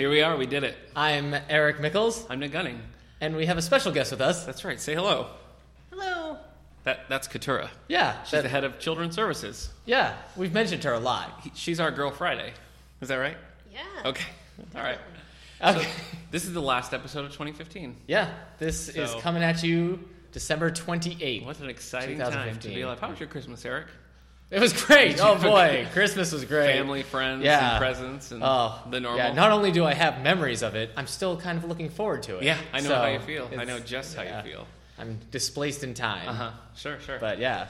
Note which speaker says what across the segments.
Speaker 1: are. We did it.
Speaker 2: I'm Eric Mickles,
Speaker 1: I'm Nick Gunning.
Speaker 2: and we have a special guest with us.
Speaker 1: That's right. Say hello.
Speaker 3: Oh,
Speaker 2: Hello.
Speaker 1: That that's Katura.
Speaker 2: Yeah,
Speaker 1: She's
Speaker 2: that-
Speaker 1: the head of Children's Services.
Speaker 2: yeah. We've mentioned her a lot.
Speaker 1: He- She's our girl Friday. Is that right?
Speaker 3: Yeah.
Speaker 1: Okay. All right.
Speaker 2: Okay.
Speaker 1: This is the last episode of 2015.
Speaker 2: yeah, this is
Speaker 1: So-
Speaker 2: coming at you December 28th.
Speaker 1: What an exciting time to
Speaker 2: 2015.
Speaker 1: be alive. How was your Christmas, Eric?
Speaker 2: It was great. Oh boy, Christmas was great.
Speaker 1: Family, friends,
Speaker 2: Yeah.
Speaker 1: and presents, and
Speaker 2: Oh,
Speaker 1: the normal.
Speaker 2: Yeah, not only do I have memories of it, I'm still kind of looking forward to it.
Speaker 1: Yeah, I know
Speaker 2: So,
Speaker 1: how you feel. I
Speaker 2: it's-
Speaker 1: know just how
Speaker 2: yeah.
Speaker 1: you feel.
Speaker 2: I'm displaced in time.
Speaker 1: Uh huh. Sure, sure.
Speaker 2: But yeah,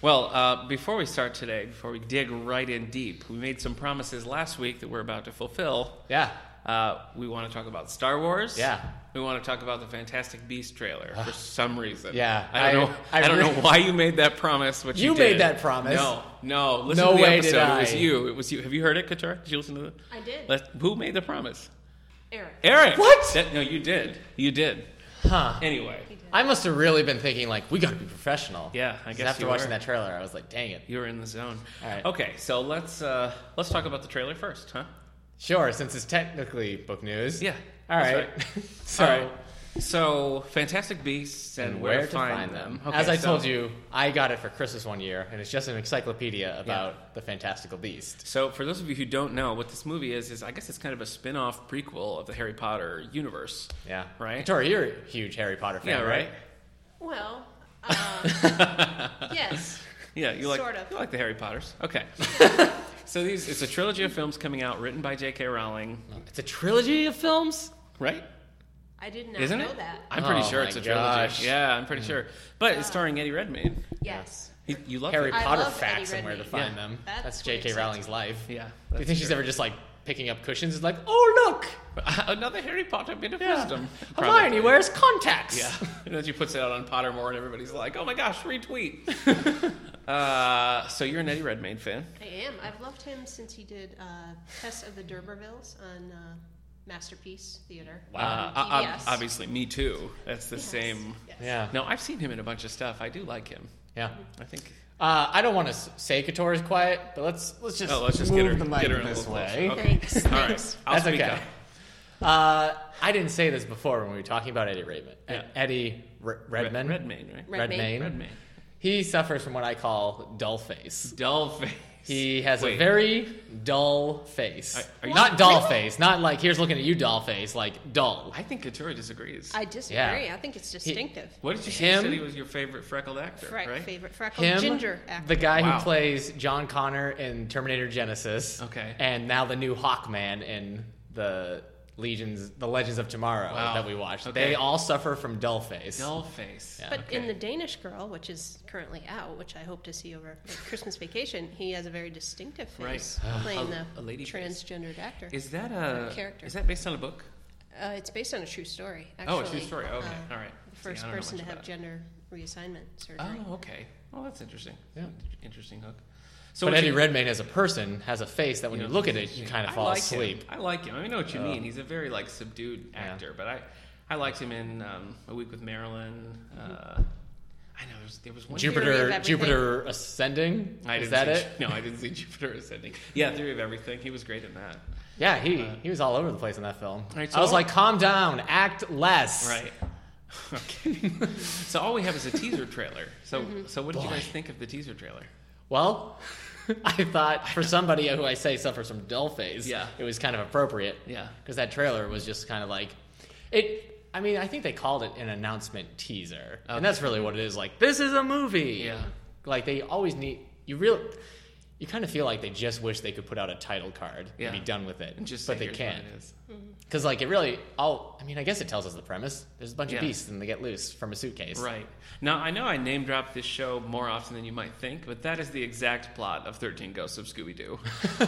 Speaker 1: Well, uh, before we start today, before we dig right in deep, we made some promises last week that we're about to fulfill.
Speaker 2: yeah,
Speaker 1: Uh, we want to talk about Star Wars.
Speaker 2: Yeah.
Speaker 1: We want to talk about the Fantastic Beast trailer for some reason.
Speaker 2: Yeah,
Speaker 1: I don't know.
Speaker 2: I-
Speaker 1: I,
Speaker 2: I
Speaker 1: don't
Speaker 2: really-
Speaker 1: know why you made that promise. What you,
Speaker 2: You made
Speaker 1: did.
Speaker 2: that promise.
Speaker 1: No, no. Listen
Speaker 2: No
Speaker 1: to the
Speaker 2: way
Speaker 1: episode.
Speaker 2: did
Speaker 1: It was
Speaker 2: I.
Speaker 1: you. It was you. Have you heard it, Katar? Did you listen to the?
Speaker 3: I did.
Speaker 1: Let- who made the promise?
Speaker 3: Eric.
Speaker 1: Eric.
Speaker 2: What?
Speaker 1: That- no, you did. You did.
Speaker 2: huh?
Speaker 1: Anyway,
Speaker 2: I must have really been thinking like, we got to be professional.
Speaker 1: Yeah, I
Speaker 2: 'Cause
Speaker 1: guess
Speaker 2: after
Speaker 1: you
Speaker 2: watching
Speaker 1: were.
Speaker 2: that trailer, I was like, dang it.
Speaker 1: you were in the zone.
Speaker 2: All right.
Speaker 1: Okay, so let's uh, let's talk about the trailer first, huh?
Speaker 2: Sure, since it's technically book news.
Speaker 1: Yeah.
Speaker 2: All
Speaker 1: that's
Speaker 2: right. so,
Speaker 1: All right. So, Fantastic Beasts and, where, to find, them. Okay,
Speaker 2: As I
Speaker 1: so-
Speaker 2: told you, I got it for Christmas one year, and it's just an encyclopedia about the Fantastical Beast.
Speaker 1: So, for those of you who don't know, what this movie is is I guess it's kind of a spin-off prequel of the Harry Potter universe.
Speaker 2: Yeah.
Speaker 1: Right?
Speaker 2: Tori, you're a huge Harry Potter fan,
Speaker 1: Yeah, right.
Speaker 2: right?
Speaker 3: Well, uh, yes.
Speaker 1: Yeah, you like
Speaker 3: Sort of.
Speaker 1: you like the Harry Potters. Okay. so these it's a trilogy of films coming out written by J.K. Rowling,
Speaker 2: It's a trilogy of films?
Speaker 1: right?
Speaker 3: I did not
Speaker 1: Isn't
Speaker 3: know
Speaker 1: it?
Speaker 3: that. Oh.
Speaker 1: I'm pretty
Speaker 2: Oh
Speaker 1: sure
Speaker 2: my
Speaker 1: it's a
Speaker 2: gosh.
Speaker 1: trilogy. Yeah, I'm pretty sure. But it's starring Eddie Redmayne.
Speaker 3: Yes.
Speaker 1: You, you love
Speaker 2: Harry
Speaker 1: it.
Speaker 3: I
Speaker 2: Potter
Speaker 3: love Eddie
Speaker 2: facts and where to
Speaker 3: Redmayne.
Speaker 2: find
Speaker 1: Yeah.
Speaker 2: them.
Speaker 3: That's
Speaker 2: That's,
Speaker 3: what
Speaker 2: J.K.
Speaker 3: excites me.
Speaker 2: Rowling's life. Do
Speaker 1: Yeah.
Speaker 2: you
Speaker 1: that's
Speaker 2: think she's
Speaker 1: true.
Speaker 2: ever just like picking up cushions? It's like, oh look,
Speaker 1: another Harry Potter bit of
Speaker 2: yeah.
Speaker 1: wisdom?
Speaker 2: Hermione
Speaker 1: probably.
Speaker 2: wears contacts.
Speaker 1: Yeah. And then she puts it out on Pottermore, and everybody's like, "Oh my gosh, retweet." uh, so you're an Eddie Redmayne fan.
Speaker 3: I am. I've loved him since he did uh, Test of the D'Urbervilles on uh, Masterpiece Theater.
Speaker 1: Uh,
Speaker 3: on
Speaker 1: ob-
Speaker 3: PBS.
Speaker 1: obviously, me too. That's the
Speaker 3: Yes.
Speaker 1: same.
Speaker 3: Yes.
Speaker 2: Yeah.
Speaker 1: No, I've seen him in a bunch of stuff. I do like him.
Speaker 2: Yeah.
Speaker 1: I think.
Speaker 2: Uh, I don't want to say Katora's quiet, but let's let's just
Speaker 1: Oh, let's just
Speaker 2: move
Speaker 1: get
Speaker 2: the
Speaker 1: her,
Speaker 2: mic
Speaker 1: get her in a
Speaker 2: this
Speaker 1: little
Speaker 2: way.
Speaker 1: closer. Okay.
Speaker 3: Thanks.
Speaker 1: All right.
Speaker 3: Thanks.
Speaker 1: I'll
Speaker 2: That's
Speaker 1: speak
Speaker 2: okay.
Speaker 1: up.
Speaker 2: Uh, I didn't say this before when we were talking about Eddie Redmayne.
Speaker 1: Yeah.
Speaker 2: Eddie R- Redman.
Speaker 1: Red, Redmayne, right?
Speaker 3: Red- Redmayne.
Speaker 1: Redmayne.
Speaker 2: He suffers from what I call dull face.
Speaker 1: Dull face.
Speaker 2: He has a
Speaker 1: Wait.
Speaker 2: very dull face.
Speaker 1: Are- are you-
Speaker 2: not dull face. Not like here's looking at you, dull face. Like dull.
Speaker 1: I think Katura disagrees.
Speaker 3: I disagree.
Speaker 2: Yeah.
Speaker 3: I think it's distinctive.
Speaker 1: what did you say? You
Speaker 2: Him?
Speaker 1: said he was your favorite freckled actor,
Speaker 3: Freck,
Speaker 1: right?
Speaker 3: favorite freckle
Speaker 2: Him,
Speaker 3: ginger actor.
Speaker 2: the guy
Speaker 1: Wow.
Speaker 2: who plays John Connor in Terminator Genesis.
Speaker 1: Okay.
Speaker 2: And now the new Hawkman in the Legions, the Legends of Tomorrow
Speaker 1: Wow.
Speaker 2: that we watched.
Speaker 1: Okay.
Speaker 2: They all suffer from dull face.
Speaker 1: Dull face.
Speaker 2: Yeah.
Speaker 3: But in
Speaker 1: Okay.
Speaker 3: The Danish Girl, which is currently out, which I hope to see over like, Christmas vacation, he has a very distinctive face
Speaker 1: Right.
Speaker 3: playing
Speaker 1: A-
Speaker 3: the
Speaker 1: a lady face.
Speaker 3: transgendered actor.
Speaker 1: Is that a
Speaker 3: Character.
Speaker 1: Is that based on a book?
Speaker 3: uh, it's based on a true story, actually.
Speaker 1: Oh, a true story. Okay,
Speaker 3: Uh,
Speaker 1: all right.
Speaker 3: The
Speaker 1: See,
Speaker 3: first
Speaker 1: I don't know
Speaker 3: person to
Speaker 1: much
Speaker 3: have
Speaker 1: about it.
Speaker 3: gender reassignment surgery.
Speaker 1: Oh, okay. Well, that's interesting.
Speaker 2: Yeah.
Speaker 1: Interesting hook. So
Speaker 2: but
Speaker 1: what
Speaker 2: Eddie
Speaker 1: you-
Speaker 2: Redmayne as a person has a face that when you,
Speaker 1: know,
Speaker 2: look at
Speaker 1: it's
Speaker 2: it, you
Speaker 1: interesting.
Speaker 2: kind of
Speaker 1: I
Speaker 2: fall
Speaker 1: like
Speaker 2: asleep. Uh,
Speaker 1: Him. I like him. I know what you mean. He's a very like subdued actor, but I, I liked him in um, A Week with Marilyn. Uh, I know there was, there was one.
Speaker 3: Theory of
Speaker 2: Jupiter,
Speaker 3: Everything.
Speaker 2: Jupiter ascending.
Speaker 1: I
Speaker 2: Is
Speaker 1: didn't
Speaker 2: that
Speaker 1: see,
Speaker 2: it?
Speaker 1: No, I didn't see Jupiter Ascending. Yeah, Theory of Everything. He was great in that.
Speaker 2: Yeah, he he was all over the place in that film.
Speaker 1: Uh, right,
Speaker 2: I
Speaker 1: so-
Speaker 2: was like, calm down, act less.
Speaker 1: Right. Okay. so all we have is a teaser trailer. So so what did you
Speaker 2: Boy.
Speaker 1: guys think of the teaser trailer?
Speaker 2: Well, I thought for somebody who I say suffers from dull phase,
Speaker 1: Yeah.
Speaker 2: it was kind of appropriate.
Speaker 1: Yeah.
Speaker 2: Because that trailer was just kind of like, it. I mean, I think they called it an announcement teaser,
Speaker 1: Okay.
Speaker 2: and that's really what it is. Like, this is a movie.
Speaker 1: Yeah.
Speaker 2: Like they always need you real. You kind of feel like they just wish they could put out a title card
Speaker 1: Yeah.
Speaker 2: and be done with it,
Speaker 1: And just
Speaker 2: but
Speaker 1: say
Speaker 2: they
Speaker 1: here's
Speaker 2: can't.
Speaker 1: What it is.
Speaker 2: Because like it really, all I mean, I guess it tells us the premise. There's a bunch
Speaker 1: Yeah.
Speaker 2: of beasts and they get loose from a suitcase.
Speaker 1: Right. Now, I know I name drop this show more often than you might think, but that is the exact plot of 13 Ghosts of Scooby Doo.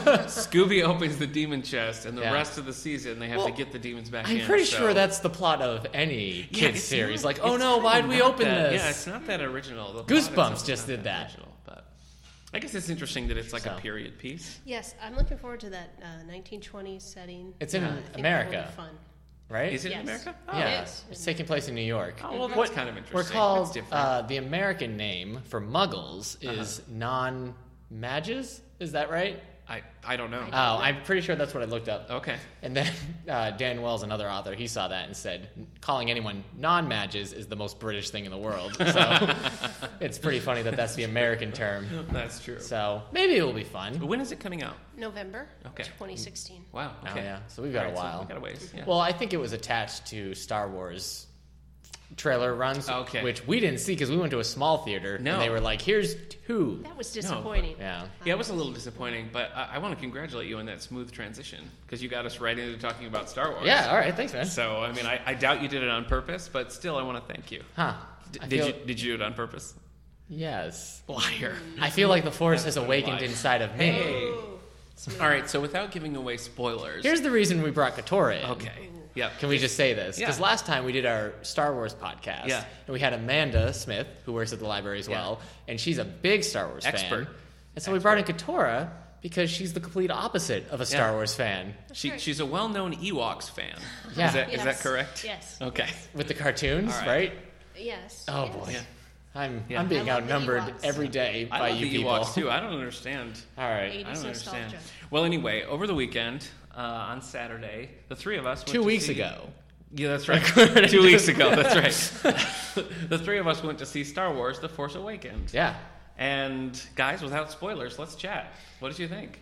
Speaker 1: Scooby opens the demon chest, and the
Speaker 2: Yeah.
Speaker 1: rest of the season, they have
Speaker 2: Well,
Speaker 1: to get the demons back
Speaker 2: I'm
Speaker 1: in.
Speaker 2: pretty
Speaker 1: so-
Speaker 2: sure that's the plot of any
Speaker 1: Yeah,
Speaker 2: kids
Speaker 1: it's
Speaker 2: series.
Speaker 1: not-
Speaker 2: like, oh
Speaker 1: it's
Speaker 2: no,
Speaker 1: kinda
Speaker 2: why'd we
Speaker 1: not
Speaker 2: open
Speaker 1: that-
Speaker 2: this?
Speaker 1: Yeah, it's not that original. The plot
Speaker 2: Goosebumps
Speaker 1: itself is
Speaker 2: just
Speaker 1: not
Speaker 2: did that.
Speaker 1: original, but I guess it's interesting that it's like a
Speaker 2: So.
Speaker 1: period piece.
Speaker 3: Yes, I'm looking forward to that uh, 1920s setting.
Speaker 2: It's in
Speaker 3: Uh, I think that will be
Speaker 2: America.
Speaker 3: fun.
Speaker 2: right?
Speaker 1: Is it in
Speaker 3: Yes.
Speaker 1: America? Oh,
Speaker 2: yeah,
Speaker 3: it is.
Speaker 2: it's taking place in New York.
Speaker 1: Oh, well, that's
Speaker 2: What-
Speaker 1: kind of interesting.
Speaker 2: We're
Speaker 1: It's
Speaker 2: called
Speaker 1: different. Uh-huh.
Speaker 2: uh, the American name for Muggles is non mages. Is that right?
Speaker 1: I, I don't know.
Speaker 2: Oh, I'm pretty sure that's what I looked up.
Speaker 1: okay.
Speaker 2: And then uh, Dan Wells, another author, he saw that and said, calling anyone non mages is the most British thing in the world. So it's pretty funny that that's the American term.
Speaker 1: That's true.
Speaker 2: So maybe it will be fun.
Speaker 1: When is it coming out?
Speaker 3: November
Speaker 1: Okay.
Speaker 3: 2016.
Speaker 1: Wow.
Speaker 2: Oh,
Speaker 1: Okay.
Speaker 2: yeah. So we've got a
Speaker 1: All right,
Speaker 2: while.
Speaker 1: we got a ways. Yeah.
Speaker 2: Well, I think it was attached to Star Wars trailer runs,
Speaker 1: Okay.
Speaker 2: which we didn't see because we went to a small theater
Speaker 1: No.
Speaker 2: and they were like, here's two.
Speaker 3: That was disappointing.
Speaker 2: Yeah.
Speaker 1: yeah, it was a little disappointing, but I, I want to congratulate you on that smooth transition because you got us right into talking about Star Wars.
Speaker 2: Yeah, all right. Thanks, man.
Speaker 1: So I mean, I, I doubt you did it on purpose, but still, I want to thank you.
Speaker 2: Huh.
Speaker 1: D-
Speaker 2: I
Speaker 1: did
Speaker 2: feel-
Speaker 1: you Did you do it on purpose?
Speaker 2: Yes.
Speaker 1: Liar.
Speaker 2: I feel like the Force has
Speaker 1: That's
Speaker 2: awakened
Speaker 1: why.
Speaker 2: inside of me.
Speaker 1: Hey.
Speaker 3: Ooh.
Speaker 1: All right. So without giving away spoilers.
Speaker 2: Here's the reason we brought Katora in.
Speaker 1: okay. Yep.
Speaker 2: Can we just say this? Because
Speaker 1: Yeah.
Speaker 2: last time we did our Star Wars podcast,
Speaker 1: Yeah.
Speaker 2: and we had Amanda Smith, who works at the library as well, and she's a big Star Wars fan.
Speaker 1: Expert.
Speaker 2: And so we brought in Katora because she's the complete opposite of a Star
Speaker 1: Yeah.
Speaker 2: Wars fan
Speaker 1: She,
Speaker 3: right.
Speaker 1: She's a well-known Ewoks fan.
Speaker 2: Yeah.
Speaker 1: Is that, is that
Speaker 3: Yes.
Speaker 1: correct?
Speaker 3: Yes.
Speaker 1: Okay.
Speaker 2: with the cartoons,
Speaker 1: All right.
Speaker 2: right?
Speaker 3: Yes.
Speaker 2: Oh
Speaker 3: yes.
Speaker 2: boy,
Speaker 1: Yeah.
Speaker 2: I'm
Speaker 1: Yeah.
Speaker 2: I'm being
Speaker 3: I love the
Speaker 2: outnumbered
Speaker 3: Ewoks.
Speaker 2: every day
Speaker 1: I
Speaker 2: by
Speaker 1: love
Speaker 2: you
Speaker 1: the
Speaker 2: people.
Speaker 1: Ewoks too. I don't understand.
Speaker 2: All right,
Speaker 3: 80s
Speaker 1: I don't
Speaker 3: nostalgia.
Speaker 1: understand. Well, anyway, over the weekend uh, on Saturday, the three of us went
Speaker 2: two
Speaker 1: to
Speaker 2: weeks
Speaker 1: see-
Speaker 2: ago.
Speaker 1: Yeah, that's right. two weeks ago. That's right. the three of us went to see Star Wars: The Force Awakens.
Speaker 2: Yeah,
Speaker 1: And guys, without spoilers, let's chat. What did you think?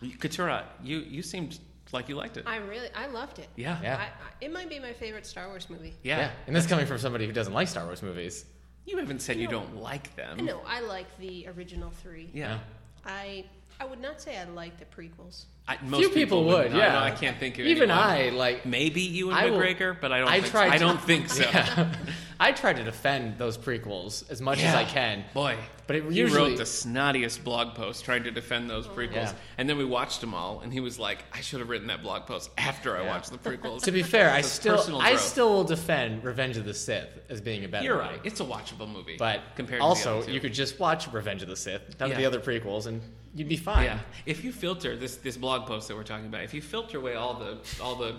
Speaker 1: You- Katura, you you seemed like you liked it.
Speaker 3: I really, I loved it.
Speaker 1: yeah.
Speaker 2: Yeah.
Speaker 3: I, I, it might be my favorite Star Wars movie.
Speaker 1: Yeah.
Speaker 2: And that's coming from somebody who doesn't like Star Wars movies.
Speaker 1: You haven't said you
Speaker 3: No.
Speaker 1: don't like them.
Speaker 3: No, I like the original three.
Speaker 1: Yeah.
Speaker 3: I I would not say I like the prequels.
Speaker 1: I, most
Speaker 2: Few people would,
Speaker 1: No,
Speaker 2: yeah.
Speaker 1: no, I can't think of
Speaker 2: Even
Speaker 1: anyone.
Speaker 2: I like.
Speaker 1: Maybe you and
Speaker 2: I will-
Speaker 1: McGregor, but I don't.
Speaker 2: I
Speaker 1: think
Speaker 2: tried
Speaker 1: So. I
Speaker 2: to-
Speaker 1: don't think so.
Speaker 2: Yeah. I try to defend those prequels as much as I can.
Speaker 1: Boy,
Speaker 2: But it
Speaker 1: he
Speaker 2: usually- Oh.
Speaker 1: wrote the snottiest blog post trying to defend those prequels,
Speaker 2: Yeah.
Speaker 1: and then we watched them all, and he was like, "I should have written that blog post after I
Speaker 2: Yeah.
Speaker 1: watched the prequels."
Speaker 2: To be fair, I
Speaker 1: It's
Speaker 2: still
Speaker 1: personal
Speaker 2: I
Speaker 1: growth.
Speaker 2: still will defend Revenge of the Sith as being a better
Speaker 1: You're
Speaker 2: movie.
Speaker 1: right. It's a watchable movie,
Speaker 2: But
Speaker 1: compared to the
Speaker 2: also,
Speaker 1: other two.
Speaker 2: you could just watch Revenge of the Sith, none of the
Speaker 1: Yeah.
Speaker 2: other prequels, and you'd be fine.
Speaker 1: Yeah. If you filter this this blog post that we're talking about, if you filter away all the all the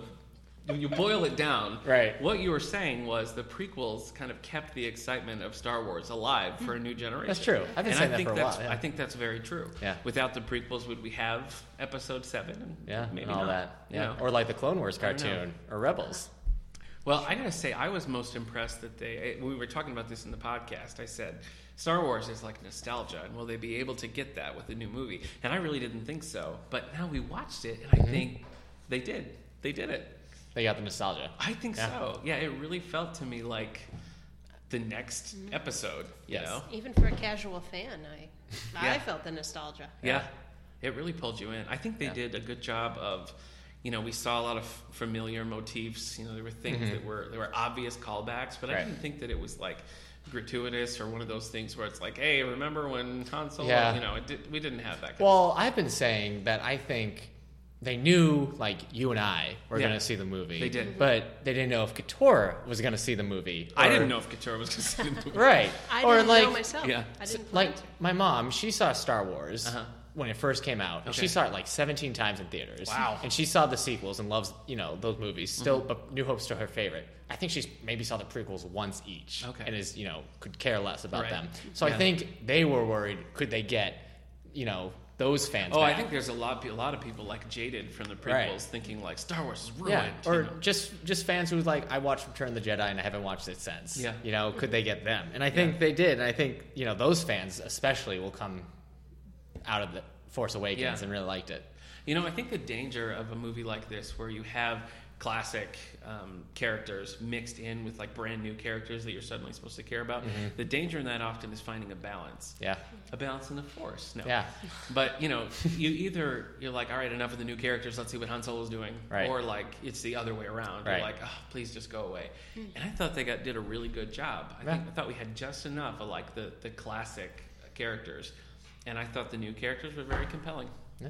Speaker 1: when you boil it down,
Speaker 2: Right.
Speaker 1: What you were saying was the prequels kind of kept the excitement of Star Wars alive for a new generation.
Speaker 2: That's true. I've been
Speaker 1: and
Speaker 2: saying
Speaker 1: I
Speaker 2: that
Speaker 1: think
Speaker 2: for a
Speaker 1: that's
Speaker 2: while, yeah.
Speaker 1: I think that's very true.
Speaker 2: Yeah.
Speaker 1: Without the prequels, would we have Episode Seven? And
Speaker 2: Yeah,
Speaker 1: Maybe
Speaker 2: and all
Speaker 1: not,
Speaker 2: that.
Speaker 1: you
Speaker 2: Yeah,
Speaker 1: know?
Speaker 2: or like the Clone Wars
Speaker 1: don't know.
Speaker 2: cartoon or Rebels.
Speaker 1: Well, I gotta say, I was most impressed that they. eh, We were talking about this in the podcast. I said, Star Wars is like nostalgia, and will they be able to get that with a new movie? And I really didn't think so. But now we watched it, and
Speaker 2: Mm-hmm.
Speaker 1: I think they did. They did it.
Speaker 2: They got the nostalgia.
Speaker 1: I think
Speaker 2: Yeah.
Speaker 1: so. Yeah, it really felt to me like the next episode. You
Speaker 2: Yes.
Speaker 1: know?
Speaker 3: Even for a casual fan, I
Speaker 1: Yeah.
Speaker 3: I felt the nostalgia.
Speaker 1: Yeah.
Speaker 2: Yeah.
Speaker 1: It really pulled you in. I think they
Speaker 2: Yeah.
Speaker 1: did a good job of, you know, we saw a lot of familiar motifs. You know, there were things that were there were obvious callbacks, but
Speaker 2: Mm-hmm.
Speaker 1: I
Speaker 2: Right.
Speaker 1: didn't think that it was like gratuitous or one of those things where it's like, hey, remember when Han Solo?
Speaker 2: Yeah.
Speaker 1: You know, it did, we didn't have that. Kind
Speaker 2: Well, I've been saying that I think they knew, like you and I, were
Speaker 1: Yeah.
Speaker 2: going to see the movie.
Speaker 1: They did.
Speaker 2: but they didn't know if Katora was going to see the movie.
Speaker 1: of, I
Speaker 2: or-
Speaker 1: didn't know if Couture was going to see the movie.
Speaker 2: Right.
Speaker 3: I
Speaker 2: or
Speaker 3: didn't
Speaker 2: like,
Speaker 3: know myself.
Speaker 1: Yeah.
Speaker 3: I didn't plan
Speaker 2: like
Speaker 3: to.
Speaker 2: my mom, she saw Star Wars.
Speaker 1: Uh-huh.
Speaker 2: When it first came out, and she
Speaker 1: Okay.
Speaker 2: saw it like 17 times in theaters.
Speaker 1: Wow. Mm-hmm.
Speaker 2: And she saw the sequels and loves, you know, those movies. Still, but New Hope's still her favorite. I think she's maybe saw the prequels once each.
Speaker 1: Okay.
Speaker 2: And is, you know, could care less about
Speaker 1: Right.
Speaker 2: them. So I
Speaker 1: Yeah.
Speaker 2: think they were worried could they get, you know, those fans
Speaker 1: Oh, I
Speaker 2: back.
Speaker 1: think there's a lot, a lot of people like jaded from the prequels,
Speaker 2: Right.
Speaker 1: thinking like Star Wars is
Speaker 2: Yeah,
Speaker 1: ruined.
Speaker 2: or
Speaker 1: you know?
Speaker 2: just just fans who like I watched Return of the Jedi and I haven't watched it since.
Speaker 1: Yeah.
Speaker 2: you know, could they get them? And I think they did. And I think you know those fans especially will come out of the Force Awakens
Speaker 1: Yeah.
Speaker 2: and really liked it.
Speaker 1: You know, I think the danger of a movie like this, where you have classic um, characters mixed in with like brand new characters that you're suddenly supposed to care about, the danger in that often is finding a balance.
Speaker 2: Yeah,
Speaker 1: A balance in the force. No.
Speaker 2: yeah,
Speaker 1: But you know, you either you're like, all right, enough of the new characters. Let's see what Han Solo's doing,
Speaker 2: Right.
Speaker 1: or like it's the other way around.
Speaker 2: Right.
Speaker 1: You're like, oh, please just go away.
Speaker 3: Hmm.
Speaker 1: And I thought they got did a really good job. I
Speaker 2: Yeah.
Speaker 1: think I thought we had just enough of like the the classic characters, and I thought the new characters were very compelling.
Speaker 2: Yeah.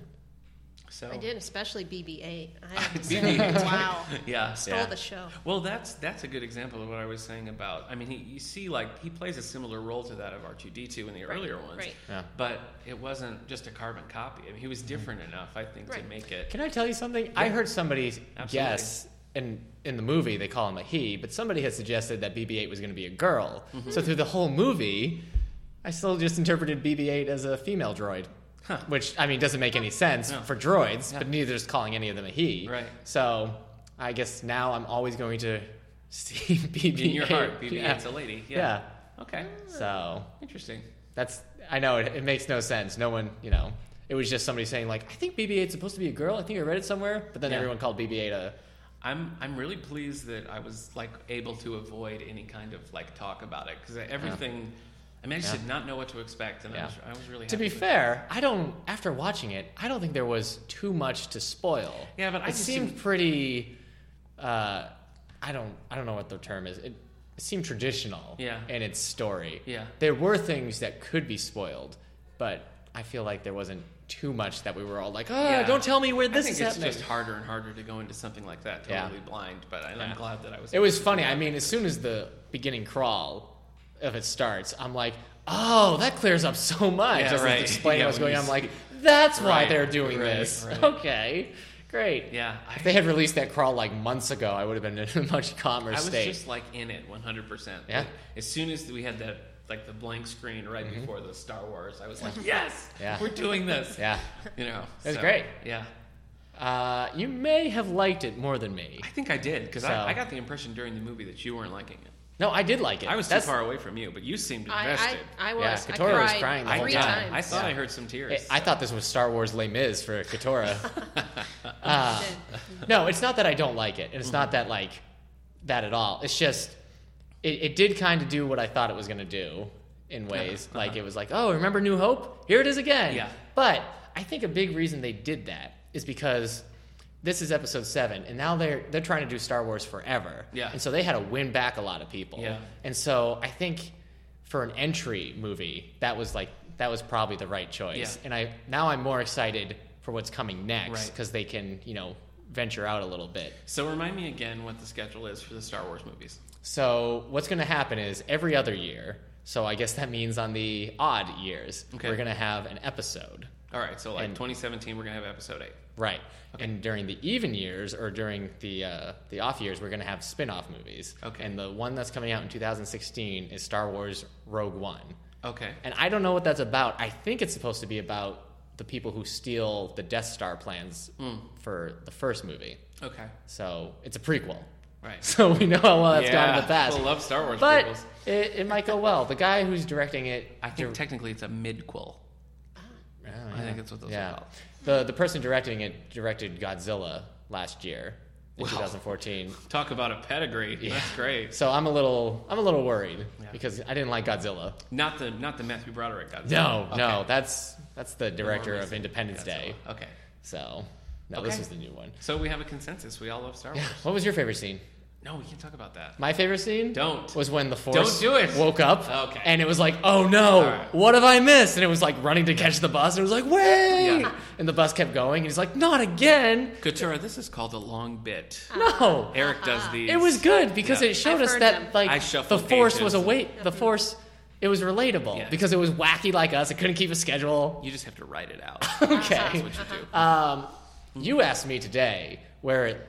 Speaker 1: So
Speaker 3: I did, especially BB-8. I have to say,
Speaker 1: BB-8.
Speaker 3: wow,
Speaker 1: Yeah.
Speaker 3: stole
Speaker 2: Yeah.
Speaker 3: the show.
Speaker 1: Well, that's that's a good example of what I was saying about. I mean, he, you see, like he plays a similar role to that of R two D two in the earlier ones,
Speaker 3: Right.
Speaker 2: yeah. Mm-hmm.
Speaker 1: but it wasn't just a carbon copy. I mean, he was different enough, I think, to
Speaker 3: Right.
Speaker 1: make it.
Speaker 2: Can I tell you something? I heard somebody
Speaker 1: Absolutely.
Speaker 2: guess, and in the movie they call him a he, but somebody had suggested that BB-8 was going to be a Mm-hmm. girl. So through the whole movie, I still just interpreted BB-8 as a female droid. which I mean doesn't make any sense
Speaker 1: No.
Speaker 2: for droids,
Speaker 1: Yeah.
Speaker 2: but neither is calling any of them a he.
Speaker 1: Right.
Speaker 2: So I guess now I'm always going to see BB.
Speaker 1: In your heart, BB-8's
Speaker 2: Yeah.
Speaker 1: a lady.
Speaker 2: yeah.
Speaker 1: Okay.
Speaker 2: So
Speaker 1: Interesting.
Speaker 2: that's I know it, it makes no sense. No one, you know, it was just somebody saying like, I think BB-8's supposed to be a girl. I think I read it somewhere, but then
Speaker 1: Yeah.
Speaker 2: everyone called BB-8 a
Speaker 1: I'm I'm really pleased that I was like able to avoid any kind of like talk about it because everything. I mean, I just
Speaker 2: Yeah.
Speaker 1: did not know what to expect, and I,
Speaker 2: Yeah.
Speaker 1: was, I was really.
Speaker 2: To
Speaker 1: happy
Speaker 2: be
Speaker 1: with-
Speaker 2: fair, I don't. After watching it, I don't think there was too much to spoil.
Speaker 1: Yeah, but I
Speaker 2: it
Speaker 1: just
Speaker 2: seemed
Speaker 1: didn't-
Speaker 2: pretty. Uh, I don't. I don't know what the term is. It, it seemed traditional.
Speaker 1: Yeah.
Speaker 2: In its story.
Speaker 1: Yeah.
Speaker 2: There were things that could be spoiled, but I feel like there wasn't too much that we were all like, "Oh,
Speaker 1: Yeah.
Speaker 2: don't tell me where this
Speaker 1: I think
Speaker 2: is
Speaker 1: it's
Speaker 2: happening."
Speaker 1: just harder and harder to go into something like that
Speaker 2: Yeah.
Speaker 1: totally blind. But and I'm glad that I was.
Speaker 2: It was funny. I mean, as soon as the beginning crawl of it starts, I'm like, oh, that clears up so much.
Speaker 1: Yeah,
Speaker 2: as
Speaker 1: right.
Speaker 2: it's explaining
Speaker 1: Yeah,
Speaker 2: what's going
Speaker 1: when you
Speaker 2: on, I'm like,
Speaker 1: see-
Speaker 2: that's why
Speaker 1: Right,
Speaker 2: they're doing
Speaker 1: right,
Speaker 2: this.
Speaker 1: right.
Speaker 2: Okay, great.
Speaker 1: Yeah, I,
Speaker 2: If they had released that crawl like months ago, I would have been in a much calmer
Speaker 1: I was
Speaker 2: state.
Speaker 1: just like in it 100. percent
Speaker 2: Yeah.
Speaker 1: As soon as we had that like the blank screen right
Speaker 2: Mm-hmm.
Speaker 1: before the Star Wars, I was like, yes,
Speaker 2: Yeah.
Speaker 1: we're doing this.
Speaker 2: yeah.
Speaker 1: You know,
Speaker 2: It was great.
Speaker 1: Yeah.
Speaker 2: Uh, you may have liked it more than me.
Speaker 1: I think I did because
Speaker 2: So-
Speaker 1: I, I got the impression during the movie that you weren't liking it.
Speaker 2: No, I did like it.
Speaker 1: I was too
Speaker 2: That's,
Speaker 1: far away from you, but you seemed
Speaker 3: I,
Speaker 1: invested.
Speaker 3: I, I was.
Speaker 2: Yeah,
Speaker 3: I
Speaker 2: Katara
Speaker 3: cried
Speaker 2: was crying the whole
Speaker 3: three
Speaker 2: time.
Speaker 1: I
Speaker 3: times.
Speaker 1: thought
Speaker 2: Yeah.
Speaker 1: I heard some tears.
Speaker 2: I thought this was Star Wars Les Mis for Katora. Uh, no, it's not that I don't like it, and it's not that
Speaker 1: Mm-hmm.
Speaker 2: like that at all. It's just it, it did kind of do what I thought it was going to do in ways.
Speaker 1: Uh-huh,
Speaker 2: Like
Speaker 1: uh-huh.
Speaker 2: it was like, oh, remember New Hope? Here it is again.
Speaker 1: Yeah.
Speaker 2: But I think a big reason they did that is because this is Episode Seven, and now they're they're trying to do Star Wars forever.
Speaker 1: Yeah.
Speaker 2: And so they had to win back a lot of people.
Speaker 1: Yeah.
Speaker 2: And so I think for an entry movie, that was like that was probably the right choice.
Speaker 1: Yeah.
Speaker 2: And I now I'm more excited for what's coming next
Speaker 1: Right.
Speaker 2: because they can you know venture out a little bit.
Speaker 1: so remind me again what the schedule is for the Star Wars movies.
Speaker 2: So what's going to happen is every other year. So I guess that means on the odd years,
Speaker 1: Okay.
Speaker 2: we're going to have an episode.
Speaker 1: All right, so like
Speaker 2: And-
Speaker 1: 2017, we're gonna have episode eight.
Speaker 2: Right. And during the even years or during the uh, the off years, we're going to have spin off movies.
Speaker 1: Okay.
Speaker 2: And the one that's coming out in 2016 is Star Wars Rogue One.
Speaker 1: Okay.
Speaker 2: And I don't know what that's about. I think it's supposed to be about the people who steal the Death Star plans for the first movie.
Speaker 1: Okay.
Speaker 2: So it's a prequel.
Speaker 1: Right.
Speaker 2: So we know how well that's gone in the
Speaker 1: Yeah,
Speaker 2: past.
Speaker 1: people love Star Wars
Speaker 2: But
Speaker 1: prequels.
Speaker 2: it, it might go well. The guy who's directing it,
Speaker 1: I think technically it's a midquel.
Speaker 2: I,
Speaker 1: think that's what those are
Speaker 2: yeah.
Speaker 1: called.
Speaker 2: The the person directing it directed Godzilla last year in
Speaker 1: Wow.
Speaker 2: 2014.
Speaker 1: Talk about a pedigree. That's great.
Speaker 2: So I'm a little I'm a little worried
Speaker 1: Yeah.
Speaker 2: because I didn't like Godzilla.
Speaker 1: Not the not the Matthew Broderick Godzilla.
Speaker 2: No,
Speaker 1: Okay.
Speaker 2: no, that's that's the
Speaker 1: The more
Speaker 2: director of
Speaker 1: recent
Speaker 2: Independence
Speaker 1: Godzilla.
Speaker 2: Day.
Speaker 1: Okay.
Speaker 2: So no, this
Speaker 1: Okay.
Speaker 2: is the new one.
Speaker 1: So we have a consensus. We all love Star Wars.
Speaker 2: What was your favorite scene?
Speaker 1: No, we can't talk about that.
Speaker 2: My favorite scene
Speaker 1: Don't.
Speaker 2: was when the force
Speaker 1: do it.
Speaker 2: woke up
Speaker 1: Okay.
Speaker 2: and it was like, oh no,
Speaker 1: All right.
Speaker 2: what have I missed? And it was like running to catch the bus and it was like, wait.
Speaker 1: Yeah.
Speaker 2: And the bus kept going and he's like, not again.
Speaker 1: Katura, this is called a long bit.
Speaker 2: Uh-huh. No.
Speaker 1: Eric does these.
Speaker 2: It was good because
Speaker 1: Yeah.
Speaker 2: it showed
Speaker 3: I've
Speaker 2: us
Speaker 3: heard
Speaker 2: that
Speaker 3: them. Mm-hmm.
Speaker 1: I
Speaker 2: like the
Speaker 1: shuffle
Speaker 2: force
Speaker 1: pages.
Speaker 2: was awake. The force it was relatable
Speaker 1: Yeah.
Speaker 2: because it was wacky like us. It couldn't keep a schedule.
Speaker 1: You just have to write it out.
Speaker 2: Okay.
Speaker 1: That's what you do.
Speaker 2: Um, you asked me today where it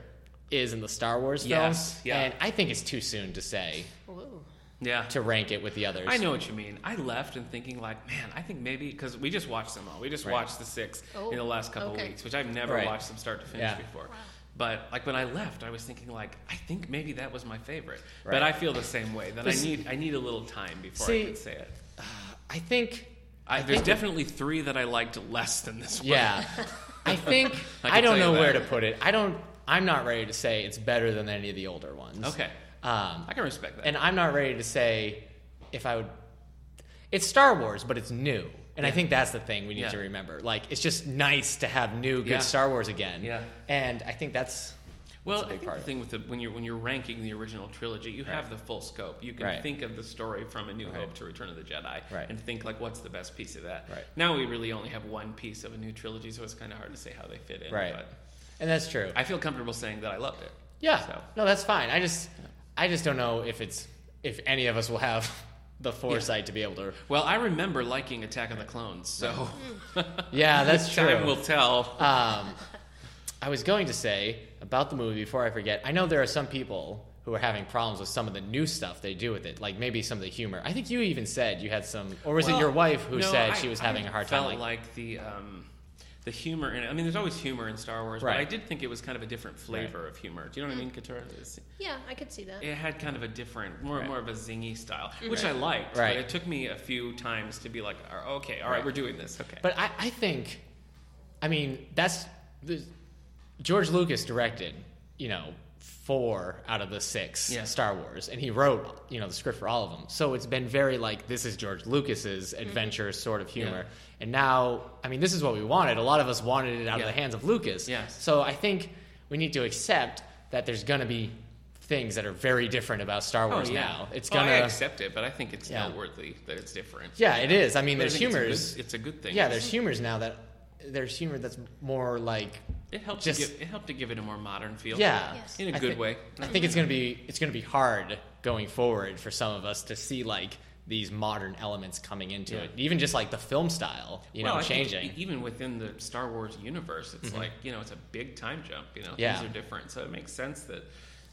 Speaker 2: is in the Star Wars
Speaker 1: Yes,
Speaker 2: films,
Speaker 1: yeah.
Speaker 2: and I think it's too soon to say
Speaker 3: Whoa.
Speaker 1: yeah.
Speaker 2: to rank it with the others.
Speaker 1: I know what you mean. I left and thinking like, man, I think maybe because we just watched them all. We just
Speaker 2: Right.
Speaker 1: watched the six
Speaker 3: Oh,
Speaker 1: in the last couple
Speaker 3: okay.
Speaker 1: weeks, which I've never
Speaker 2: Right.
Speaker 1: watched them start to finish
Speaker 2: Yeah.
Speaker 1: before. But like when I left, I was thinking like, I think maybe that was my favorite.
Speaker 2: Right.
Speaker 1: But I feel the same way that I
Speaker 2: This-
Speaker 1: need I need a little time before
Speaker 2: See,
Speaker 1: I can say it.
Speaker 2: I think.
Speaker 1: I, there's definitely three that I liked less than this one.
Speaker 2: Yeah, I think
Speaker 1: I
Speaker 2: I,
Speaker 1: can
Speaker 2: don't
Speaker 1: tell
Speaker 2: know
Speaker 1: you
Speaker 2: where to
Speaker 1: that.
Speaker 2: put it. I don't. I'm not ready to say it's better than any of the older ones.
Speaker 1: Okay.
Speaker 2: Um,
Speaker 1: I can respect that.
Speaker 2: and I'm not ready to say if I would. It's Star Wars, but it's new, and I think that's the thing we need
Speaker 1: Yeah.
Speaker 2: to remember. Like, it's just nice to have new, good
Speaker 1: Yeah.
Speaker 2: Star Wars again.
Speaker 1: Yeah.
Speaker 2: and I think that's
Speaker 1: Well,
Speaker 2: That's a
Speaker 1: I
Speaker 2: big
Speaker 1: think
Speaker 2: part
Speaker 1: the
Speaker 2: of
Speaker 1: thing with the, when you're when you're ranking the original trilogy, you have the full scope. You can
Speaker 2: Right.
Speaker 1: think of the story from A New
Speaker 2: Right.
Speaker 1: Hope to Return of the Jedi,
Speaker 2: Right.
Speaker 1: and think like, what's the best piece of that?
Speaker 2: Right.
Speaker 1: Now we really only have one piece of a new trilogy, so it's kind of hard to say how they fit in.
Speaker 2: right,
Speaker 1: But
Speaker 2: and that's true.
Speaker 1: I feel comfortable saying that I loved it.
Speaker 2: yeah,
Speaker 1: So.
Speaker 2: no, that's fine. I just, I just don't know if it's if any of us will have the foresight to be able to.
Speaker 1: Well, I remember liking Attack of the Clones, so
Speaker 2: Yeah, that's true.
Speaker 1: time will tell.
Speaker 2: Um, I was going to say about the movie before I forget. I know there are some people who are having problems with some of the new stuff they do with it, like maybe some of the humor. I think you even said you had some, or was it
Speaker 1: Well,
Speaker 2: your wife who
Speaker 1: no,
Speaker 2: said
Speaker 1: I-
Speaker 2: she was
Speaker 1: I
Speaker 2: having a hard
Speaker 1: felt
Speaker 2: time? Like,
Speaker 1: like the um, the humor in it. I mean, there's always humor in Star Wars,
Speaker 2: Right. Hmm.
Speaker 1: but I did think it was kind of a different flavor of humor. Do you know what I mean, Katura? It's-
Speaker 3: Yeah, I could see that.
Speaker 1: It had kind of a different, more more of a zingy style, which I liked.
Speaker 2: Mm-hmm. Right.
Speaker 1: But it took me a few times to be like, "Oh, okay, all right, we're doing this. Okay.
Speaker 2: but I, I think, I mean, that's the, George Lucas directed, you know, four out of the six
Speaker 1: Yeah.
Speaker 2: Star Wars, and he wrote, you know, the script for all of them. So it's been very like this is George Lucas's
Speaker 1: Mm-hmm.
Speaker 2: adventure sort of humor. And now, I mean, this is what we wanted. A lot of us wanted it out
Speaker 1: Yeah.
Speaker 2: of the hands of Lucas.
Speaker 1: Yes.
Speaker 2: So I think we need to accept that there's going to be things that are very different about Star Wars now. It's
Speaker 1: Well,
Speaker 2: gonna.
Speaker 1: Oh, I accept it, but I think it's
Speaker 2: Yeah.
Speaker 1: noteworthy that it's different.
Speaker 2: yeah, it is. I mean,
Speaker 1: But I
Speaker 2: there's
Speaker 1: think it's a
Speaker 2: humor.
Speaker 1: good-
Speaker 2: is-
Speaker 1: It's, a good thing.
Speaker 2: yeah, there's humors now that there's humor that's more like
Speaker 1: It helped.
Speaker 2: just-
Speaker 1: to give, it helped to give it a more modern feel.
Speaker 2: yeah,
Speaker 3: Yes.
Speaker 1: In a
Speaker 2: I
Speaker 1: good
Speaker 2: thi-
Speaker 1: way.
Speaker 2: I think it's gonna be it's gonna be hard going forward for some of us to see like these modern elements coming into
Speaker 1: Yeah.
Speaker 2: it, even just like the film style, you
Speaker 1: Well,
Speaker 2: know,
Speaker 1: I think
Speaker 2: changing. Mm-hmm.
Speaker 1: e- even within the Star Wars universe, it's like you know, it's a big time jump. You know,
Speaker 2: Yeah.
Speaker 1: things are different, so it makes sense that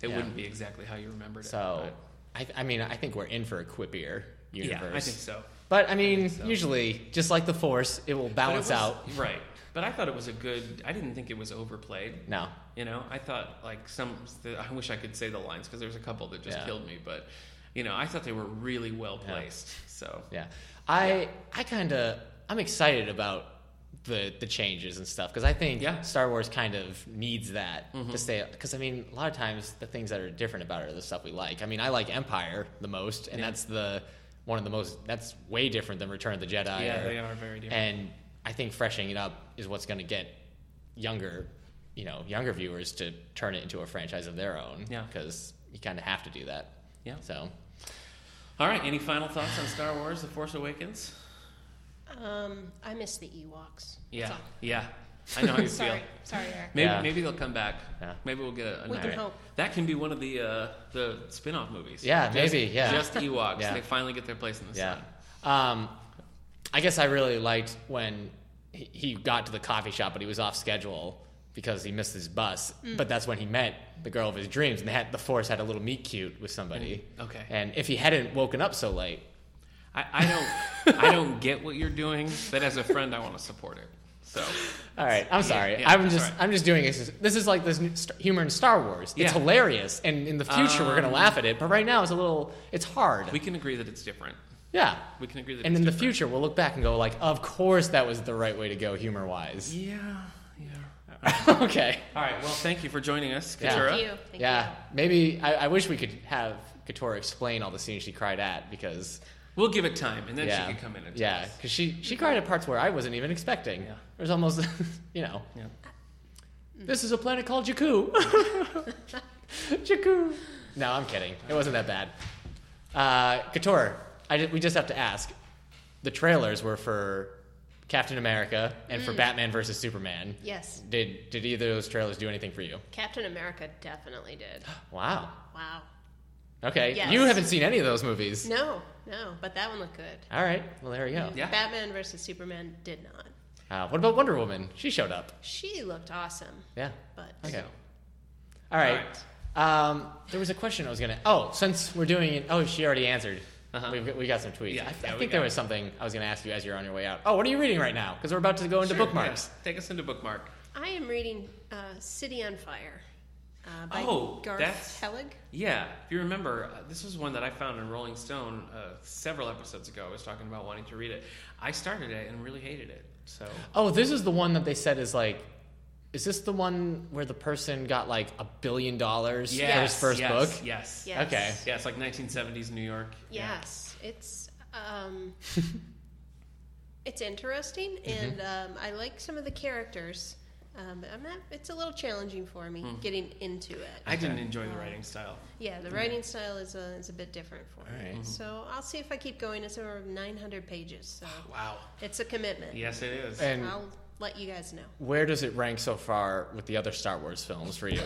Speaker 1: it
Speaker 2: Yeah.
Speaker 1: wouldn't be exactly how you remembered it.
Speaker 2: so, I, I mean, I think we're in for a quippier
Speaker 1: but,
Speaker 2: universe.
Speaker 1: yeah, I think so.
Speaker 2: But I mean,
Speaker 1: so.
Speaker 2: usually, just like the Force, it will
Speaker 1: But it
Speaker 2: balance
Speaker 1: was-
Speaker 2: out.
Speaker 1: right? But I thought it was a good. I didn't think it was overplayed.
Speaker 2: No,
Speaker 1: You know, I thought like some. The, I wish I could say the lines because there's a couple that just
Speaker 2: Yeah.
Speaker 1: killed me. But you know, I thought they were really well
Speaker 2: Yeah.
Speaker 1: placed. So
Speaker 2: Yeah, I I kind of I'm excited about the the changes and stuff because I think
Speaker 1: Yeah. Mm-hmm.
Speaker 2: Star Wars kind of needs that to stay. Because I mean, a lot of times the things that are different about it are the stuff we like. I mean, I like Empire the most, and
Speaker 1: Yeah.
Speaker 2: that's the one of the most. That's way different than Return of the Jedi.
Speaker 1: yeah,
Speaker 2: or-
Speaker 1: they are very different.
Speaker 2: And I think freshening it up is what's going to get younger, you know, younger viewers to turn it into a franchise of their own.
Speaker 1: Yeah.
Speaker 2: because you kind of have to do that.
Speaker 1: Yeah.
Speaker 2: So
Speaker 1: All right. Any final thoughts on Star Wars: The Force Awakens?
Speaker 3: Um, I miss the Ewoks.
Speaker 1: Yeah,
Speaker 3: That's all.
Speaker 1: yeah. I know how you feel.
Speaker 3: Sorry, sorry, Eric.
Speaker 1: Maybe
Speaker 2: Yeah.
Speaker 1: maybe they'll come back.
Speaker 2: Yeah.
Speaker 1: Maybe we'll get a.
Speaker 3: We can
Speaker 1: another-
Speaker 3: hope.
Speaker 1: That can be one of the uh, the spin-off movies.
Speaker 2: Yeah,
Speaker 1: Just-
Speaker 2: maybe, yeah.
Speaker 1: Just Ewoks.
Speaker 2: Yeah.
Speaker 1: They finally get their place in the
Speaker 2: Yeah.
Speaker 1: sun.
Speaker 2: Um, I guess I really liked when he, he got to the coffee shop, but he was off schedule because he missed his bus.
Speaker 1: Mm.
Speaker 2: But that's when he met the girl of his dreams, and they had, the force had a little meet cute with somebody.
Speaker 1: Mm, okay.
Speaker 2: And if he hadn't woken up so late,
Speaker 1: I, I don't I don't get what you're doing, but as a friend, I want to support it. So
Speaker 2: all right, I'm sorry.
Speaker 1: yeah,
Speaker 2: I'm
Speaker 1: that's
Speaker 2: just
Speaker 1: all right.
Speaker 2: I'm just doing this. This is like this new st- humor in Star Wars. It's
Speaker 1: Yeah.
Speaker 2: hilarious, and in the future we're gonna
Speaker 1: Um,
Speaker 2: laugh at it. But right now it's a little it's hard.
Speaker 1: we can agree that it's different.
Speaker 2: yeah.
Speaker 1: We can agree that.
Speaker 2: And
Speaker 1: it's
Speaker 2: in the
Speaker 1: different.
Speaker 2: future we'll look back and go like, of course that was the right way to go humor wise.
Speaker 1: Yeah, yeah.
Speaker 2: okay.
Speaker 1: All right. Well, thank you for joining us,
Speaker 2: Yeah.
Speaker 1: Katura.
Speaker 3: Thank you. Thank
Speaker 2: yeah,
Speaker 3: you.
Speaker 2: maybe I, I wish we could have Katora explain all the scenes she cried at because
Speaker 1: We'll give it time, and then
Speaker 2: yeah,
Speaker 1: she can come in and tell
Speaker 2: yeah,
Speaker 1: us.
Speaker 2: because she she cried at parts where I wasn't even expecting.
Speaker 1: Yeah.
Speaker 2: It was almost you know
Speaker 1: Yeah.
Speaker 3: Mm.
Speaker 2: this is a planet called Jakku. Jakku. No, I'm kidding. It wasn't that bad. Uh, Katora, I ju- we just have to ask. The trailers were for Captain America and for Batman versus Superman.
Speaker 3: Mm. Yes,
Speaker 2: Did did either of those trailers do anything for you?
Speaker 3: Captain America definitely did.
Speaker 2: Wow.
Speaker 3: Wow.
Speaker 2: Okay.
Speaker 3: Yes.
Speaker 2: You haven't seen any of those movies.
Speaker 3: No, no, but that one looked good.
Speaker 2: All right. Well, there you go.
Speaker 1: Yeah.
Speaker 3: Batman versus Superman did not.
Speaker 2: Uh, what about Wonder Woman? She showed up.
Speaker 3: She looked awesome,
Speaker 2: Yeah.
Speaker 3: but
Speaker 2: Okay. All right. Um, there was a question I was gonna. Oh, since we're doing it. Oh, she already answered.
Speaker 1: Uh-huh.
Speaker 2: We've got, we got some tweets.
Speaker 1: Yeah,
Speaker 2: I, I
Speaker 1: yeah, we
Speaker 2: think there
Speaker 1: got
Speaker 2: was something I was gonna ask you as you're on your way out. Oh, what are you reading right now? Because we're about to go into
Speaker 1: Sure,
Speaker 2: bookmarks.
Speaker 1: yeah. Take us into bookmark.
Speaker 3: I am reading uh, City on Fire uh, by
Speaker 1: Oh,
Speaker 3: Garth
Speaker 1: that's-
Speaker 3: Helig.
Speaker 1: Yeah, if you remember, uh, this was one that I found in Rolling Stone uh, several episodes ago. I was talking about wanting to read it. I started it and really hated it. So
Speaker 2: Oh, this is the one that they said is like. Is this the one where the person got like a billion dollars for his first
Speaker 1: yes,
Speaker 2: book?
Speaker 1: Yes.
Speaker 3: Yes.
Speaker 2: Okay.
Speaker 1: Yeah, it's like 1970s New York.
Speaker 3: Yes, it's um, it's interesting,
Speaker 1: Mm-hmm.
Speaker 3: and um, I like some of the characters. Um, I'm not. It's a little challenging for me getting into it.
Speaker 1: Mm-hmm. I didn't enjoy the writing style.
Speaker 3: yeah, the writing style is a, is a bit different for me.
Speaker 2: Alright. Mhm.
Speaker 3: So I'll see if I keep going. It's over 900 pages, so
Speaker 1: Oh, Wow.
Speaker 3: it's a commitment.
Speaker 1: Yes, it is.
Speaker 2: And
Speaker 3: I'll let you guys know.
Speaker 2: where does it rank so far with the other Star Wars films for you?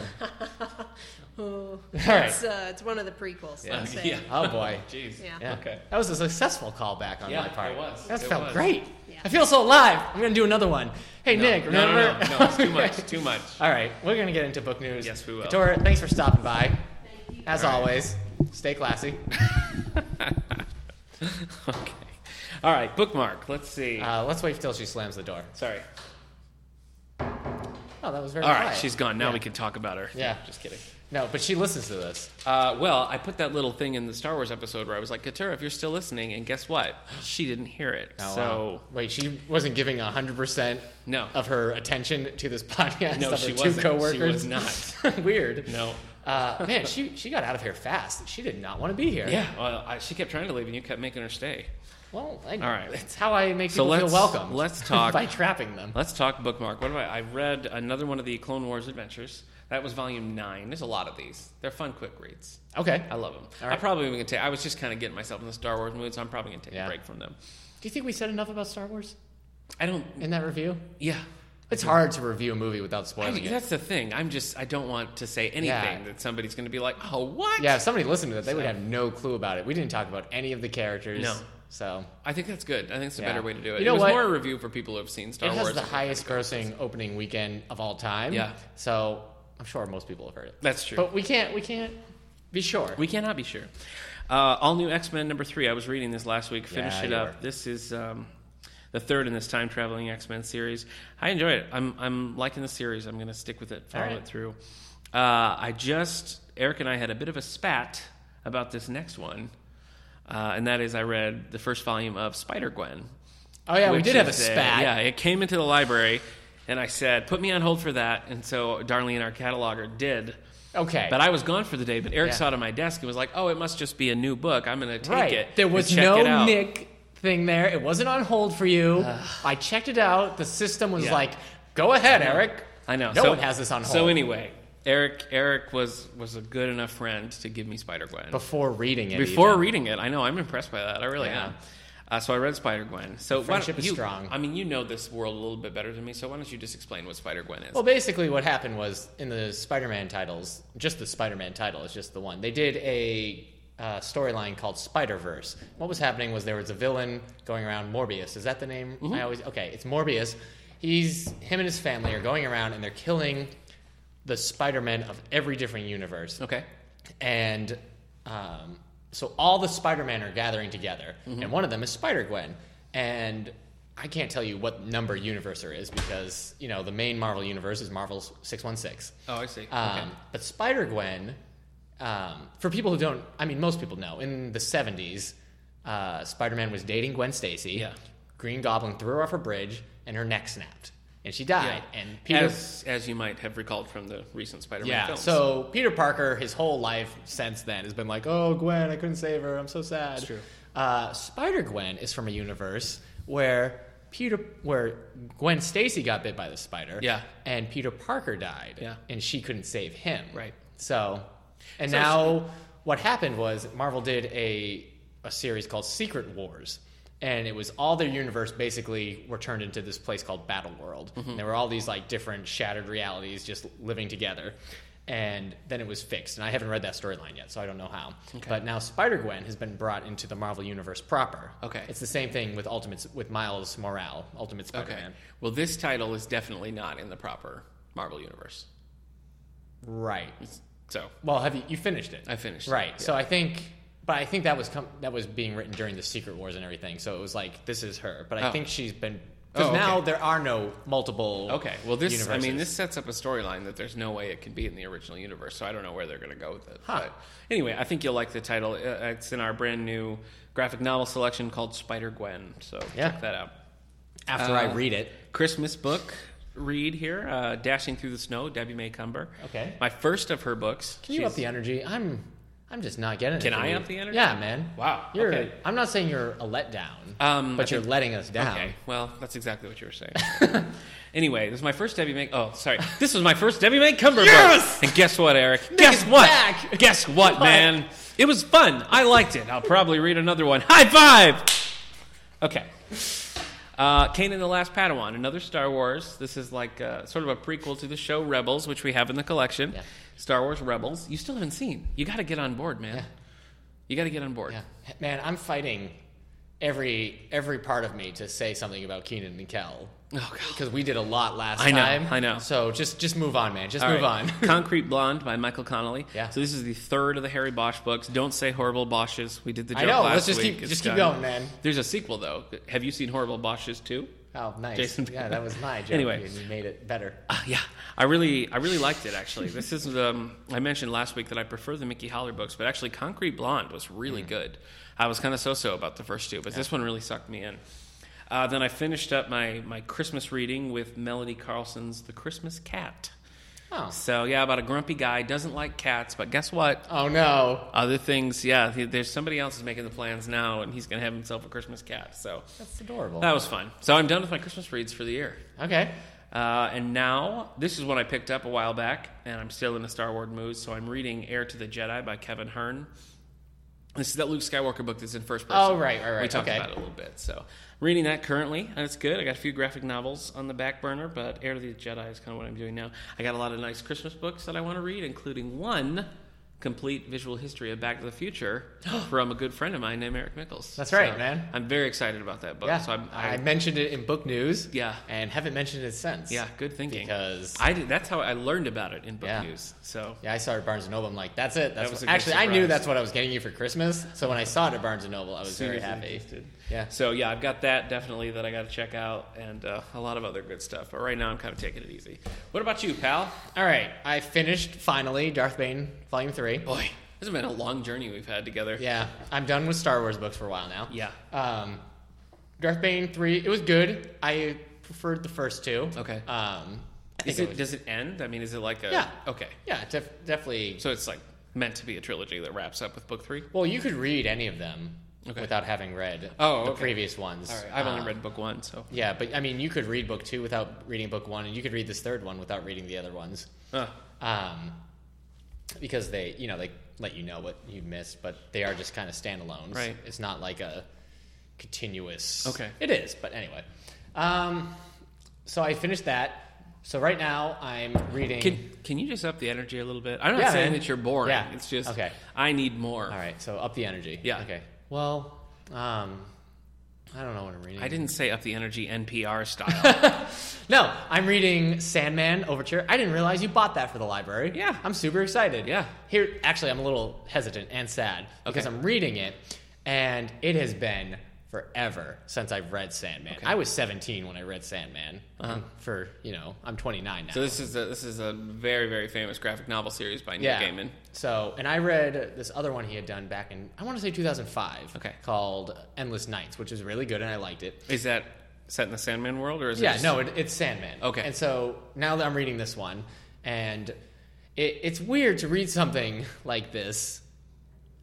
Speaker 3: Oh,
Speaker 2: right.
Speaker 3: it's, uh, it's one of the prequels.
Speaker 1: Uh,
Speaker 3: Let's say.
Speaker 1: yeah.
Speaker 2: Oh, boy.
Speaker 1: Jeez.
Speaker 3: Yeah.
Speaker 2: Yeah.
Speaker 1: Okay.
Speaker 2: That was a successful callback on
Speaker 1: Yeah,
Speaker 2: my part.
Speaker 1: it was.
Speaker 2: That
Speaker 1: It
Speaker 2: felt
Speaker 1: was.
Speaker 2: great.
Speaker 3: Yeah.
Speaker 2: I feel so alive. I'm gonna do another one. Hey
Speaker 1: No,
Speaker 2: Nick,
Speaker 1: no,
Speaker 2: remember?
Speaker 1: No, no, no, it's too much. Too much.
Speaker 2: All right, we're gonna get into book news.
Speaker 1: Yes, we will.
Speaker 2: Katora, thanks for stopping by.
Speaker 3: Thank you.
Speaker 2: As
Speaker 1: All right.
Speaker 2: always, stay classy.
Speaker 1: okay. All right, bookmark. Let's see.
Speaker 2: Uh, let's wait till she slams the door.
Speaker 1: Sorry.
Speaker 2: Oh, that was very
Speaker 1: All right,
Speaker 2: quiet.
Speaker 1: she's gone. Now
Speaker 2: Yeah.
Speaker 1: we can talk about her.
Speaker 2: Yeah,
Speaker 1: just kidding.
Speaker 2: No, but she listens to this.
Speaker 1: Uh, well, I put that little thing in the Star Wars episode where I was like, Katura, if you're still listening, and guess what? She didn't hear it.
Speaker 2: Oh,
Speaker 1: so,
Speaker 2: wow. wait, she wasn't giving hundred percent
Speaker 1: no.
Speaker 2: of her attention to this podcast.
Speaker 1: No,
Speaker 2: of
Speaker 1: she
Speaker 2: her 2
Speaker 1: wasn't. She
Speaker 2: coworkers.
Speaker 1: was
Speaker 2: not weird.
Speaker 1: No.
Speaker 2: Uh, man, she she got out of here fast. She did not want to be here.
Speaker 1: Yeah, well, I, she kept trying to leave, and you kept making her stay.
Speaker 2: Well, I,
Speaker 1: All right.
Speaker 2: That's how I make
Speaker 1: So
Speaker 2: people feel
Speaker 1: let's-
Speaker 2: welcome.
Speaker 1: let's talk-
Speaker 2: by trapping them.
Speaker 1: Let's talk bookmark. What about I read another one of the Clone Wars adventures. That was volume nine. There's a lot of these. They're fun, quick reads.
Speaker 2: Okay.
Speaker 1: I love them.
Speaker 2: All right.
Speaker 1: I probably even gonna take. I was just kind of getting myself in the Star Wars mood, so I'm probably gonna take
Speaker 2: Yeah.
Speaker 1: a break from them.
Speaker 2: Do you think we said enough about Star Wars
Speaker 1: I don't.
Speaker 2: in that review?
Speaker 1: Yeah,
Speaker 2: It's hard to review a movie without
Speaker 1: I
Speaker 2: spoiling
Speaker 1: mean,
Speaker 2: it.
Speaker 1: that's the thing. I'm just. I don't want to say anything
Speaker 2: Yeah.
Speaker 1: that somebody's gonna be like, "Oh, what?"
Speaker 2: Yeah, if somebody listened to that, they would
Speaker 1: So-
Speaker 2: have no clue about it. We didn't talk about any of the characters.
Speaker 1: No.
Speaker 2: So
Speaker 1: I think that's good. I think it's a
Speaker 2: Yeah.
Speaker 1: better way to do it.
Speaker 2: You know
Speaker 1: it was
Speaker 2: what?
Speaker 1: more a review for people who have seen Star
Speaker 2: it has
Speaker 1: Wars.
Speaker 2: the highest grossing opening weekend of all time.
Speaker 1: Yeah.
Speaker 2: So I'm sure most people have heard it.
Speaker 1: That's true.
Speaker 2: But we can't we can't be sure.
Speaker 1: We cannot be sure. Uh, all new X Men number three. I was reading this last week. Finished
Speaker 2: Yeah,
Speaker 1: it
Speaker 2: you
Speaker 1: up.
Speaker 2: were.
Speaker 1: This is um, the third in this time traveling X Men series. I enjoy it. I'm I'm liking the series. I'm going to stick with it. Follow
Speaker 2: right.
Speaker 1: it through. Uh, I just Eric and I had a bit of a spat about this next one, uh, and that is I read the first volume of Spider Gwen.
Speaker 2: oh yeah, we
Speaker 1: which
Speaker 2: did have a
Speaker 1: is
Speaker 2: spat.
Speaker 1: yeah, it came into the library, and I said, "Put me on hold for that." And so Darlene, our cataloger, did.
Speaker 2: Okay.
Speaker 1: But I was gone for the day. But Eric
Speaker 2: Yeah.
Speaker 1: saw it on my desk and was like, "Oh, it must just be a new book. I'm going to take
Speaker 2: right.
Speaker 1: it."
Speaker 2: There
Speaker 1: and
Speaker 2: was
Speaker 1: check it
Speaker 2: no
Speaker 1: out."
Speaker 2: Nick thing there. It wasn't on hold for you. I checked it out. The system was
Speaker 1: Yeah.
Speaker 2: like, "Go ahead, Eric."
Speaker 1: I know.
Speaker 2: No
Speaker 1: so,
Speaker 2: one has this on hold.
Speaker 1: So anyway, Eric Eric was was a good enough friend to give me Spider Gwen
Speaker 2: before reading it.
Speaker 1: before
Speaker 2: even.
Speaker 1: reading it. I know I'm impressed by that. I really
Speaker 2: Yeah.
Speaker 1: am. Uh, so I read Spider Gwen. So why don't
Speaker 2: Friendship is
Speaker 1: you,
Speaker 2: strong.
Speaker 1: I mean, you know this world a little bit better than me. So why don't you just explain what Spider Gwen is?
Speaker 2: Well, basically, what happened was in the Spider-Man titles, just the Spider-Man title is just the one. They did a uh, storyline called Spider-Verse. What was happening was there was a villain going around Morbius. Is that the name?
Speaker 1: Mm-hmm.
Speaker 2: I always okay. It's Morbius. He's him and his family are going around and they're killing the Spider-Men of every different universe
Speaker 1: okay.
Speaker 2: and um, so all the Spider-Men are gathering together,
Speaker 1: Mm-hmm.
Speaker 2: and one of them is Spider-Gwen, and I can't tell you what number universe there is because you know the main Marvel universe is Marvel's six one six.
Speaker 1: Oh, I see. okay.
Speaker 2: Um, but Spider Gwen, um, for people who don't, I mean, most people know, in the 70s, uh, Spider Man was dating Gwen Stacy.
Speaker 1: Yeah.
Speaker 2: Green Goblin threw her off a bridge and her neck snapped. And she died.
Speaker 1: Yeah.
Speaker 2: And Peter.
Speaker 1: as as you might have recalled from the recent Spider-Man
Speaker 2: yeah.
Speaker 1: films.
Speaker 2: So Peter Parker, his whole life since then, has been like, oh, Gwen, I couldn't save her. I'm so sad.
Speaker 1: It's true.
Speaker 2: Uh, Spider Gwen is from a universe where. Peter, where Gwen Stacy got bit by the spider,
Speaker 1: Yeah.
Speaker 2: and Peter Parker died,
Speaker 1: Yeah.
Speaker 2: and she couldn't save him,
Speaker 1: Right.
Speaker 2: so, and
Speaker 1: So-
Speaker 2: now what happened was Marvel did a a series called Secret Wars, and it was all their universe basically were turned into this place called Battle World.
Speaker 1: Mm-hmm.
Speaker 2: And there were all these like different shattered realities just living together. And then it was fixed, and I haven't read that storyline yet, so I don't know how. But now Spider Gwen has been brought into the Marvel universe proper.
Speaker 1: Okay.
Speaker 2: it's the same thing with Ultimates with Miles Morale, Ultimate Spider
Speaker 1: okay.
Speaker 2: Man.
Speaker 1: Well, this title is definitely not in the proper Marvel universe.
Speaker 2: Right.
Speaker 1: So
Speaker 2: Well, have you you finished it?
Speaker 1: I finished. it,
Speaker 2: Right.
Speaker 1: yeah.
Speaker 2: So I think, but I think that was com- that was being written during the Secret Wars and everything. So it was like this is her, but I
Speaker 1: Oh.
Speaker 2: think she's been because
Speaker 1: Oh, okay.
Speaker 2: now there are no multiple.
Speaker 1: Okay. Well, this I mean,
Speaker 2: universes.
Speaker 1: this sets up a storyline that there's no way it can be in the original universe. So I don't know where they're going to go with it.
Speaker 2: Huh.
Speaker 1: But anyway, I think you'll like the title. Uh, It's in our brand new graphic novel selection called Spider Gwen. So
Speaker 2: Yeah.
Speaker 1: check that out.
Speaker 2: after
Speaker 1: uh,
Speaker 2: I read it.
Speaker 1: Christmas book read here, uh, Dashing Through the Snow, Debbie May Cumber.
Speaker 2: Okay.
Speaker 1: My first of her books.
Speaker 2: Can you up the energy? I'm I'm just not getting it.
Speaker 1: Can
Speaker 2: from
Speaker 1: I
Speaker 2: you.
Speaker 1: up the energy?
Speaker 2: Yeah, man.
Speaker 1: Wow,
Speaker 2: You're.
Speaker 1: okay.
Speaker 2: I'm not saying you're a letdown,
Speaker 1: Um,
Speaker 2: but
Speaker 1: I
Speaker 2: you're letting us down.
Speaker 1: Okay. Well, that's exactly what you were saying. anyway, this is my first Debbie May. Oh, sorry. This was my first Debbie May Cumber
Speaker 2: Yes!
Speaker 1: book. And guess what, Eric? guess
Speaker 2: is
Speaker 1: what?
Speaker 2: back!
Speaker 1: Guess what, man? It was fun. I liked it. I'll probably read another one. High five. Okay. Uh, Kane and the Last Padawan, another Star Wars. This is like uh, sort of a prequel to the show Rebels, which we have in the collection.
Speaker 2: Yeah.
Speaker 1: Star Wars Rebels. You still haven't seen. You got to get on board, man. You got to get on board.
Speaker 2: Yeah. Man, I'm fighting every every part of me to say something about Keenan and Kel
Speaker 1: Oh god.
Speaker 2: because we did a lot last
Speaker 1: I know,
Speaker 2: time.
Speaker 1: I know.
Speaker 2: So just just move on, man. Just
Speaker 1: All
Speaker 2: move
Speaker 1: right.
Speaker 2: on.
Speaker 1: Concrete Blonde by Michael Connolly.
Speaker 2: Yeah.
Speaker 1: So this is the third of the Harry Bosch books. Don't say horrible Bosches. We did the joke
Speaker 2: I know.
Speaker 1: last
Speaker 2: Let's just
Speaker 1: week.
Speaker 2: keep
Speaker 1: It's
Speaker 2: just keep
Speaker 1: done.
Speaker 2: going, man.
Speaker 1: There's a sequel though. Have you seen Horrible Bosches too?
Speaker 2: Oh, nice.
Speaker 1: Jason-
Speaker 2: Yeah, that was my joke.
Speaker 1: Anyway.
Speaker 2: and you made it better.
Speaker 1: Uh, yeah, I really, I really liked it actually. This is um, I mentioned last week that I prefer the Mickey Holler books, but actually Concrete Blonde was really
Speaker 2: Mm.
Speaker 1: good. I was kind of so-so about the first two, but this one really sucked me in. Uh, then I finished up my my Christmas reading with Melody Carlson's The Christmas Cat.
Speaker 2: Oh,
Speaker 1: So yeah, about a grumpy guy doesn't like cats, but guess what?
Speaker 2: oh no.
Speaker 1: Other things, yeah. th- There's somebody else is making the plans now, and he's gonna have himself a Christmas cat. So
Speaker 2: That's adorable.
Speaker 1: that was fun. So I'm done with my Christmas reads for the year.
Speaker 2: Okay.
Speaker 1: Uh, and now, this is one I picked up a while back, and I'm still in a Star Wars mood, so I'm reading Heir to the Jedi by Kevin Hearn. This is that Luke Skywalker book that's in first person.
Speaker 2: Oh, right, right, right.
Speaker 1: We talked
Speaker 2: Okay.
Speaker 1: about it a little bit. So, reading that currently, and it's good. I got a few graphic novels on the back burner, but Heir to the Jedi is kind of what I'm doing now. I got a lot of nice Christmas books that I want to read, including one complete visual history of Back to the Future from a good friend of mine named Eric Mickles.
Speaker 2: That's right, man.
Speaker 1: I'm very excited about that book.
Speaker 2: Yeah.
Speaker 1: So I'm,
Speaker 2: I
Speaker 1: I,
Speaker 2: mentioned it in book news.
Speaker 1: Yeah.
Speaker 2: And haven't mentioned it since.
Speaker 1: yeah, good thinking.
Speaker 2: Because
Speaker 1: I did, that's how I learned about it in book
Speaker 2: Yeah.
Speaker 1: news. So
Speaker 2: Yeah, I saw it at Barnes and Noble. I'm like, that's it. That's
Speaker 1: was a
Speaker 2: what,
Speaker 1: good
Speaker 2: actually, I knew
Speaker 1: surprise.
Speaker 2: that's what I was getting you for Christmas. So when I saw it at Barnes and Noble, I was very
Speaker 1: Seriously
Speaker 2: happy.
Speaker 1: interested.
Speaker 2: Yeah.
Speaker 1: So yeah, I've got that definitely that I got to check out, and uh, a lot of other good stuff. But right now, I'm kind of taking it easy. What about you, pal?
Speaker 2: All right, I finished finally Darth Bane Volume Three.
Speaker 1: Boy, this has been a long journey we've had together.
Speaker 2: Yeah, I'm done with Star Wars books for a while now.
Speaker 1: Yeah.
Speaker 2: Um, Darth Bane Three. It was good. I preferred the first two.
Speaker 1: Okay.
Speaker 2: Um, I think
Speaker 1: Is
Speaker 2: it,
Speaker 1: it,
Speaker 2: was-
Speaker 1: does it end? I mean, is it like a
Speaker 2: Yeah.
Speaker 1: Okay,
Speaker 2: yeah, it def- definitely.
Speaker 1: so it's like meant to be a trilogy that wraps up with book three.
Speaker 2: Well, you could read any of them
Speaker 1: Okay.
Speaker 2: without having read
Speaker 1: Oh,
Speaker 2: the
Speaker 1: okay.
Speaker 2: previous ones.
Speaker 1: All right, I've only
Speaker 2: Um,
Speaker 1: read book one, so
Speaker 2: Yeah, but I mean, you could read book two without reading book one, and you could read this third one without reading the other ones.
Speaker 1: uh,
Speaker 2: um, because they you know they let you know what you missed, but they are just kind of standalones.
Speaker 1: Right.
Speaker 2: It's not like a continuous.
Speaker 1: Okay.
Speaker 2: It is, but anyway. Um, so I finished that. So right now I'm reading.
Speaker 1: can can you just up the energy a little bit? I'm not
Speaker 2: Yeah,
Speaker 1: saying
Speaker 2: man.
Speaker 1: that you're boring.
Speaker 2: Yeah.
Speaker 1: It's just
Speaker 2: Okay.
Speaker 1: I need more.
Speaker 2: All right, so up the energy.
Speaker 1: Yeah.
Speaker 2: Okay. Well, um, I don't know what I'm reading.
Speaker 1: I didn't say up the energy NPR style.
Speaker 2: No, I'm reading Sandman Overture. I didn't realize you bought that for the library.
Speaker 1: Yeah.
Speaker 2: I'm super excited.
Speaker 1: Yeah.
Speaker 2: Here, actually, I'm a little hesitant and sad because
Speaker 1: Okay.
Speaker 2: I'm reading it, and it has been forever since I've read Sandman. I was 17 when I read Sandman. Um, For you know, I'm 29 now.
Speaker 1: Uh-huh. so this is a, this is a very very famous graphic novel series by Neil Gaiman.
Speaker 2: So, and I read this other one he had done back in I want to say 2005.
Speaker 1: Okay.
Speaker 2: Called Endless Nights, which was really good, and I liked it.
Speaker 1: Is that set in the Sandman world, or is
Speaker 2: yeah,
Speaker 1: it? just-
Speaker 2: no, it, it's Sandman.
Speaker 1: Okay.
Speaker 2: And so now that I'm reading this one, and it, it's weird to read something like this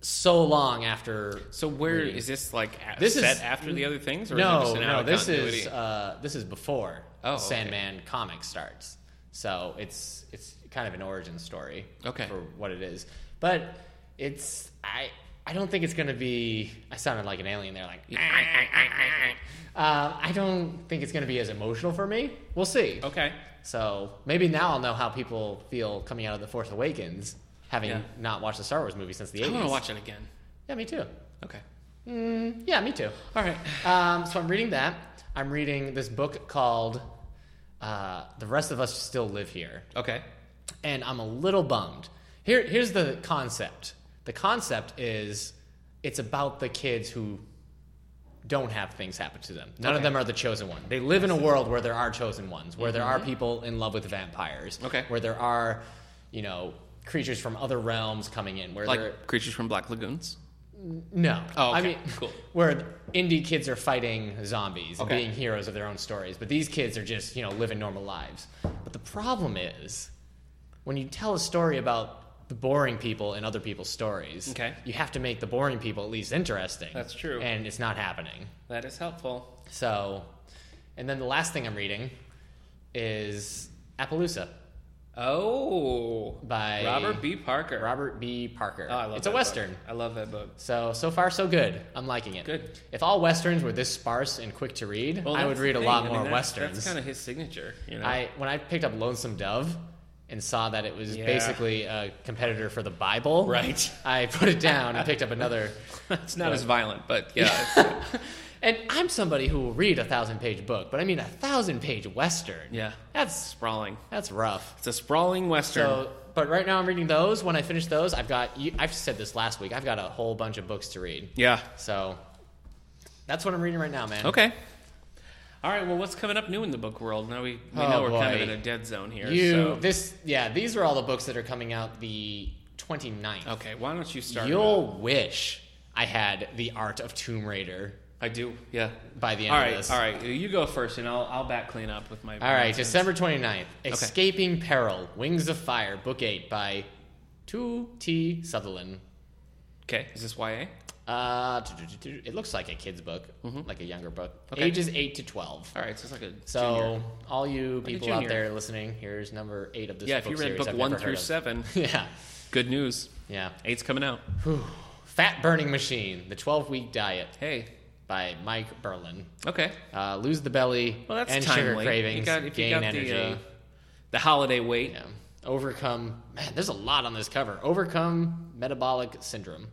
Speaker 2: so long after.
Speaker 1: So where is this like a-
Speaker 2: Mm. This is-
Speaker 1: set after the other things, or
Speaker 2: no,
Speaker 1: is it just an out
Speaker 2: no,
Speaker 1: of
Speaker 2: this
Speaker 1: continuity?
Speaker 2: is uh, this is before
Speaker 1: Oh, okay.
Speaker 2: Sandman comic starts. So it's it's kind of an origin story.
Speaker 1: Okay.
Speaker 2: For what it is, but it's I I don't think it's gonna be. I sounded like an alien there, like. "Ah, Uh, I don't think it's going to be as emotional for me. We'll see.
Speaker 1: okay.
Speaker 2: So maybe now I'll know how people feel coming out of The Force Awakens, having
Speaker 1: Yeah.
Speaker 2: not watched the Star Wars movie since the 80s.
Speaker 1: I want to watch it again.
Speaker 2: Yeah, me too.
Speaker 1: Okay.
Speaker 2: Yeah, me too.
Speaker 1: All right.
Speaker 2: Um, so I'm reading that. I'm reading this book called uh, The Rest of Us Still Live Here.
Speaker 1: Okay.
Speaker 2: And I'm a little bummed. Here, here's the concept the concept is it's about the kids who don't have things happen to them. None of
Speaker 1: Okay.
Speaker 2: them are the chosen one. They live in a world where there are chosen ones, where there are people in love with vampires,
Speaker 1: Mm-hmm. Okay.
Speaker 2: where there are, you know, creatures from other realms coming in, where there
Speaker 1: Like creatures from Black Lagoons.
Speaker 2: no,
Speaker 1: Oh, okay.
Speaker 2: I mean,
Speaker 1: Cool.
Speaker 2: where indie kids are fighting zombies and
Speaker 1: Okay.
Speaker 2: being heroes of their own stories, but these kids are just you know living normal lives. But the problem is, when you tell a story about the boring people in other people's stories,
Speaker 1: Okay.
Speaker 2: you have to make the boring people at least interesting.
Speaker 1: That's true.
Speaker 2: and it's not happening.
Speaker 1: That is helpful.
Speaker 2: So, and then the last thing I'm reading is Appaloosa
Speaker 1: Oh,
Speaker 2: by
Speaker 1: Robert B. Parker.
Speaker 2: Robert B. Parker.
Speaker 1: Oh, I love
Speaker 2: it's a
Speaker 1: that
Speaker 2: western.
Speaker 1: book. I love that book.
Speaker 2: So so far so good. I'm liking it.
Speaker 1: Good.
Speaker 2: If all westerns were this sparse and quick to read,
Speaker 1: Well,
Speaker 2: I would
Speaker 1: that's
Speaker 2: read a
Speaker 1: the
Speaker 2: lot
Speaker 1: thing. I
Speaker 2: more
Speaker 1: mean, that's-
Speaker 2: westerns.
Speaker 1: That's kind of his signature. You know.
Speaker 2: I when I picked up Lonesome Dove, and saw that it was
Speaker 1: Yeah.
Speaker 2: basically a competitor for the Bible,
Speaker 1: Right.
Speaker 2: I put it down and picked up another.
Speaker 1: It's not
Speaker 2: But-
Speaker 1: as violent, but yeah, it's,
Speaker 2: And I'm somebody who will read a thousand page book, but I mean a thousand page western.
Speaker 1: yeah,
Speaker 2: That's
Speaker 1: sprawling.
Speaker 2: that's rough.
Speaker 1: It's a sprawling western.
Speaker 2: So, but right now I'm reading those. When I finish those, I've got. you- I've said this last week. I've got a whole bunch of books to read.
Speaker 1: yeah.
Speaker 2: So that's what I'm reading right now, man.
Speaker 1: Okay. All right. Well, what's coming up new in the book world? Now we, we
Speaker 2: Oh,
Speaker 1: know we're kind of
Speaker 2: boy.
Speaker 1: in a dead zone here.
Speaker 2: You
Speaker 1: so.
Speaker 2: this yeah. These are all the books that are coming out the 29th.
Speaker 1: okay. Why don't you start? it
Speaker 2: You'll
Speaker 1: off?
Speaker 2: wish I had the Art of Tomb Raider
Speaker 1: I do. Yeah.
Speaker 2: by the end
Speaker 1: All
Speaker 2: of
Speaker 1: right.
Speaker 2: this.
Speaker 1: All right. You go first, and I'll I'll back clean up with my.
Speaker 2: All right,
Speaker 1: nonsense.
Speaker 2: December 29th. Escaping Peril, Wings of Fire, Book 8 by 2T Sutherland.
Speaker 1: Okay. Is this YA?
Speaker 2: Uh, it looks like a kid's book, like a younger book.
Speaker 1: Mm-hmm. Okay.
Speaker 2: Ages 8 to 12.
Speaker 1: All right. So it's like a
Speaker 2: So,
Speaker 1: junior.
Speaker 2: all you
Speaker 1: a
Speaker 2: people out
Speaker 1: junior.
Speaker 2: there listening, here's number 8 of this
Speaker 1: Yeah. If
Speaker 2: book
Speaker 1: you read
Speaker 2: series
Speaker 1: book
Speaker 2: I've
Speaker 1: one
Speaker 2: never
Speaker 1: through
Speaker 2: heard of.
Speaker 1: seven,
Speaker 2: Yeah.
Speaker 1: good news.
Speaker 2: Yeah.
Speaker 1: Eight's coming out.
Speaker 2: Whew. Fat Burning Machine, The 12 Week Diet
Speaker 1: Hey.
Speaker 2: by Mike Berlin.
Speaker 1: Okay.
Speaker 2: Uh, lose the belly
Speaker 1: Well, that's
Speaker 2: and
Speaker 1: timely.
Speaker 2: sugar cravings,
Speaker 1: You got, if
Speaker 2: gain
Speaker 1: you got
Speaker 2: energy.
Speaker 1: The, uh, the holiday weight.
Speaker 2: Yeah. Overcome. Man, there's a lot on this cover. Overcome metabolic syndrome.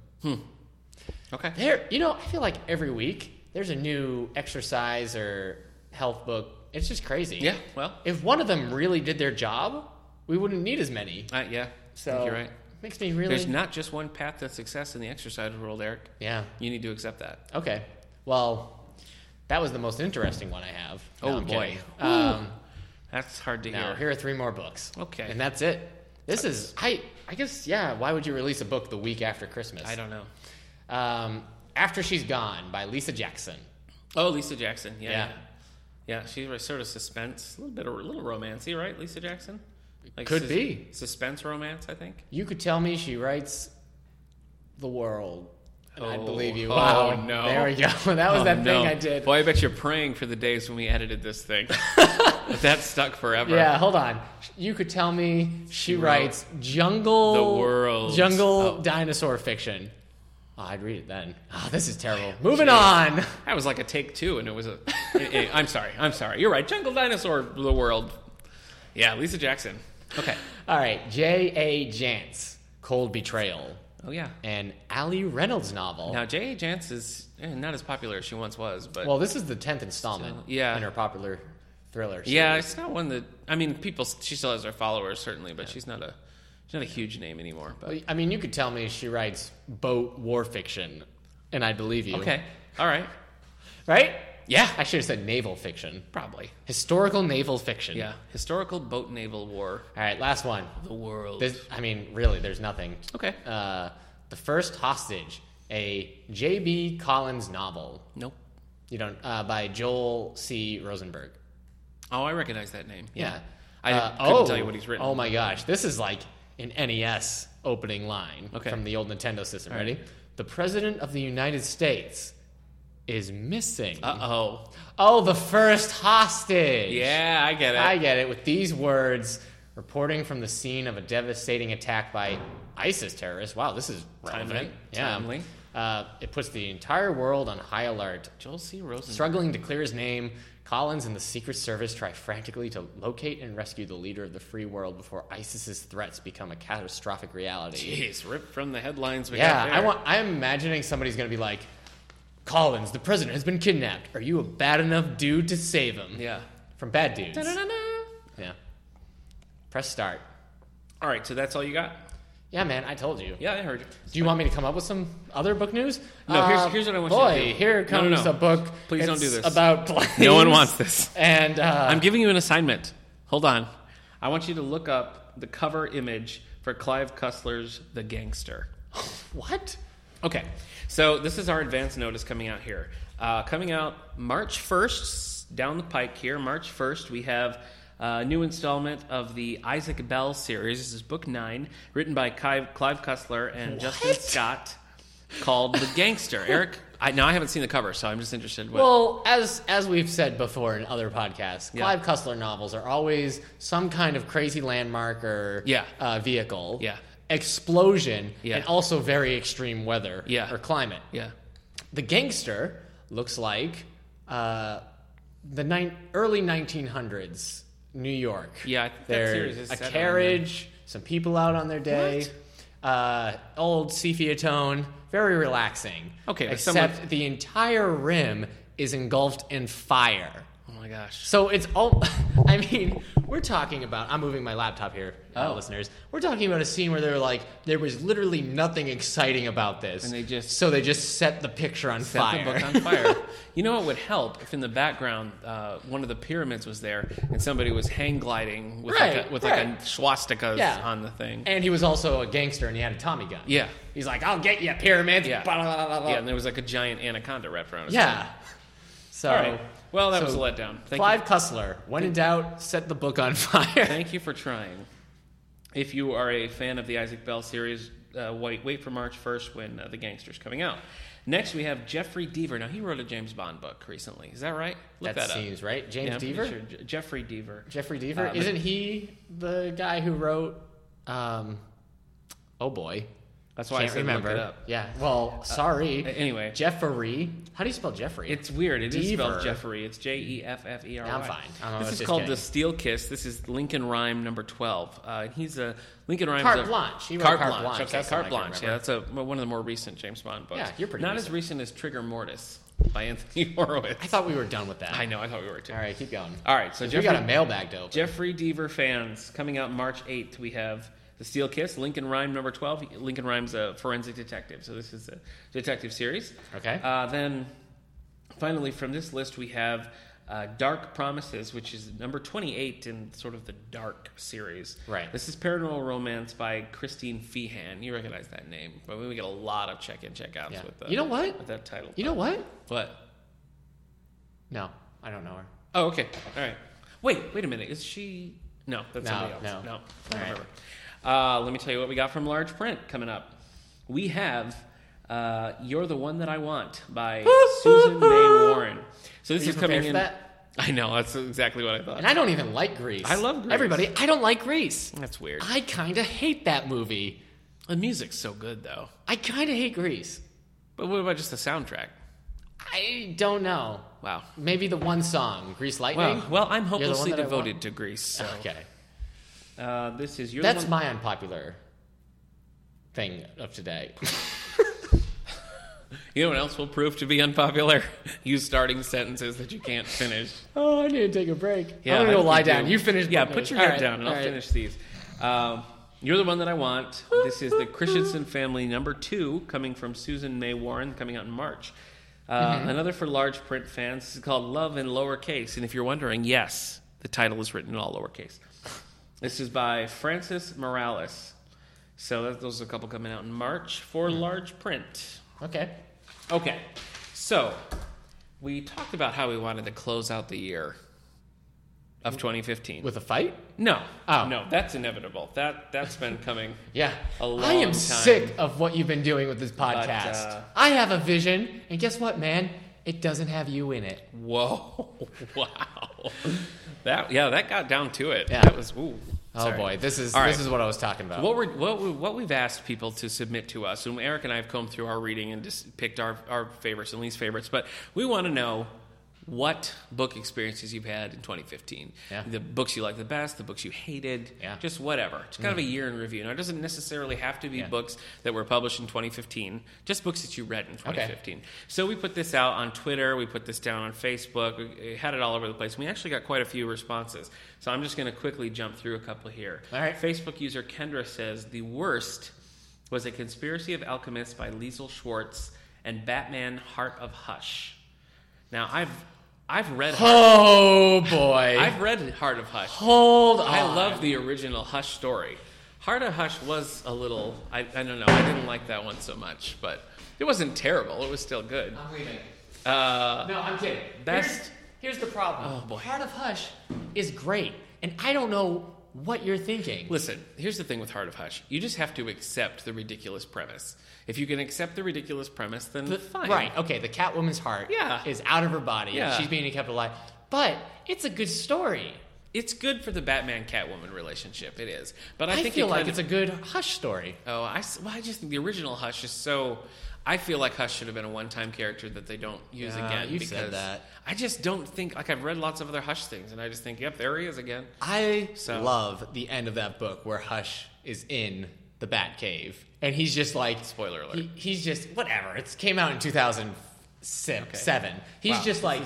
Speaker 1: Okay.
Speaker 2: There, you know, I feel like every week there's a new exercise or health book. It's just crazy.
Speaker 1: Yeah. Well.
Speaker 2: If one of them really did their job, we wouldn't need as many.
Speaker 1: Uh, yeah. I
Speaker 2: So
Speaker 1: think you're right.
Speaker 2: Makes me really.
Speaker 1: There's not just one path to success in the exercise world, Eric.
Speaker 2: yeah.
Speaker 1: You need to accept that.
Speaker 2: Okay. Well, that was the most interesting one I have. No,
Speaker 1: Oh,
Speaker 2: I'm
Speaker 1: boy.
Speaker 2: kidding. Um,
Speaker 1: That's hard to
Speaker 2: now
Speaker 1: hear.
Speaker 2: here are three more books.
Speaker 1: Okay.
Speaker 2: And that's it. This is I. I guess yeah. Why would you release a book the week after Christmas?
Speaker 1: I don't know.
Speaker 2: Um, After She's Gone by Lisa Jackson.
Speaker 1: Oh, Lisa Jackson. Yeah.
Speaker 2: Yeah.
Speaker 1: Yeah. yeah she was sort of suspense, a little bit of a little romancy, right? Lisa Jackson? Like
Speaker 2: Could be.
Speaker 1: Suspense romance, I think.
Speaker 2: You could tell me she writes the world. and I'd
Speaker 1: Oh,
Speaker 2: believe you.
Speaker 1: oh,
Speaker 2: Wow.
Speaker 1: no.
Speaker 2: There we go. That was
Speaker 1: Oh,
Speaker 2: that thing
Speaker 1: no.
Speaker 2: I did.
Speaker 1: Boy, I bet you're praying for the days when we edited this thing. that stuck forever.
Speaker 2: Yeah, hold on. You could tell me she,
Speaker 1: wrote
Speaker 2: writes jungle
Speaker 1: the world.
Speaker 2: jungle
Speaker 1: Oh.
Speaker 2: dinosaur fiction. Oh, I'd read it then. Ah, this is terrible. Moving on.
Speaker 1: That was like a take two, and it was a. I- I- I'm sorry. I'm sorry. You're right. Jungle Dinosaur, the world. Yeah, Lisa Jackson. Okay.
Speaker 2: All right, J. A. Jantz, Cold Betrayal,
Speaker 1: Oh, yeah.
Speaker 2: an Allie Reynolds novel.
Speaker 1: Now, J.A. Jantz is eh, not as popular as she once was, but.
Speaker 2: well, this is the tenth installment.
Speaker 1: So, yeah.
Speaker 2: in her popular thriller.
Speaker 1: Yeah,
Speaker 2: series.
Speaker 1: it's not one that I mean, people. She still has her followers, certainly, but she's not a she's not a huge name anymore. But
Speaker 2: I mean, you could tell me she writes boat war fiction, and I'd believe you.
Speaker 1: okay, all right,
Speaker 2: Right?
Speaker 1: yeah,
Speaker 2: I should have said naval fiction.
Speaker 1: probably,
Speaker 2: Historical naval fiction.
Speaker 1: yeah. Historical boat naval war,
Speaker 2: All right, last one.
Speaker 1: the world.
Speaker 2: This, I mean, really, there's nothing.
Speaker 1: okay,
Speaker 2: Uh, the First Hostage, a J.B. Collins novel.
Speaker 1: nope.
Speaker 2: You don't, uh, by Joel C. Rosenberg.
Speaker 1: Oh, I recognize that name. Yeah,
Speaker 2: Yeah.
Speaker 1: I
Speaker 2: Uh,
Speaker 1: couldn't tell you what he's written.
Speaker 2: Oh my gosh. This is like an NES opening line
Speaker 1: Okay.
Speaker 2: from the old Nintendo system.
Speaker 1: All right.
Speaker 2: Ready? The President of the United States is missing.
Speaker 1: Uh oh.
Speaker 2: oh, the first hostage.
Speaker 1: Yeah, I get it.
Speaker 2: I get it. With these words, reporting from the scene of a devastating attack by ISIS terrorists. Wow, this is relevant.
Speaker 1: Timely.
Speaker 2: Yeah.
Speaker 1: Timely.
Speaker 2: Uh, it puts the entire world on high alert.
Speaker 1: Joel C. Rosen.
Speaker 2: Struggling to clear his name, Collins and the Secret Service try frantically to locate and rescue the leader of the free world before ISIS's threats become a catastrophic reality.
Speaker 1: Jeez, ripped from the headlines. We
Speaker 2: Yeah,
Speaker 1: got there.
Speaker 2: I want. I'm imagining somebody's gonna be like, "Collins, the president has been kidnapped. Are you a bad enough dude to save him?"
Speaker 1: Yeah.
Speaker 2: From bad dudes.
Speaker 1: Da-da-da-da.
Speaker 2: Yeah. Press start.
Speaker 1: All right, so that's all you got.
Speaker 2: Yeah, man, I told you.
Speaker 1: Yeah, I heard. you.
Speaker 2: Do you want me to come up with some other book news? Uh,
Speaker 1: No, here's- here's what I want you to
Speaker 2: boy,
Speaker 1: do.
Speaker 2: here
Speaker 1: No, no,
Speaker 2: comes
Speaker 1: no.
Speaker 2: a book.
Speaker 1: Please don't do
Speaker 2: It's
Speaker 1: this.
Speaker 2: About planes.
Speaker 1: No one wants this.
Speaker 2: And uh,
Speaker 1: I'm giving you an assignment. Hold on. I want you to look up the cover image for Clive Cussler's The Gangster.
Speaker 2: what?
Speaker 1: Okay, so this is our advance notice coming out here. Uh, coming out March 1st, down the pike here, March 1st, we have a new installment of the Isaac Bell series. This is book nine, written by Clive, Clive Cussler and Justin Scott, called The Gangster. Eric, I, now I haven't seen the cover, so I'm just interested. What,
Speaker 2: Well, as as we've said before in other podcasts,
Speaker 1: Yeah.
Speaker 2: Clive Cussler novels are always some kind of crazy landmark or
Speaker 1: Yeah.
Speaker 2: uh, vehicle,
Speaker 1: Yeah.
Speaker 2: explosion,
Speaker 1: Yeah.
Speaker 2: and also very extreme weather
Speaker 1: Yeah.
Speaker 2: or climate.
Speaker 1: yeah.
Speaker 2: The gangster looks like uh, the nine, early 1900s New York.
Speaker 1: Yeah, I think that series
Speaker 2: There's
Speaker 1: is
Speaker 2: a
Speaker 1: set on
Speaker 2: carriage, some people out on their day. Uh, old sepia tone, very relaxing.
Speaker 1: Okay, but
Speaker 2: except
Speaker 1: someone-
Speaker 2: the entire rim is engulfed in fire.
Speaker 1: Oh my gosh.
Speaker 2: So it's all. I mean, we're talking about. I'm moving my laptop here, uh,
Speaker 1: Oh.
Speaker 2: listeners. We're talking about a scene where they're like, there was literally nothing exciting about this,
Speaker 1: And they just-
Speaker 2: so they just set the picture on
Speaker 1: Set
Speaker 2: fire.
Speaker 1: the book on fire. you know what would help if in the background uh, one of the pyramids was there and somebody was hang gliding with like
Speaker 2: Right,
Speaker 1: a, with
Speaker 2: right.
Speaker 1: like a swastika
Speaker 2: Yeah.
Speaker 1: on the thing.
Speaker 2: and he was also a gangster, and he had a Tommy gun.
Speaker 1: yeah.
Speaker 2: He's like, I'll get you, pyramids.
Speaker 1: Yeah.
Speaker 2: blah, blah, blah, blah, blah.
Speaker 1: Yeah, and there was like a giant anaconda wrapped around his
Speaker 2: Oh. Yeah. So,
Speaker 1: All right. Well, that
Speaker 2: so
Speaker 1: was a letdown. Thank
Speaker 2: Clive
Speaker 1: you.
Speaker 2: Cussler, when in doubt, set the book on fire.
Speaker 1: Thank you for trying. If you are a fan of the Isaac Bell series, uh, wait, wait for March 1st when uh, The Gangster's coming out. Next, we have Jeffrey Deaver. Now, he wrote a James Bond book recently. Is that right?
Speaker 2: that
Speaker 1: Look that, up.
Speaker 2: seems right. James
Speaker 1: Yeah, I'm pretty
Speaker 2: Deaver.
Speaker 1: sure. Je- Jeffrey Deaver.
Speaker 2: Jeffrey Deaver.
Speaker 1: Uh,
Speaker 2: Isn't he the guy who wrote? Um, oh boy,
Speaker 1: That's why I
Speaker 2: can't
Speaker 1: said
Speaker 2: remember.
Speaker 1: look it up.
Speaker 2: Yeah. Well, sorry.
Speaker 1: a- anyway.
Speaker 2: Jeffrey. How do you spell Jeffrey?
Speaker 1: It's weird. It is
Speaker 2: Deaver.
Speaker 1: spelled Jeffrey. It's J E F F E R Y.
Speaker 2: I'm fine. I'm
Speaker 1: this
Speaker 2: just
Speaker 1: is called
Speaker 2: kidding.
Speaker 1: the Steel Kiss. This is Lincoln Rhyme number twelve. Uh, he's a Lincoln Rhyme.
Speaker 2: Carte Blanche. He wrote Carte Blanche. That's
Speaker 1: Okay,
Speaker 2: the one I
Speaker 1: Carte
Speaker 2: can
Speaker 1: Blanche. Yeah,
Speaker 2: remember.
Speaker 1: that's a, well, one of the more recent James Bond books.
Speaker 2: Yeah, you're pretty
Speaker 1: Not as recent as Trigger Mortis by Anthony Horowitz.
Speaker 2: I thought we were done with that.
Speaker 1: I know. I thought we were too.
Speaker 2: All right, keep going.
Speaker 1: All right, so
Speaker 2: we
Speaker 1: Jeffrey,
Speaker 2: got a mailbag to open.
Speaker 1: Jeffrey Deaver fans coming out March 8th. We have The Steel Kiss, Lincoln Rhyme number 12. Lincoln Rhyme's a forensic detective, so this is a detective series.
Speaker 2: Okay.
Speaker 1: Uh, then finally, from this list, we have uh, Dark Promises, which is number 28 in sort of the Dark series.
Speaker 2: Right.
Speaker 1: This is Paranormal Romance by Christine Feehan. You recognize that name, but we get a lot of check in, check outs
Speaker 2: Yeah.
Speaker 1: with, the,
Speaker 2: You know what?
Speaker 1: with that title.
Speaker 2: you know what?
Speaker 1: what?
Speaker 2: No, I don't know her.
Speaker 1: Oh, okay. All right. Wait, wait a minute. Is she? No, that's
Speaker 2: No,
Speaker 1: somebody else.
Speaker 2: no.
Speaker 1: no.
Speaker 2: All right.
Speaker 1: Whatever. Uh, let me tell you what we got from large print coming up. We have uh, "You're the One That I Want" by Susan May Warren. So this
Speaker 2: you
Speaker 1: is coming
Speaker 2: prepared for
Speaker 1: in.
Speaker 2: that?
Speaker 1: I know that's exactly what I
Speaker 2: And
Speaker 1: thought.
Speaker 2: I don't even like Grease.
Speaker 1: I love Grease.
Speaker 2: Everybody, I don't like Grease.
Speaker 1: That's weird.
Speaker 2: I kind of hate that movie.
Speaker 1: The music's so good though.
Speaker 2: I kind of hate Grease.
Speaker 1: But what about just the soundtrack?
Speaker 2: I don't know.
Speaker 1: Wow.
Speaker 2: Maybe the one song, Grease Lightning.
Speaker 1: Well, well,
Speaker 2: You're
Speaker 1: I'm
Speaker 2: the One
Speaker 1: hopelessly
Speaker 2: That I Want?
Speaker 1: devoted to Greece. So
Speaker 2: Okay.
Speaker 1: uh, this is your.
Speaker 2: That's my unpopular thing of today.
Speaker 1: You know what else will prove to be unpopular? you starting sentences that you can't finish.
Speaker 2: oh, I need to take a break.
Speaker 1: Yeah,
Speaker 2: I'm gonna go
Speaker 1: I
Speaker 2: lie
Speaker 1: think
Speaker 2: down. You finish.
Speaker 1: Yeah, put your
Speaker 2: All
Speaker 1: head
Speaker 2: right,
Speaker 1: down, and
Speaker 2: all
Speaker 1: I'll
Speaker 2: right.
Speaker 1: finish these. Um, you're the one that I want. This is the Christensen family number two, coming from Susan May Warren, coming out in March. Uh,
Speaker 2: Mm-hmm.
Speaker 1: Another for large print fans. This is called Love in Lowercase. And if you're wondering, yes, the title is written in all lowercase. This is by Francis Morales. So that, those are a couple coming out in March
Speaker 2: Hmm.
Speaker 1: for large print.
Speaker 2: Okay.
Speaker 1: Okay, so we talked about how we wanted to close out the year of 2015.
Speaker 2: With a fight?
Speaker 1: No.
Speaker 2: Oh.
Speaker 1: No, that's inevitable. That that's been coming.
Speaker 2: Yeah.
Speaker 1: A
Speaker 2: I am
Speaker 1: long time.
Speaker 2: sick of what you've been doing with this podcast.
Speaker 1: uh,
Speaker 2: I have a vision, and guess what, man? It doesn't have you in it.
Speaker 1: Whoa. Wow. That yeah, that got down to it.
Speaker 2: Yeah.
Speaker 1: That was ooh.
Speaker 2: Oh
Speaker 1: Sorry.
Speaker 2: boy, this is
Speaker 1: All
Speaker 2: this
Speaker 1: right.
Speaker 2: is what I was talking about.
Speaker 1: What we're what we, what we've asked people to submit to us, and Eric and I have combed through our reading and just picked our our favorites and least favorites, but we want to know what book experiences you've had in 2015.
Speaker 2: Yeah.
Speaker 1: The books you liked the best, the books you hated,
Speaker 2: Yeah. Mm-hmm.
Speaker 1: just whatever. It's kind of a year in review. Now, it doesn't necessarily have to be
Speaker 2: Yeah.
Speaker 1: books that were published in 2015, just books that you read in 2015. So we put this out on Twitter, we put this down on Facebook, we had it all over the place. We actually got quite a few responses. So I'm just going to quickly jump through a couple here.
Speaker 2: All right.
Speaker 1: Facebook user Kendra says the worst was a conspiracy of alchemists by Liesel Schwartz and Batman Heart of Hush. Now I've I've read
Speaker 2: Oh boy.
Speaker 1: I've read Heart of Hush.
Speaker 2: Hold on.
Speaker 1: I love the original Hush story. Heart of Hush was a little I, I don't know I didn't like that one so much, but it wasn't terrible. It was still good.
Speaker 2: I'm leaving.
Speaker 1: Uh,
Speaker 2: No, I'm kidding.
Speaker 1: Best-
Speaker 2: Here's, here's the problem.
Speaker 1: Oh, boy.
Speaker 2: Heart of Hush is great, and I don't know what you're thinking.
Speaker 1: Listen, here's the thing with Heart of Hush. You just have to accept the ridiculous premise. If you can accept the ridiculous premise, then
Speaker 2: The-
Speaker 1: fine.
Speaker 2: Right. Okay. The Catwoman's heart
Speaker 1: Yeah.
Speaker 2: is out of her body. and
Speaker 1: Yeah.
Speaker 2: She's being kept alive, but it's a good story.
Speaker 1: It's good for the Batman Catwoman relationship. It is, but I,
Speaker 2: I,
Speaker 1: think
Speaker 2: feel
Speaker 1: it
Speaker 2: like
Speaker 1: kind
Speaker 2: it's a good hush story.
Speaker 1: Oh, I, s- well, I just think the original Hush is so. I feel like Hush should have been a one-time character that they don't use
Speaker 2: Yeah,
Speaker 1: again.
Speaker 2: you've
Speaker 1: because
Speaker 2: said that.
Speaker 1: I just don't think like I've read lots of other Hush things, and I just think, yep, there he is again.
Speaker 2: I
Speaker 1: So-
Speaker 2: love the end of that book where Hush is in the Batcave and he's just like
Speaker 1: Spoiler alert.
Speaker 2: he- he's just whatever. It came out in 2007. He's
Speaker 1: Wow.
Speaker 2: just like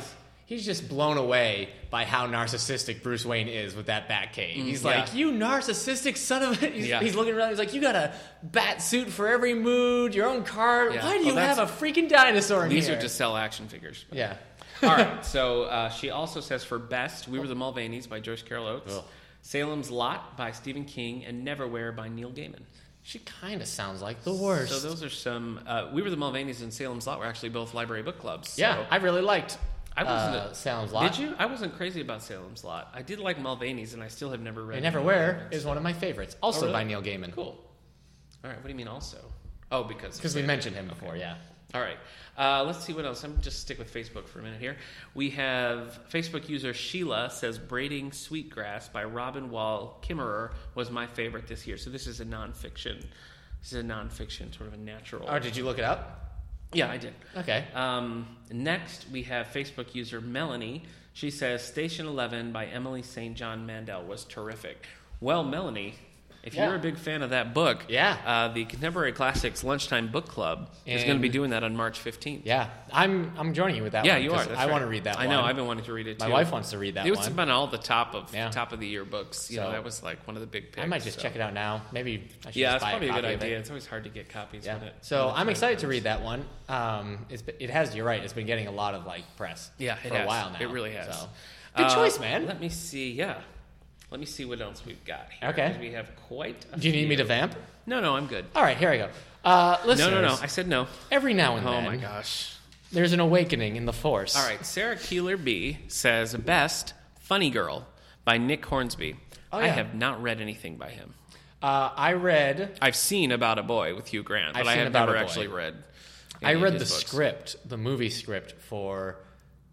Speaker 2: he's just blown away by how narcissistic Bruce Wayne is with that Batcave. he's
Speaker 1: Mm, yeah.
Speaker 2: like, "You narcissistic son of a." He's,
Speaker 1: Yeah.
Speaker 2: he's looking around. He's like, "You got a bat suit for every mood, your own car.
Speaker 1: Yeah.
Speaker 2: Why do
Speaker 1: Oh,
Speaker 2: you
Speaker 1: that's-
Speaker 2: have a freaking dinosaur in
Speaker 1: These
Speaker 2: here?"
Speaker 1: are to sell action figures.
Speaker 2: yeah.
Speaker 1: All right. So uh, she also says for best, We Were the Mulvaneys by Joyce Carol Oates,
Speaker 2: Ugh.
Speaker 1: Salem's Lot by Stephen King, and Neverwhere by Neil Gaiman.
Speaker 2: She kind of sounds like the worst.
Speaker 1: So those are some. Uh, we Were the Mulvaneys and Salem's Lot were actually both library book clubs. so-
Speaker 2: yeah, I really liked.
Speaker 1: I wasn't
Speaker 2: uh,
Speaker 1: a-
Speaker 2: Salem's Lot.
Speaker 1: Did you? I wasn't crazy about Salem's Lot. I did like Mulvaney's, and I still have never read.
Speaker 2: And Never
Speaker 1: Neil
Speaker 2: Wear
Speaker 1: Gaiman's.
Speaker 2: is one of my favorites, also
Speaker 1: Oh, really?
Speaker 2: by Neil Gaiman.
Speaker 1: Cool. All right. What do you mean also? Oh, because
Speaker 2: Because we mentioned him before, yeah.
Speaker 1: All right. Uh, let's see what else. I'm just stick with Facebook for a minute here. We have Facebook user Sheila says "Braiding Sweetgrass" by Robin Wall Kimmerer was my favorite this year. So this is a nonfiction. This is a nonfiction, sort of a natural.
Speaker 2: Oh, did you look it up?
Speaker 1: yeah, I did.
Speaker 2: Okay.
Speaker 1: Um, next, we have Facebook user Melanie. She says Station 11 by Emily St. John Mandel was terrific. Well, Melanie, if
Speaker 2: Yeah.
Speaker 1: you're a big fan of that book,
Speaker 2: Yeah.
Speaker 1: uh, the Contemporary Classics Lunchtime Book Club is going to be
Speaker 2: And-
Speaker 1: doing that on March 15th.
Speaker 2: Yeah, I'm I'm joining you with that
Speaker 1: Yeah,
Speaker 2: one.
Speaker 1: you
Speaker 2: 'cause
Speaker 1: are. That's
Speaker 2: I
Speaker 1: right.
Speaker 2: want to read that
Speaker 1: I
Speaker 2: one.
Speaker 1: know. I've been wanting to read it
Speaker 2: My
Speaker 1: too.
Speaker 2: wife wants to read that
Speaker 1: It was
Speaker 2: one.
Speaker 1: about all the top of
Speaker 2: Yeah.
Speaker 1: top of the year books. You know,
Speaker 2: So-
Speaker 1: that was like one of the big picks.
Speaker 2: I might just
Speaker 1: so-
Speaker 2: check it out now. Maybe I should
Speaker 1: Yeah,
Speaker 2: just
Speaker 1: it's
Speaker 2: buy
Speaker 1: probably a
Speaker 2: a
Speaker 1: good
Speaker 2: copy of it.
Speaker 1: idea. It's always hard to get copies
Speaker 2: Yeah.
Speaker 1: when it.
Speaker 2: So
Speaker 1: when it
Speaker 2: I'm excited to
Speaker 1: comes.
Speaker 2: read that one. Um, it's, it has. You're right. It's been getting a lot of like press.
Speaker 1: Yeah, it
Speaker 2: for
Speaker 1: has.
Speaker 2: a while now.
Speaker 1: It really has.
Speaker 2: So. Good
Speaker 1: Uh,
Speaker 2: choice, man.
Speaker 1: Let me see. Yeah, let me see what else we've got here.
Speaker 2: Okay.
Speaker 1: 'cause We have quite. A
Speaker 2: Do you need me to
Speaker 1: few.
Speaker 2: vamp?
Speaker 1: No, no, I'm good.
Speaker 2: All right, here I go. Uh,
Speaker 1: No,
Speaker 2: listeners,
Speaker 1: no, no. I said no.
Speaker 2: Every now and
Speaker 1: Oh
Speaker 2: then,
Speaker 1: my gosh.
Speaker 2: there's an awakening in the force.
Speaker 1: All right. Sarah Keeler B says best funny girl by Nick Hornsby.
Speaker 2: Oh,
Speaker 1: I
Speaker 2: yeah.
Speaker 1: have not read anything by him.
Speaker 2: Uh, I read.
Speaker 1: I've seen About a Boy with Hugh Grant, but
Speaker 2: I've
Speaker 1: I
Speaker 2: seen
Speaker 1: have
Speaker 2: About a
Speaker 1: never
Speaker 2: Boy.
Speaker 1: actually read.
Speaker 2: I
Speaker 1: any of
Speaker 2: read the
Speaker 1: his books.
Speaker 2: script, the movie script for.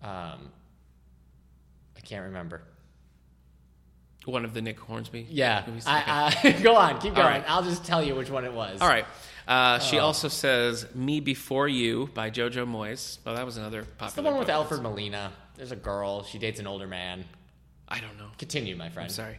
Speaker 2: Um, I can't remember.
Speaker 1: One of the Nick Hornsby.
Speaker 2: Yeah.
Speaker 1: movies? Okay.
Speaker 2: I, I, go on. Keep going.
Speaker 1: right.
Speaker 2: I'll just tell you which one it was.
Speaker 1: All right. Uh, she
Speaker 2: Oh.
Speaker 1: also says "Me Before You" by JoJo Moyes. Oh, that was another popular.
Speaker 2: It's the one with
Speaker 1: book.
Speaker 2: Alfred Molina. There's a girl. She dates an older man.
Speaker 1: I don't know.
Speaker 2: Continue, my friend.
Speaker 1: Sorry.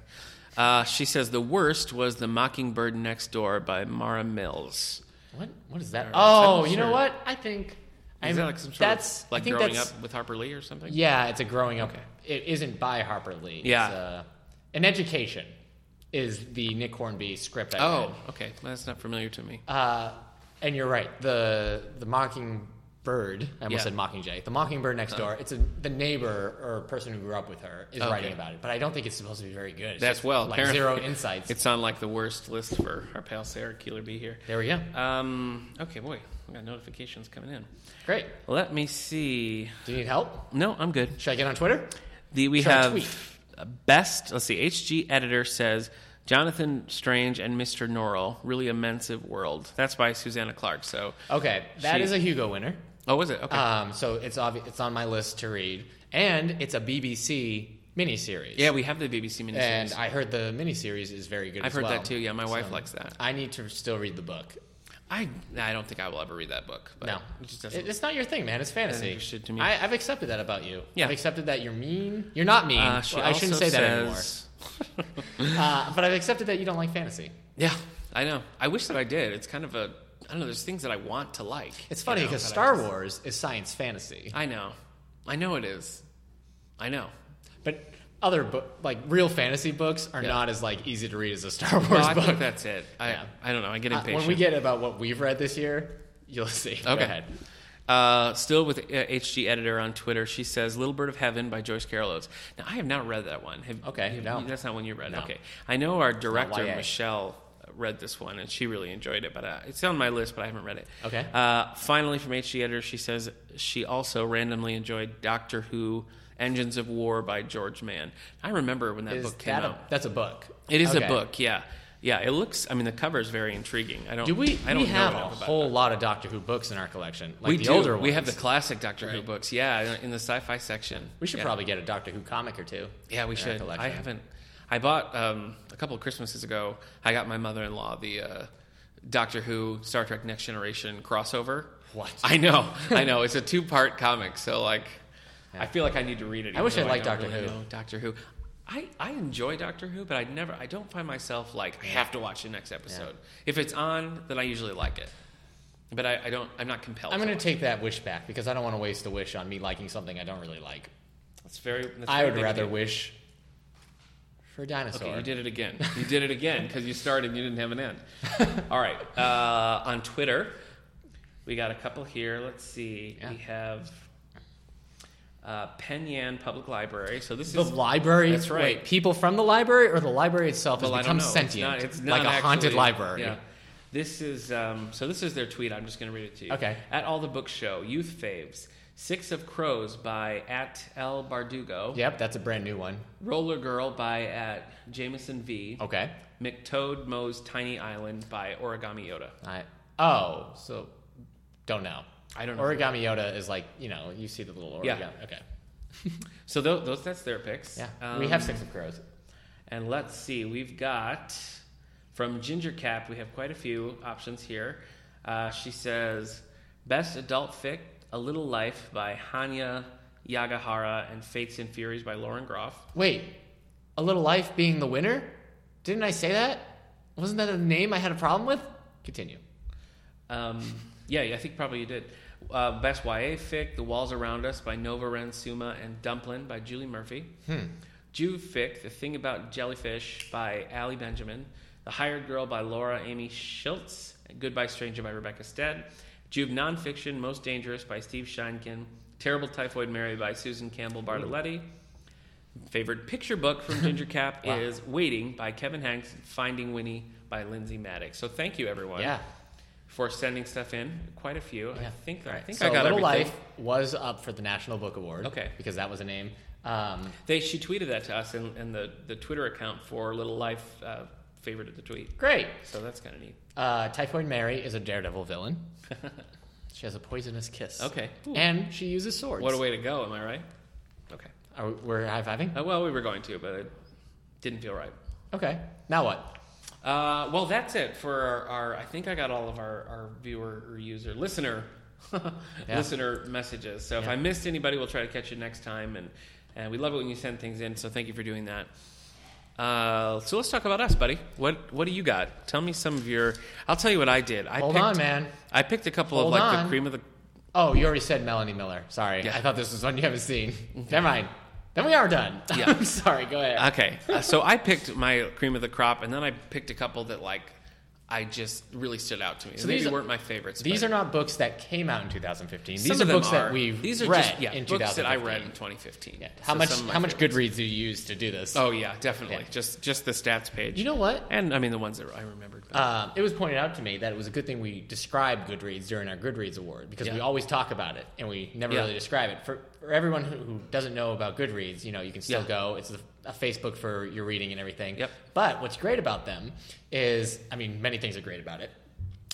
Speaker 1: Uh, she says the worst was The Mockingbird Next Door by Mara Mills.
Speaker 2: What? What is that?
Speaker 1: I'm
Speaker 2: Oh,
Speaker 1: not
Speaker 2: you know
Speaker 1: sure.
Speaker 2: what? I think.
Speaker 1: Is
Speaker 2: I'm,
Speaker 1: that like some sort
Speaker 2: that's,
Speaker 1: of like
Speaker 2: I think
Speaker 1: growing
Speaker 2: that's,
Speaker 1: up with Harper Lee or something?
Speaker 2: Yeah, it's a growing up. It isn't by Harper Lee.
Speaker 1: Yeah.
Speaker 2: It's, uh, an education is the Nick Hornby script. I
Speaker 1: Oh, okay. Well, that's not familiar to me.
Speaker 2: read. Uh, and you're right. The the Mockingbird. I almost
Speaker 1: Yeah. Uh-huh.
Speaker 2: said Mockingjay. The Mockingbird next door. It's a, the neighbor or person who grew up with her is
Speaker 1: Okay.
Speaker 2: writing about it, but I don't think it's supposed to be very good. It's
Speaker 1: That's
Speaker 2: just,
Speaker 1: well.
Speaker 2: like
Speaker 1: apparently-
Speaker 2: zero insights.
Speaker 1: It's on like the worst list for our pal Sarah Keeler B here.
Speaker 2: there we go.
Speaker 1: Um, okay, boy, I got notifications coming in.
Speaker 2: Great.
Speaker 1: Let me see.
Speaker 2: Do you need help?
Speaker 1: No, I'm good.
Speaker 2: Should I get on Twitter?
Speaker 1: The we
Speaker 2: Try
Speaker 1: have
Speaker 2: tweet.
Speaker 1: uh, best. Let's see. HG editor says Jonathan Strange and Mr. Norrell really immensive world. That's by Susanna Clark. So
Speaker 2: Okay, that
Speaker 1: She-
Speaker 2: is a Hugo winner.
Speaker 1: oh, was it okay?
Speaker 2: Um, so it's obvi- it's on my list to read, and it's a BBC miniseries.
Speaker 1: yeah, we have the BBC miniseries.
Speaker 2: and I heard the miniseries is very good.
Speaker 1: I've
Speaker 2: as
Speaker 1: heard
Speaker 2: well.
Speaker 1: that too. Yeah, my wife likes that.
Speaker 2: I need to still read the book.
Speaker 1: I I don't think I will ever read that book. But
Speaker 2: No,
Speaker 1: it just
Speaker 2: It-
Speaker 1: doesn't.
Speaker 2: it's not your thing, man. It's fantasy.
Speaker 1: interested to me.
Speaker 2: I, I've accepted that about you.
Speaker 1: Yeah.
Speaker 2: I've accepted that you're mean. You're not mean.
Speaker 1: Uh, she
Speaker 2: Well, I shouldn't
Speaker 1: also
Speaker 2: say that
Speaker 1: says-
Speaker 2: anymore. uh, but I've accepted that you don't like fantasy.
Speaker 1: Yeah, I know. I wish that I did. It's kind of a I don't know. There's things that I want to like.
Speaker 2: It's
Speaker 1: you
Speaker 2: funny
Speaker 1: know,
Speaker 2: because
Speaker 1: that I
Speaker 2: Star
Speaker 1: just-
Speaker 2: Wars is science fantasy,
Speaker 1: I know, I know it is. I know.
Speaker 2: but other bo- like real fantasy books are
Speaker 1: Yeah.
Speaker 2: not as like easy to read as a Star Wars
Speaker 1: Well, I
Speaker 2: book.
Speaker 1: think that's it. I
Speaker 2: Yeah.
Speaker 1: I don't know. I get
Speaker 2: Uh,
Speaker 1: impatient.
Speaker 2: when we get about what we've read this year, you'll see. Go
Speaker 1: Okay.
Speaker 2: ahead.
Speaker 1: Uh, still with uh, HG editor on Twitter, she says "Little Bird of Heaven" by Joyce Carol Oates. Now I have not read that one. Have,
Speaker 2: Okay,
Speaker 1: have-
Speaker 2: no.
Speaker 1: that's not one you read.
Speaker 2: No.
Speaker 1: Okay, I know our director
Speaker 2: YA.
Speaker 1: Michelle read this one and she really enjoyed it, but uh, it's on my list, but I haven't read it.
Speaker 2: Okay.
Speaker 1: Uh, finally, from HG editor, she says she also randomly enjoyed Doctor Who: Engines of War by George Mann. I remember when that
Speaker 2: Is
Speaker 1: book came
Speaker 2: that a-
Speaker 1: out.
Speaker 2: that's a book.
Speaker 1: It is
Speaker 2: Okay.
Speaker 1: a book, yeah. Yeah, it looks. I mean, the cover is very intriguing. I don't.
Speaker 2: Do we?
Speaker 1: I don't
Speaker 2: we
Speaker 1: know
Speaker 2: have a
Speaker 1: enough about
Speaker 2: whole
Speaker 1: that.
Speaker 2: lot of Doctor Who books in our collection. Like
Speaker 1: we
Speaker 2: the
Speaker 1: do.
Speaker 2: older ones.
Speaker 1: we have the classic Doctor Who
Speaker 2: Right.
Speaker 1: books. Yeah, in the sci-fi section.
Speaker 2: We should
Speaker 1: Yeah.
Speaker 2: probably get a Doctor Who comic or two.
Speaker 1: Yeah, we
Speaker 2: in our
Speaker 1: should. I
Speaker 2: collection.
Speaker 1: haven't. I bought um, a couple of Christmases ago. I got my mother-in-law the uh, Doctor Who Star Trek Next Generation crossover.
Speaker 2: What?
Speaker 1: I know. I know. It's a two-part comic, so like, I feel like I need to read it.
Speaker 2: I wish
Speaker 1: even
Speaker 2: I
Speaker 1: though
Speaker 2: liked
Speaker 1: don't
Speaker 2: Doctor
Speaker 1: really
Speaker 2: Who.
Speaker 1: know Doctor Who. I, I enjoy Doctor Who, but I never I don't find myself like I have to watch the next episode. If it's on, then I usually like it. But I, I don't I'm not compelled.
Speaker 2: I'm
Speaker 1: to
Speaker 2: going to
Speaker 1: watch
Speaker 2: take that wish back because I don't want to waste a wish on me liking something I don't really like.
Speaker 1: it. That's very. That's
Speaker 2: I
Speaker 1: very
Speaker 2: would
Speaker 1: big
Speaker 2: rather
Speaker 1: deal.
Speaker 2: wish for a dinosaur.
Speaker 1: Okay, you did it again. You did it again because you started and you didn't have an end. All right. Uh, on Twitter, we got a couple here. Let's see.
Speaker 2: Yeah.
Speaker 1: We have uh, Penn Yan Public Library. So this
Speaker 2: The
Speaker 1: is
Speaker 2: library.
Speaker 1: That's right.
Speaker 2: Wait, people from the library or the library itself
Speaker 1: well, I
Speaker 2: has become
Speaker 1: don't know. It's
Speaker 2: sentient,
Speaker 1: not- it's
Speaker 2: like
Speaker 1: not
Speaker 2: a haunted
Speaker 1: actually-
Speaker 2: library.
Speaker 1: Yeah. This is um, so. This is their tweet. I'm just going to read it to you.
Speaker 2: Okay.
Speaker 1: At all the book show, youth faves. Six of Crows by at L Bardugo.
Speaker 2: Yep, that's a brand new one.
Speaker 1: Roller Girl by at Jameson V.
Speaker 2: Okay.
Speaker 1: McToad Moe's Tiny Island by Origami Yoda.
Speaker 2: I oh, so don't know.
Speaker 1: I don't know.
Speaker 2: Origami Yoda is like you know you see the little origami.
Speaker 1: Yeah.
Speaker 2: Okay.
Speaker 1: So those, those that's their picks.
Speaker 2: Yeah.
Speaker 1: Um,
Speaker 2: we have six of crows.
Speaker 1: And let's see, we've got from Ginger Cap. We have quite a few options here. Uh, she says best adult fic: A Little Life by Hanya Yagahara and Fates and Furies by Lauren Groff.
Speaker 2: Wait, a little life being the winner? Didn't I say that? Wasn't that a name I had a problem with? Continue.
Speaker 1: Um, yeah, yeah, I think probably you did. Uh, best YA fic: The Walls Around Us by Nova Ren Suma and Dumplin by Julie Murphy.
Speaker 2: Hmm.
Speaker 1: Jew fic: The Thing About Jellyfish by Ali Benjamin. The Hired Girl by Laura Amy Schultz. Goodbye Stranger by Rebecca Stead. Juve nonfiction: Most Dangerous by Steve Sheinkin. Terrible Typhoid Mary by Susan Campbell Bartoletti. Favorite picture book from Ginger Cap
Speaker 2: Wow.
Speaker 1: is Waiting by Kevin Hanks. Finding Winnie by Lindsay Maddox. So thank you everyone
Speaker 2: Yeah.
Speaker 1: for sending stuff in. Quite a few. I
Speaker 2: Yeah.
Speaker 1: think I think
Speaker 2: So
Speaker 1: I got
Speaker 2: Little
Speaker 1: everything.
Speaker 2: Life was up for the National Book Award.
Speaker 1: Okay.
Speaker 2: Because that was a name. Um,
Speaker 1: They she tweeted that to us in, in the the Twitter account for Little Life uh, favorite of the tweet.
Speaker 2: great.
Speaker 1: So that's kind of neat.
Speaker 2: Uh, Typhoid Mary is a daredevil villain. she has a poisonous kiss.
Speaker 1: Okay. Ooh.
Speaker 2: And she uses swords.
Speaker 1: What a way to go. Am I right? Okay.
Speaker 2: Are, we- we're high fiving?
Speaker 1: Uh, well, we were going to, but it didn't feel right.
Speaker 2: Okay. Now what?
Speaker 1: Uh, well, that's it for our, our. I think I got all of our, our viewer or user listener listener messages. So if
Speaker 2: Yeah.
Speaker 1: I missed anybody, we'll try to catch you next time. And and we love it when you send things in. So thank you for doing that. Uh, so let's talk about us, buddy. What what do you got? Tell me some of your. I'll tell you what I did. I
Speaker 2: Hold
Speaker 1: picked,
Speaker 2: on, man.
Speaker 1: I picked a couple
Speaker 2: Hold
Speaker 1: of like
Speaker 2: on.
Speaker 1: the cream of the.
Speaker 2: Oh, you already said Melanie Miller. Sorry.
Speaker 1: Yeah.
Speaker 2: I thought this was one you haven't seen. Never mind. Then we are done.
Speaker 1: Yeah.
Speaker 2: I'm sorry. Go ahead.
Speaker 1: Okay, Uh, so I picked my cream of the crop, and then I picked a couple that like I just really stood out to me. So
Speaker 2: these
Speaker 1: these
Speaker 2: are-
Speaker 1: weren't my favorites.
Speaker 2: These
Speaker 1: but-
Speaker 2: are not books that came out in 2015. These
Speaker 1: Some
Speaker 2: are
Speaker 1: of them
Speaker 2: books that we've
Speaker 1: These are
Speaker 2: read
Speaker 1: just, yeah,
Speaker 2: in
Speaker 1: books
Speaker 2: 2015.
Speaker 1: that I read in 2015.
Speaker 2: Yeah. How
Speaker 1: So
Speaker 2: much?
Speaker 1: some of my
Speaker 2: How much
Speaker 1: favorites.
Speaker 2: Goodreads do you use to do this?
Speaker 1: Oh yeah, definitely.
Speaker 2: Yeah.
Speaker 1: Just just the stats page.
Speaker 2: You know what?
Speaker 1: and I mean the ones that I remembered. but-
Speaker 2: Um, it was pointed out to me that it was a good thing we described Goodreads during our Goodreads award because we
Speaker 1: Yeah.
Speaker 2: always talk about it and we never
Speaker 1: Yeah.
Speaker 2: really describe it. For, for everyone who, who doesn't know about Goodreads, you know, you can still
Speaker 1: Yeah.
Speaker 2: go. It's a, a Facebook for your reading and everything.
Speaker 1: Yep.
Speaker 2: But what's great about them is, I mean, many things are great about it.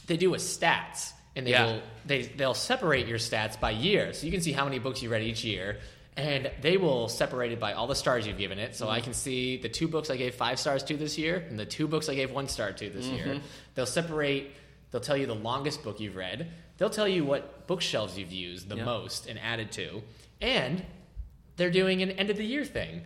Speaker 2: They do with stats and they
Speaker 1: Yeah.
Speaker 2: will they they'll separate your stats by year, so you can see how many books you read each year. And they will separate it by all the stars you've given it. So I can see the two books I gave five stars to this year and the two books I gave one star to this
Speaker 1: Mm-hmm.
Speaker 2: year. They'll separate, they'll tell you the longest book you've read. They'll tell you what bookshelves you've used the
Speaker 1: Yeah.
Speaker 2: most and added to. And they're doing an end of the year thing.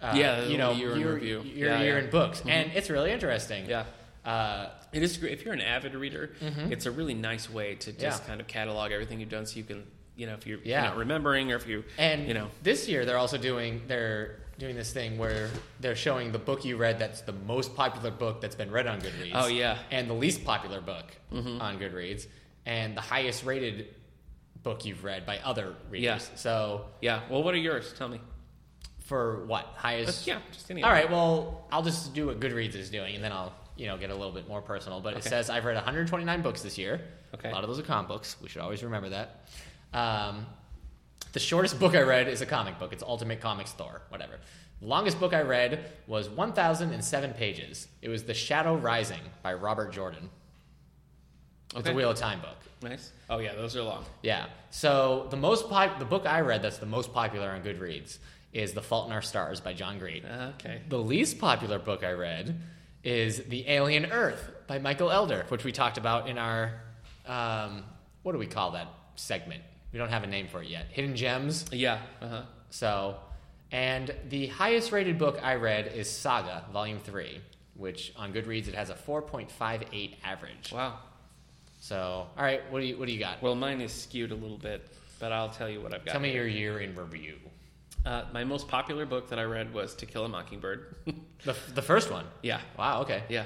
Speaker 2: Uh,
Speaker 1: Yeah,
Speaker 2: you know,
Speaker 1: year in
Speaker 2: your,
Speaker 1: review.
Speaker 2: your
Speaker 1: Yeah,
Speaker 2: year
Speaker 1: yeah. Mm-hmm.
Speaker 2: in books. And it's really interesting.
Speaker 1: yeah.
Speaker 2: Uh,
Speaker 1: It is great if you're an avid reader. It's a really nice way to just
Speaker 2: Mm-hmm. Yeah.
Speaker 1: kind of catalog everything you've done, so you can, you know, if you're,
Speaker 2: Yeah.
Speaker 1: you're not remembering or if you,
Speaker 2: And
Speaker 1: you know,
Speaker 2: this year they're also doing they're doing this thing where they're showing the book you read that's the most popular book that's been read on Goodreads.
Speaker 1: Oh, yeah. Mm-hmm.
Speaker 2: and the least popular book on Goodreads, and the highest rated book you've read by other readers.
Speaker 1: Yeah.
Speaker 2: So
Speaker 1: yeah. Well, what are yours? Tell me.
Speaker 2: for what highest?
Speaker 1: yeah, just any.
Speaker 2: All right. Well, I'll just do what Goodreads is doing, and then I'll you know get a little bit more personal. But it
Speaker 1: Okay.
Speaker 2: says I've read 129 books this year.
Speaker 1: Okay.
Speaker 2: A lot of those are comic books. We should always remember that. Um, The shortest book I read is a comic book. It's Ultimate Comics Thor, whatever. The longest book I read was 1,007 pages. It was The Shadow Rising by Robert Jordan. It's
Speaker 1: Okay.
Speaker 2: a Wheel of Time book.
Speaker 1: Nice. Oh yeah, those are long.
Speaker 2: Yeah. So the most pop- the book I read that's the most popular on Goodreads is The Fault in Our Stars by John Green.
Speaker 1: Okay.
Speaker 2: The least popular book I read is The Alien Earth by Michael Elder, which we talked about in our um, what do we call that segment? We don't have a name for it yet. Hidden Gems.
Speaker 1: Yeah. Uh huh.
Speaker 2: So, and the highest rated book I read is Saga, Volume 3, which on Goodreads it has a 4.58 average.
Speaker 1: Wow.
Speaker 2: So, all right, what do you what do you got?
Speaker 1: Well, mine is skewed a little bit, but I'll tell you what I've got.
Speaker 2: Tell me your year in review.
Speaker 1: Uh, my most popular book that I read was To Kill a Mockingbird.
Speaker 2: The, the first one.
Speaker 1: yeah.
Speaker 2: Wow, okay.
Speaker 1: Yeah.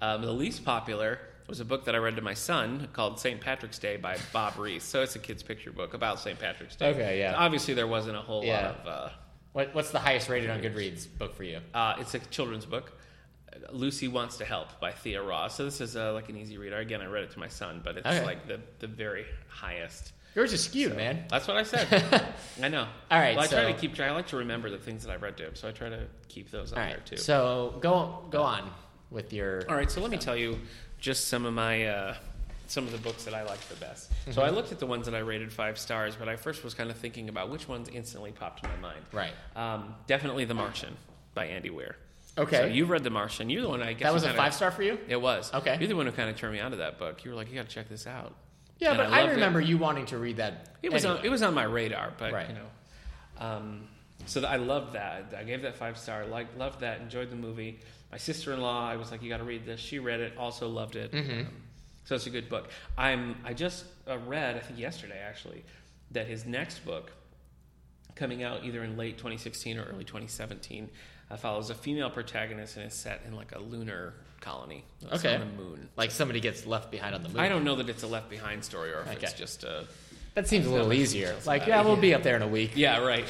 Speaker 1: Um, the least popular was a book that I read to my son called St. Patrick's Day by Bob Reese. So it's a kid's picture book about St. Patrick's Day.
Speaker 2: Okay, yeah.
Speaker 1: Obviously, there wasn't a whole
Speaker 2: Yeah.
Speaker 1: lot of.
Speaker 2: What, what's the highest rated on Goodreads book for you?
Speaker 1: Uh, uh, it's a children's book. Lucy Wants to Help by Thea Ross. So this is uh, like an easy reader. Again, I read it to my son, but it's
Speaker 2: Okay.
Speaker 1: like the, the very highest.
Speaker 2: Yours is skewed, man.
Speaker 1: That's what I said. I know.
Speaker 2: All right,
Speaker 1: Well, I try
Speaker 2: so-
Speaker 1: to keep track. I like to remember the things that I've read to him, so I try to keep those on
Speaker 2: All
Speaker 1: there
Speaker 2: right.
Speaker 1: too.
Speaker 2: So, go go on with your
Speaker 1: All right, so let me tell you just some of my uh, some of the books that I like the best. So
Speaker 2: Mm-hmm.
Speaker 1: I looked at the ones that I rated five stars, but I first was kind of thinking about which ones instantly popped in my mind.
Speaker 2: Right.
Speaker 1: Um, definitely The Martian by Andy Weir.
Speaker 2: Okay.
Speaker 1: So you read The Martian. You're the one I guess
Speaker 2: that was
Speaker 1: who
Speaker 2: a
Speaker 1: kinda-
Speaker 2: five star for you?
Speaker 1: It was.
Speaker 2: Okay.
Speaker 1: You're the one who kind of turned me onto that book. You were like, you got to check this out.
Speaker 2: Yeah,
Speaker 1: And
Speaker 2: but I,
Speaker 1: loved it.
Speaker 2: remember you wanting to read that.
Speaker 1: It was
Speaker 2: anyway.
Speaker 1: on it was on my radar, but
Speaker 2: Right.
Speaker 1: you know, um, so th- I loved that. I gave that five star. Like loved that. Enjoyed the movie. My sister in law, I was like, you got to read this. She read it, also loved it.
Speaker 2: Mm-hmm.
Speaker 1: Um, so it's a good book. I'm I just uh, read I think yesterday actually that his next book coming out either in late 2016 or early 2017 uh, follows a female protagonist and is set in like a lunar colony. It's
Speaker 2: Okay.
Speaker 1: on the moon.
Speaker 2: like somebody gets left behind on the moon.
Speaker 1: I don't know that it's a left behind story or if it's
Speaker 2: Okay.
Speaker 1: just a
Speaker 2: That seems a little
Speaker 1: much
Speaker 2: easier.
Speaker 1: details
Speaker 2: Like,
Speaker 1: about
Speaker 2: yeah,
Speaker 1: it.
Speaker 2: we'll be up there in a week.
Speaker 1: yeah right.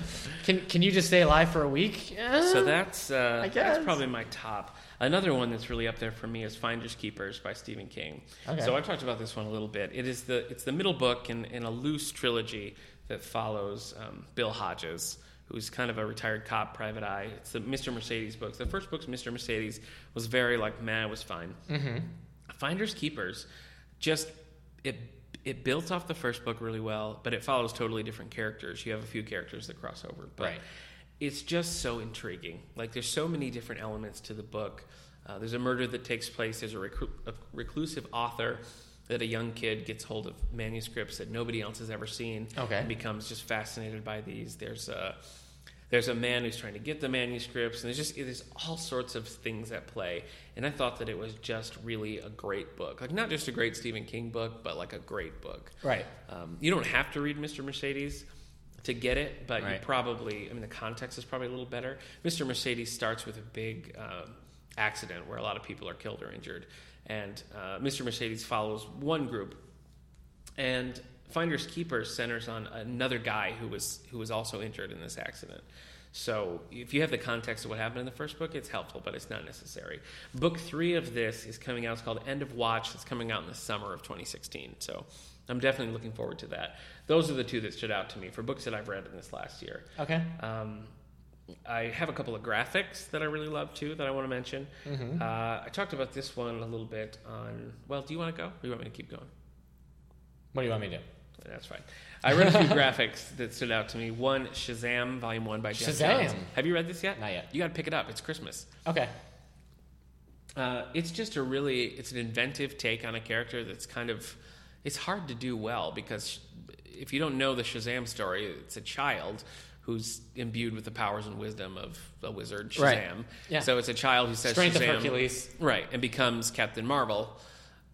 Speaker 2: Can Can you just stay alive for a week? Yeah.
Speaker 1: So that's uh,
Speaker 2: I guess.
Speaker 1: that's probably my top. Another one that's really up there for me is Finders Keepers by Stephen King.
Speaker 2: Okay.
Speaker 1: So I talked about this one a little bit. It is the it's the middle book in, in a loose trilogy that follows um, Bill Hodges, who's kind of a retired cop, private eye. It's the Mr. Mercedes books. The first book's Mr. Mercedes was very like, man, it was fine. Finders Keepers just it it builds off the first book really well, but it follows totally different characters. You have a few characters that cross over, but
Speaker 2: Right.
Speaker 1: it's just so intriguing. Like there's so many different elements to the book. Uh, there's a murder that takes place. There's a, recru- a reclusive author that a young kid gets hold of manuscripts that nobody else has ever seen.
Speaker 2: Okay.
Speaker 1: and becomes just fascinated by these. There's a there's a man who's trying to get the manuscripts, and there's just there's all sorts of things at play. And I thought that it was just really a great book, like not just a great Stephen King book, but like a great book.
Speaker 2: Right.
Speaker 1: Um, you don't have to read Mr. Mercedes to get it, but you
Speaker 2: Right.
Speaker 1: probably, I mean, the context is probably a little better. Mr. Mercedes starts with a big um, accident where a lot of people are killed or injured. And uh, Mr. Mercedes follows one group and Finders Keepers centers on another guy who was who was also injured in this accident. So if you have the context of what happened in the first book, it's helpful, but it's not necessary. Book three of this is coming out. It's called End of Watch. It's coming out in the summer of 2016. So I'm definitely looking forward to that. Those are the two that stood out to me for books that I've read in this last year.
Speaker 2: Okay.
Speaker 1: Um, I have a couple of graphics that I really love too that I want to mention. Uh, I talked about this one a little bit on. Well, do you want to go? Or do you want me to keep going?
Speaker 2: What do you want me to do?
Speaker 1: That's fine. I read a few graphics that stood out to me. One, Shazam, Volume One by Jeff
Speaker 2: Shazam.
Speaker 1: Johns. Have you read this yet?
Speaker 2: Not yet.
Speaker 1: You got to pick it up. It's Christmas.
Speaker 2: Okay.
Speaker 1: Uh, it's just a really, it's an inventive take on a character that's kind of, it's hard to do well because if you don't know the Shazam story, it's a child who's imbued with the powers and wisdom of a wizard, Shazam.
Speaker 2: Right. Yeah.
Speaker 1: So it's a child who says
Speaker 2: Strength of
Speaker 1: Shazam.
Speaker 2: Hercules.
Speaker 1: Right, and becomes Captain Marvel.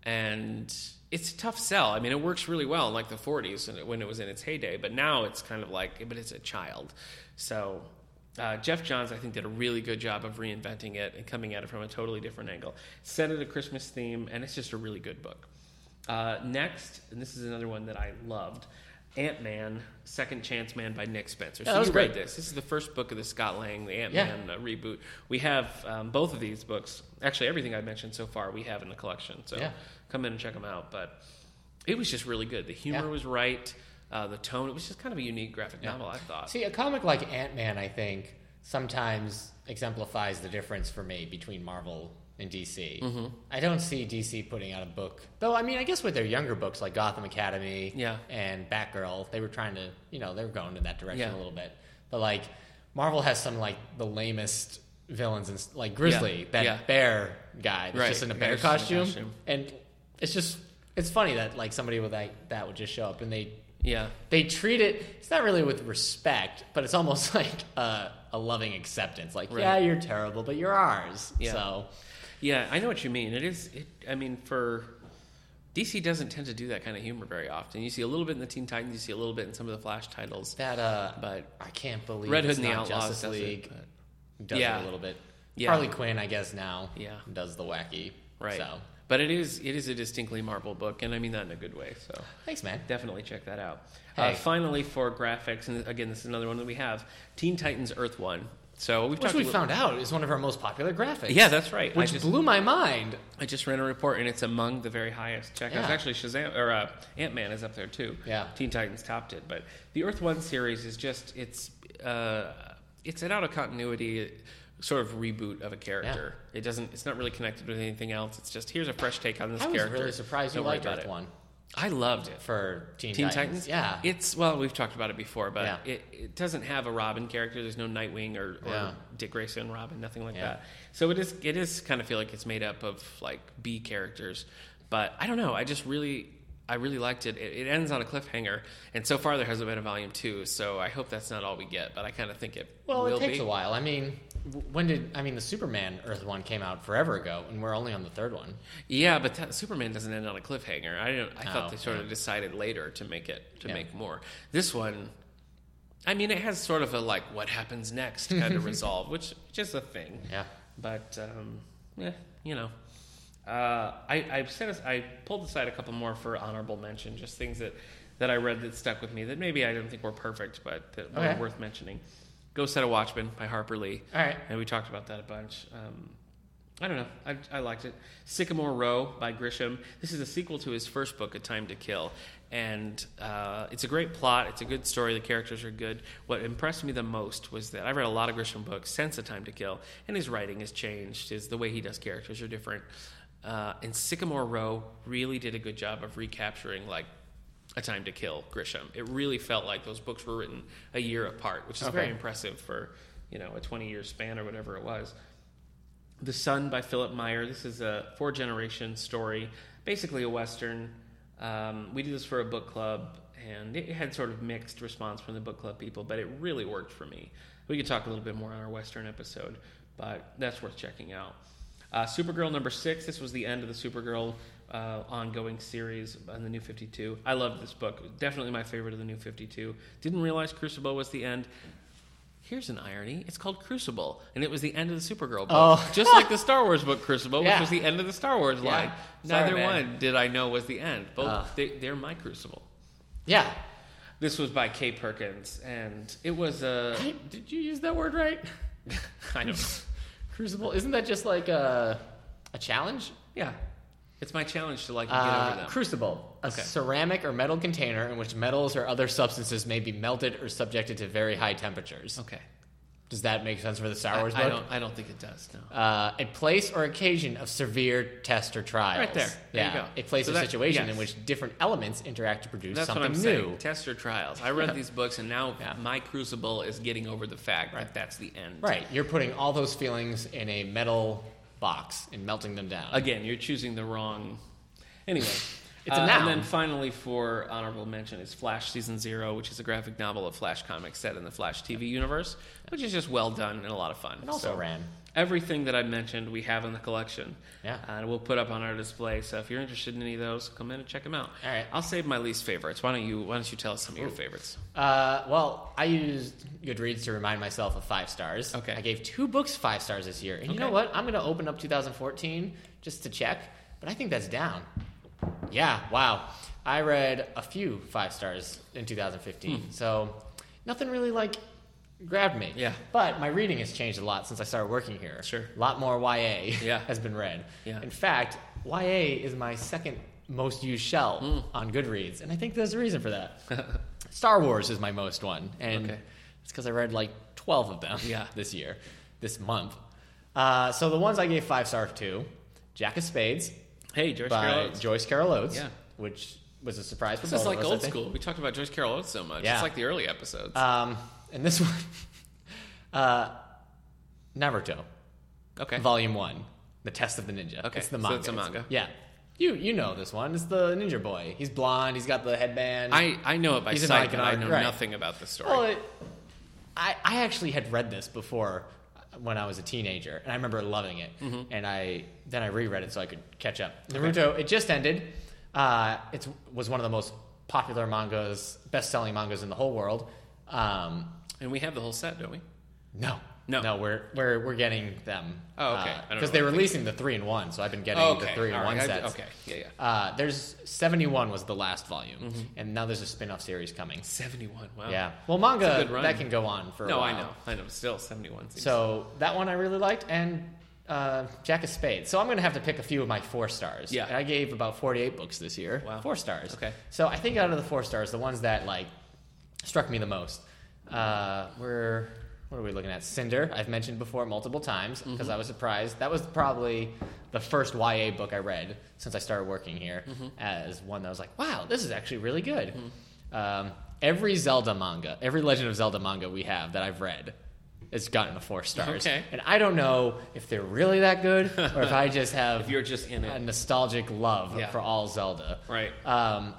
Speaker 1: And it's a tough sell. I mean, it works really well in like the 40s and it- when it was in its heyday, but now it's kind of like, but it's a child. So uh, Jeff Johns, I think, did a really good job of reinventing it and coming at it from a totally different angle. Set it a Christmas theme, and it's just a really good book. Uh, next, and this is another one that I loved. Ant Man, Second Chance Man by Nick Spencer.
Speaker 2: Yeah,
Speaker 1: So
Speaker 2: that was
Speaker 1: you read
Speaker 2: great.
Speaker 1: this. This is the first book of the Scott Lang, the Ant
Speaker 2: Yeah.
Speaker 1: Man uh, reboot. We have um, both of these books. Actually, everything I've mentioned so far, we have in the collection. So
Speaker 2: Yeah.
Speaker 1: come in and check them out. But it was just really good. The humor
Speaker 2: Yeah.
Speaker 1: was right. uh, the tone. It was just kind of a unique graphic novel, I thought.
Speaker 2: See, a comic like Ant Man, I think, sometimes exemplifies the difference for me between Marvel and DC.
Speaker 1: Mm-hmm.
Speaker 2: I don't see DC putting out a book, though. I mean, I guess with their younger books like Gotham Academy,
Speaker 1: Yeah.
Speaker 2: and Batgirl, they were trying to, you know, they were going in that direction
Speaker 1: Yeah.
Speaker 2: a little bit. But like, Marvel has some like the lamest villains and s- like Grizzly, that
Speaker 1: yeah.
Speaker 2: bear guy, that's
Speaker 1: Right,
Speaker 2: just in a
Speaker 1: the
Speaker 2: bear
Speaker 1: bear's just in a
Speaker 2: costume.
Speaker 1: costume.
Speaker 2: and it's just it's funny that like somebody with like that would just show up and they
Speaker 1: yeah,
Speaker 2: they treat it it's not really with respect but it's almost like a, a loving acceptance like
Speaker 1: Right.
Speaker 2: yeah you're terrible but you're ours
Speaker 1: Yeah.
Speaker 2: so
Speaker 1: yeah. I know what you mean. It is. It, I mean, for DC doesn't tend to do that kind of humor very often. You see a little bit in the Teen Titans. You see a little bit in some of the Flash titles.
Speaker 2: that uh
Speaker 1: But
Speaker 2: i can't believe
Speaker 1: Red Hood
Speaker 2: it's
Speaker 1: and the
Speaker 2: not
Speaker 1: Outlaws
Speaker 2: justice
Speaker 1: does it,
Speaker 2: league does
Speaker 1: Yeah.
Speaker 2: it a little bit
Speaker 1: Yeah.
Speaker 2: harley quinn i guess now
Speaker 1: Yeah.
Speaker 2: does the wacky
Speaker 1: right.
Speaker 2: so
Speaker 1: But it is it is a distinctly Marvel book, and I mean that in a good way. So
Speaker 2: thanks man
Speaker 1: definitely check that out. Uh,
Speaker 2: Hey.
Speaker 1: finally, for graphics, and again, this is another one that we have: Teen Titans Earth One. So we've
Speaker 2: which
Speaker 1: talked.
Speaker 2: we
Speaker 1: a little-
Speaker 2: found out is one of our most popular graphics
Speaker 1: Yeah, that's right. I
Speaker 2: which
Speaker 1: just,
Speaker 2: blew my mind
Speaker 1: I just ran a report, and it's among the very highest checkouts.
Speaker 2: Yeah.
Speaker 1: Actually, Shazam or uh, Ant Man is up there too.
Speaker 2: Yeah.
Speaker 1: Teen Titans topped it, but the Earth One series is just it's uh, it's an out of continuity sort of reboot of a character. It doesn't. It's not really connected with anything else. It's just here's a fresh take on this
Speaker 2: i was
Speaker 1: character.
Speaker 2: really surprised you
Speaker 1: Don't worry
Speaker 2: liked
Speaker 1: about
Speaker 2: earth
Speaker 1: it.
Speaker 2: one
Speaker 1: I loved it.
Speaker 2: for teen,
Speaker 1: Teen
Speaker 2: titans.
Speaker 1: Titans.
Speaker 2: yeah
Speaker 1: It's well, we've talked about it before, but
Speaker 2: Yeah.
Speaker 1: it, it doesn't have a Robin character. There's no Nightwing or, or
Speaker 2: Yeah.
Speaker 1: Dick Grayson Robin, nothing like
Speaker 2: Yeah.
Speaker 1: that. So it is it is kind of feel like it's made up of like B characters, but I don't know. I just really I really liked it. It, it ends on a cliffhanger, and so far there hasn't been a volume two. So I hope that's not all we get, but I kind of think it
Speaker 2: Well,
Speaker 1: will
Speaker 2: it takes
Speaker 1: be.
Speaker 2: a while. I mean, w- when did I mean the Superman Earth one came out forever ago, and we're only on the third one.
Speaker 1: Yeah, but that, Superman doesn't end on a cliffhanger. I don't. I
Speaker 2: Oh,
Speaker 1: thought they sort
Speaker 2: yeah.
Speaker 1: of decided later to make it to
Speaker 2: Yeah.
Speaker 1: make more. This one, I mean, it has sort of a like what happens next kind of resolve, which which is a thing.
Speaker 2: Yeah,
Speaker 1: But um, yeah, you know, uh, I I set as- I pulled aside a couple more for honorable mention, just things that that I read that stuck with me that maybe I don't think were perfect, but that
Speaker 2: Okay.
Speaker 1: were worth mentioning. Go Set a Watchman by Harper Lee.
Speaker 2: All right.
Speaker 1: And we talked about that a bunch. Um, I don't know. I, I liked it. Sycamore Row by Grisham. This is a sequel to his first book, A Time to Kill. And uh, it's a great plot. It's a good story. The characters are good. What impressed me the most was that I read a lot of Grisham books since A Time to Kill, and his writing has changed. His the way he does characters are different. Uh, and Sycamore Row really did a good job of recapturing like A Time to Kill Grisham. It really felt like those books were written a year apart, which is
Speaker 2: Okay.
Speaker 1: very impressive for you know a 20 year span or whatever it was. The Sun by Philip Meyer. This is a four generation story, basically a Western. Um, we did this for a book club, and it had sort of mixed response from the book club people, but it really worked for me. We could talk a little bit more on our Western episode, but that's worth checking out. Uh, Supergirl number six. This was the end of the Supergirl uh, ongoing series on the New 52. I loved this book. Definitely my favorite of the New 52. Didn't realize Crucible was the end. Here's an irony. It's called Crucible, and it was the end of the Supergirl book,
Speaker 2: Oh.
Speaker 1: just like the Star Wars book Crucible,
Speaker 2: Yeah.
Speaker 1: which was the end of the Star Wars
Speaker 2: Yeah.
Speaker 1: line.
Speaker 2: Sorry,
Speaker 1: Neither
Speaker 2: man. Uh.
Speaker 1: one did I know was the end. Both
Speaker 2: Ugh.
Speaker 1: they, they're my Crucible.
Speaker 2: yeah.
Speaker 1: This was by Kay Perkins, and it was a
Speaker 2: Did you use that word right?
Speaker 1: I don't
Speaker 2: Crucible. Isn't that just like a a challenge?
Speaker 1: yeah. It's my challenge to like get over
Speaker 2: Uh,
Speaker 1: them.
Speaker 2: crucible, a
Speaker 1: Okay.
Speaker 2: ceramic or metal container in which metals or other substances may be melted or subjected to very high temperatures.
Speaker 1: okay,
Speaker 2: Does that make sense for the Star
Speaker 1: I,
Speaker 2: Wars
Speaker 1: I
Speaker 2: book?
Speaker 1: don't. I don't think it does. No.
Speaker 2: Uh, a place or occasion of severe test or trials.
Speaker 1: Right there. There you
Speaker 2: yeah.
Speaker 1: go.
Speaker 2: A place
Speaker 1: So
Speaker 2: or
Speaker 1: that-
Speaker 2: situation
Speaker 1: yes.
Speaker 2: in which different elements interact to produce
Speaker 1: That's
Speaker 2: something
Speaker 1: what
Speaker 2: new.
Speaker 1: I'm saying. Test your trials. I read
Speaker 2: Yeah.
Speaker 1: these books, and now
Speaker 2: Yeah.
Speaker 1: my crucible is getting over the fact that that's the end.
Speaker 2: Right. You're putting all those feelings in a metal box and melting them down.
Speaker 1: Again, you're choosing the wrong. Anyway, Uh,
Speaker 2: It's a noun.
Speaker 1: And then finally, for honorable mention, is Flash Season Zero, which is a graphic novel of Flash comics set in the Flash TV universe, which is just well done and a lot of fun.
Speaker 2: It also
Speaker 1: So-
Speaker 2: ran.
Speaker 1: Everything that I mentioned, we have in the collection. Uh,
Speaker 2: Yeah.
Speaker 1: And we'll put up on our display. So if you're interested in any of those, come in and check them out.
Speaker 2: All right.
Speaker 1: I'll save my least favorites. Why don't you? Why don't you tell us some of your favorites?
Speaker 2: Uh, well, I used Goodreads to remind myself of five stars.
Speaker 1: Okay.
Speaker 2: I gave two books five stars this year. And you know
Speaker 1: Okay.
Speaker 2: what? I'm going to open up 2014 just to check, but I think that's down. Yeah, wow. I read a few five stars in 2015.
Speaker 1: Hmm.
Speaker 2: So nothing really like grabbed me.
Speaker 1: Yeah.
Speaker 2: But my reading has changed a lot since I started working here.
Speaker 1: Sure.
Speaker 2: A lot more YA
Speaker 1: Yeah.
Speaker 2: has been read.
Speaker 1: Yeah.
Speaker 2: In fact, YA is my second most used shell
Speaker 1: Hmm.
Speaker 2: on Goodreads, and I think there's a reason for that. Star Wars is my most one, and
Speaker 1: Okay.
Speaker 2: it's because I read like 12 of them
Speaker 1: Yeah.
Speaker 2: this year, this month. Uh, so the ones I gave five stars to, Jack of Spades
Speaker 1: Hey, George
Speaker 2: by
Speaker 1: Carroll. Oates.
Speaker 2: Joyce Carol Oates,
Speaker 1: Yeah.
Speaker 2: which was a surprise for
Speaker 1: This
Speaker 2: both
Speaker 1: is like
Speaker 2: of us, I
Speaker 1: old
Speaker 2: think.
Speaker 1: school. We talked about George Carroll Oates so much.
Speaker 2: Yeah.
Speaker 1: It's like the early episodes.
Speaker 2: Um, and this one, uh, Naruto,
Speaker 1: okay.
Speaker 2: Volume One, The Test of the Ninja.
Speaker 1: Okay,
Speaker 2: it's the
Speaker 1: so
Speaker 2: manga.
Speaker 1: it's a manga.
Speaker 2: yeah, you you know this one. It's the ninja boy. He's blonde. He's got the headband.
Speaker 1: I, I know it by
Speaker 2: He's an
Speaker 1: sight, but I
Speaker 2: icon,
Speaker 1: know
Speaker 2: right.
Speaker 1: nothing about the story.
Speaker 2: Well, it, I, I actually had read this before when I was a teenager, and I remember loving it.
Speaker 1: Mm-hmm.
Speaker 2: And I then I reread it so I could catch up. Naruto, it just ended. Uh, it was one of the most popular mangas, best-selling mangas in the whole world. Um,
Speaker 1: and we have the whole set, don't we?
Speaker 2: no,
Speaker 1: No.
Speaker 2: no, we're we're we're getting them. Uh,
Speaker 1: Oh, okay. I don't know
Speaker 2: Because they're
Speaker 1: what I'm
Speaker 2: releasing the three in one, so I've been getting the three in
Speaker 1: all
Speaker 2: one
Speaker 1: right, I-
Speaker 2: sets.
Speaker 1: okay. Yeah, yeah.
Speaker 2: Uh, there's 71 was the last volume,
Speaker 1: Mm-hmm.
Speaker 2: and now there's a spin-off series coming.
Speaker 1: 71. Wow.
Speaker 2: Yeah. Um, Well,
Speaker 1: It's a
Speaker 2: manga
Speaker 1: good run.
Speaker 2: that can go on for a
Speaker 1: No,
Speaker 2: while.
Speaker 1: I know. I know. Still 71. seems-
Speaker 2: So that one I really liked, and uh, Jack of Spades. So I'm going to have to pick a few of my four stars.
Speaker 1: Yeah.
Speaker 2: And I gave about 48 books this year.
Speaker 1: Wow.
Speaker 2: Four stars.
Speaker 1: Okay.
Speaker 2: So I think out of the four stars, the ones that like struck me the most uh, were what are we looking at? Cinder. I've mentioned before multiple times
Speaker 1: Mm-hmm.
Speaker 2: because I was surprised. That was probably the first YA book I read since I started working here
Speaker 1: Mm-hmm.
Speaker 2: as one that was like, wow, this is actually really good.
Speaker 1: Mm-hmm.
Speaker 2: Um, every Zelda manga, every Legend of Zelda manga we have that I've read. has gotten a four stars,
Speaker 1: Okay.
Speaker 2: and I don't know if they're really that good, or if I just have
Speaker 1: if you're just in
Speaker 2: a
Speaker 1: it.
Speaker 2: nostalgic love
Speaker 1: Yeah.
Speaker 2: for all Zelda.
Speaker 1: Right.
Speaker 2: Um,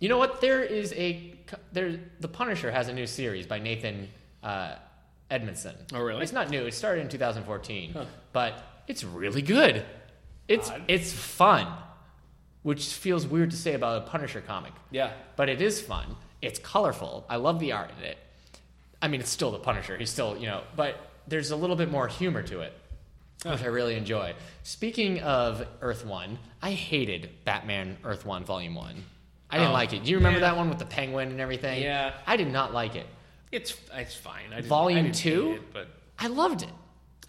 Speaker 2: you know what? There is a there. The Punisher has a new series by Nathan uh, Edmondson.
Speaker 1: Oh, really?
Speaker 2: It's not new. It started in 2014, but it's really good. It's it's fun, which feels weird to say about a Punisher comic,
Speaker 1: Yeah.
Speaker 2: but it is fun. It's colorful. I love the art in it. I mean, it's still the Punisher. He's still you know, but there's a little bit more humor to it which I really enjoy. Speaking of Earth One, I hated Batman Earth One Volume One. I didn't
Speaker 1: Oh.
Speaker 2: like it. Do you remember
Speaker 1: Yeah.
Speaker 2: that one with the penguin and everything?
Speaker 1: Yeah.
Speaker 2: I did not like it.
Speaker 1: It's it's fine. I didn't,
Speaker 2: Volume
Speaker 1: I didn't hate
Speaker 2: two?
Speaker 1: it, but
Speaker 2: I loved it.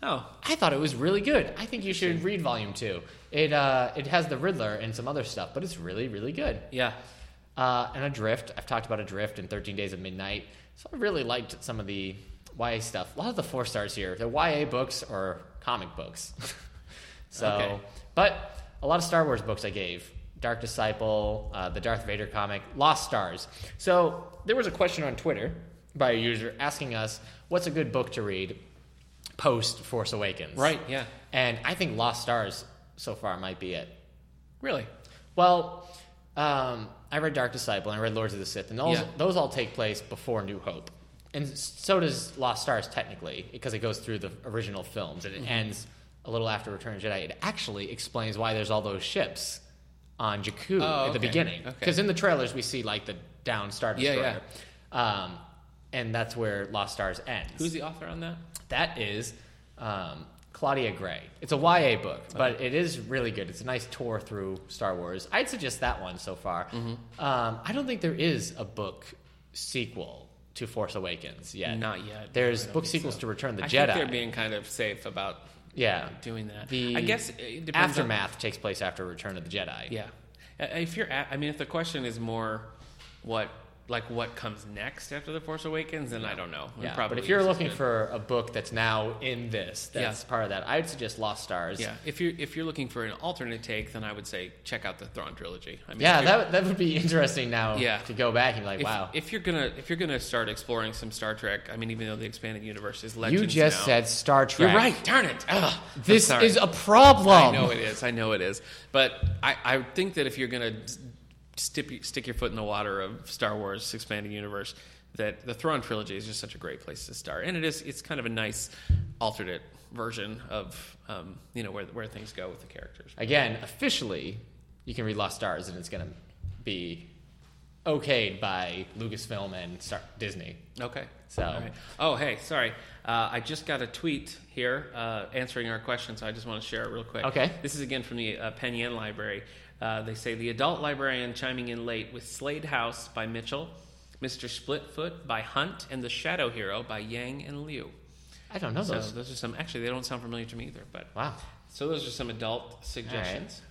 Speaker 1: oh,
Speaker 2: I thought it was really good. I think you should read Volume Two. It uh, it has the Riddler and some other stuff, but it's really really good.
Speaker 1: yeah.
Speaker 2: Uh, and Adrift. I've talked about Adrift and 13 Days of Midnight. So I really liked some of the YA stuff. A lot of the four stars here, they're YA books or comic books. so,
Speaker 1: Okay.
Speaker 2: but a lot of Star Wars books I gave Dark Disciple, uh, the Darth Vader comic, Lost Stars. So there was a question on Twitter by a user asking us, what's a good book to read post Force Awakens?
Speaker 1: Right. Yeah.
Speaker 2: And I think Lost Stars so far might be it.
Speaker 1: Really.
Speaker 2: Well, um, I read Dark Disciple and I read Lords of the Sith, and those
Speaker 1: Yeah.
Speaker 2: those all take place before New Hope, and s- so does Lost Stars technically because it goes through the original films and it
Speaker 1: Mm-hmm.
Speaker 2: ends a little after Return of the Jedi. It actually explains why there's all those ships on Jakku
Speaker 1: Oh,
Speaker 2: at the
Speaker 1: okay.
Speaker 2: beginning
Speaker 1: Okay.
Speaker 2: because in the trailers we see like the down Star
Speaker 1: Yeah,
Speaker 2: Destroyer, Um, and that's where Lost Stars ends.
Speaker 1: Who's the author on that?
Speaker 2: That is um, Claudia Gray. It's a YA book, but it is really good. It's a nice tour through Star Wars. I'd suggest that one so far.
Speaker 1: Mm-hmm.
Speaker 2: Um, I don't think there is a book sequel to Force Awakens yet.
Speaker 1: Not yet.
Speaker 2: Uh, There's
Speaker 1: I don't
Speaker 2: book
Speaker 1: think
Speaker 2: sequels
Speaker 1: so.
Speaker 2: to Return of the
Speaker 1: I
Speaker 2: Jedi.
Speaker 1: think they're being kind of safe about
Speaker 2: yeah.
Speaker 1: doing that.
Speaker 2: The
Speaker 1: I guess it depends on-
Speaker 2: Aftermath takes place after Return of the Jedi.
Speaker 1: Yeah. Uh, If you're, at, I mean, if the question is more, what like what comes next after the Force Awakens, then I don't know. It
Speaker 2: Yeah,
Speaker 1: probably
Speaker 2: but if you're
Speaker 1: is
Speaker 2: looking
Speaker 1: good.
Speaker 2: for a book that's now in this, that's part of that. I'd suggest Lost Stars.
Speaker 1: yeah, if you're if you're looking for an alternate take, then I would say check out the Thrawn trilogy. I mean,
Speaker 2: yeah,
Speaker 1: if you're-
Speaker 2: that, that would be interesting now
Speaker 1: Yeah.
Speaker 2: to go back and be like,
Speaker 1: if,
Speaker 2: wow.
Speaker 1: If you're gonna if you're gonna start exploring some Star Trek, I mean, even though the expanded universe is legends,
Speaker 2: You just
Speaker 1: now-
Speaker 2: said Star Trek.
Speaker 1: You're right. Darn it. Ugh, I'm
Speaker 2: This
Speaker 1: sorry.
Speaker 2: is a problem.
Speaker 1: I know it is. I know it is. But I, I think that if you're going to stick, stick your foot in the water of Star Wars expanded universe, that the Thrawn trilogy is just such a great place to start, and it is. It's kind of a nice alternate version of um, you know where where things go with the characters.
Speaker 2: Again, officially, you can read Lost Stars, and it's going to be okayed by Lucasfilm and Star- Disney.
Speaker 1: Okay.
Speaker 2: So-
Speaker 1: All right. oh hey, sorry. Uh, I just got a tweet here uh, answering our question, so I just want to share it real quick.
Speaker 2: Okay.
Speaker 1: This is again from the uh, Penn Yan Library. Uh, they say the adult librarian chiming in late with Slade House by Mitchell, Mr. Splitfoot by Hunt, and The Shadow Hero by Yang and Liu.
Speaker 2: I don't know
Speaker 1: So
Speaker 2: those.
Speaker 1: those are some. Actually, they don't sound familiar to me either. But
Speaker 2: Wow.
Speaker 1: so those are some adult suggestions.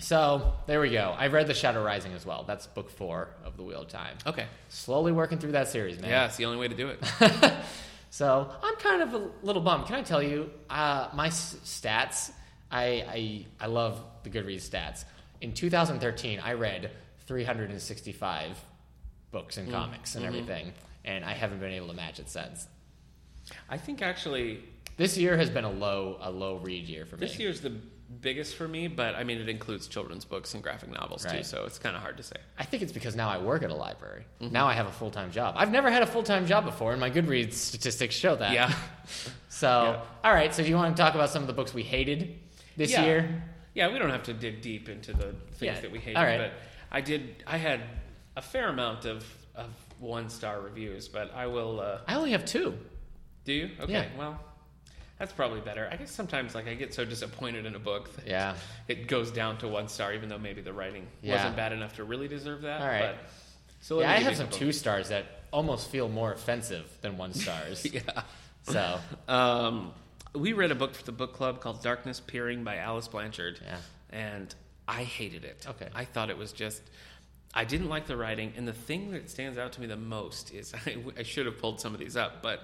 Speaker 2: So there we go. I've read The Shadow Rising as well. That's book four of The Wheel of Time.
Speaker 1: Okay.
Speaker 2: Slowly working through that series, man.
Speaker 1: Yeah, it's the only way to do it.
Speaker 2: So I'm kind of a little bummed. Can I tell you, uh, my s- stats? I, I I love the Goodreads stats. In 2013, I read 365 books
Speaker 1: Mm,
Speaker 2: and comics
Speaker 1: mm-hmm.
Speaker 2: and everything, and I haven't been able to match it since.
Speaker 1: I think actually
Speaker 2: This year has been a low a low read year for me.
Speaker 1: this year's the biggest for me, but I mean it includes children's books and graphic novels too,
Speaker 2: Right.
Speaker 1: so it's kind of hard to say.
Speaker 2: I think it's because now I work at a library.
Speaker 1: Mm-hmm.
Speaker 2: Now I have a full time job. I've never had a full time job before, and my Goodreads statistics show that.
Speaker 1: Yeah.
Speaker 2: So,
Speaker 1: Yeah.
Speaker 2: all right. So, do you want to talk about some of the books we hated this
Speaker 1: Yeah.
Speaker 2: year?
Speaker 1: Yeah, we don't have to dig deep into the things
Speaker 2: Yeah,
Speaker 1: that we hate,
Speaker 2: all right.
Speaker 1: but I did I had a fair amount of of one-star reviews, but I will uh
Speaker 2: I only have two.
Speaker 1: do you? Okay.
Speaker 2: Yeah.
Speaker 1: Well, that's probably better. I guess sometimes like I get so disappointed in a book that
Speaker 2: Yeah.
Speaker 1: it goes down to one star, even though maybe the writing
Speaker 2: Yeah.
Speaker 1: wasn't bad enough to really deserve that.
Speaker 2: All right.
Speaker 1: But, so let
Speaker 2: yeah,
Speaker 1: me
Speaker 2: I
Speaker 1: give
Speaker 2: have
Speaker 1: you
Speaker 2: some
Speaker 1: a couple.
Speaker 2: two stars that almost feel more offensive than one stars.
Speaker 1: Yeah.
Speaker 2: So,
Speaker 1: Um, we read a book for the book club called Darkness Peering by Alice Blanchard.
Speaker 2: Yeah.
Speaker 1: And I hated it.
Speaker 2: Okay.
Speaker 1: I thought it was just. I didn't like the writing, and the thing that stands out to me the most is I, I should have pulled some of these up, but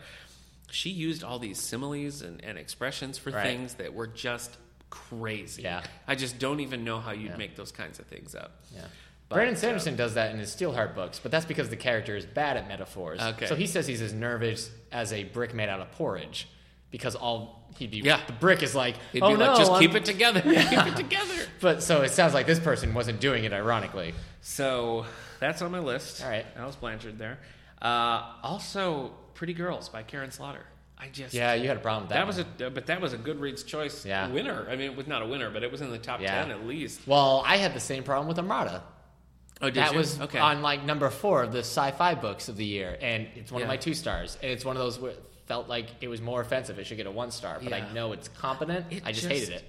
Speaker 1: she used all these similes and, and expressions for
Speaker 2: Right.
Speaker 1: things that were just crazy.
Speaker 2: Yeah.
Speaker 1: I just don't even know how you'd
Speaker 2: Yeah.
Speaker 1: make those kinds of things up.
Speaker 2: yeah.
Speaker 1: But,
Speaker 2: Brandon
Speaker 1: uh,
Speaker 2: Sanderson does that in his Steelheart books, but that's because the character is bad at metaphors.
Speaker 1: Okay.
Speaker 2: So he says he's as nervous as a brick made out of porridge, because all he'd be
Speaker 1: Yeah.
Speaker 2: the brick is like,
Speaker 1: It'd
Speaker 2: oh
Speaker 1: be
Speaker 2: no,
Speaker 1: like, just
Speaker 2: I'm-"
Speaker 1: keep it together. Keep it together.
Speaker 2: But so it sounds like this person wasn't doing it ironically.
Speaker 1: So that's on my list.
Speaker 2: All right.
Speaker 1: Alice Blanchard there. Uh, also, Pretty Girls by Karen Slaughter. I just
Speaker 2: Yeah, you had a problem with that.
Speaker 1: that was
Speaker 2: one.
Speaker 1: a but that was a Goodreads choice
Speaker 2: Yeah.
Speaker 1: winner. I mean, it was not a winner, but it was in the top
Speaker 2: Yeah.
Speaker 1: ten at least.
Speaker 2: well, I had the same problem with Amrata.
Speaker 1: Oh, did
Speaker 2: that
Speaker 1: you?
Speaker 2: was
Speaker 1: okay.
Speaker 2: on like number four of the sci-fi books of the year, and it's one of
Speaker 1: Yeah.
Speaker 2: my two stars. And it's one of those where it felt like it was more offensive. It should get a one star, but
Speaker 1: Yeah.
Speaker 2: I know it's competent.
Speaker 1: It
Speaker 2: I just, hated it.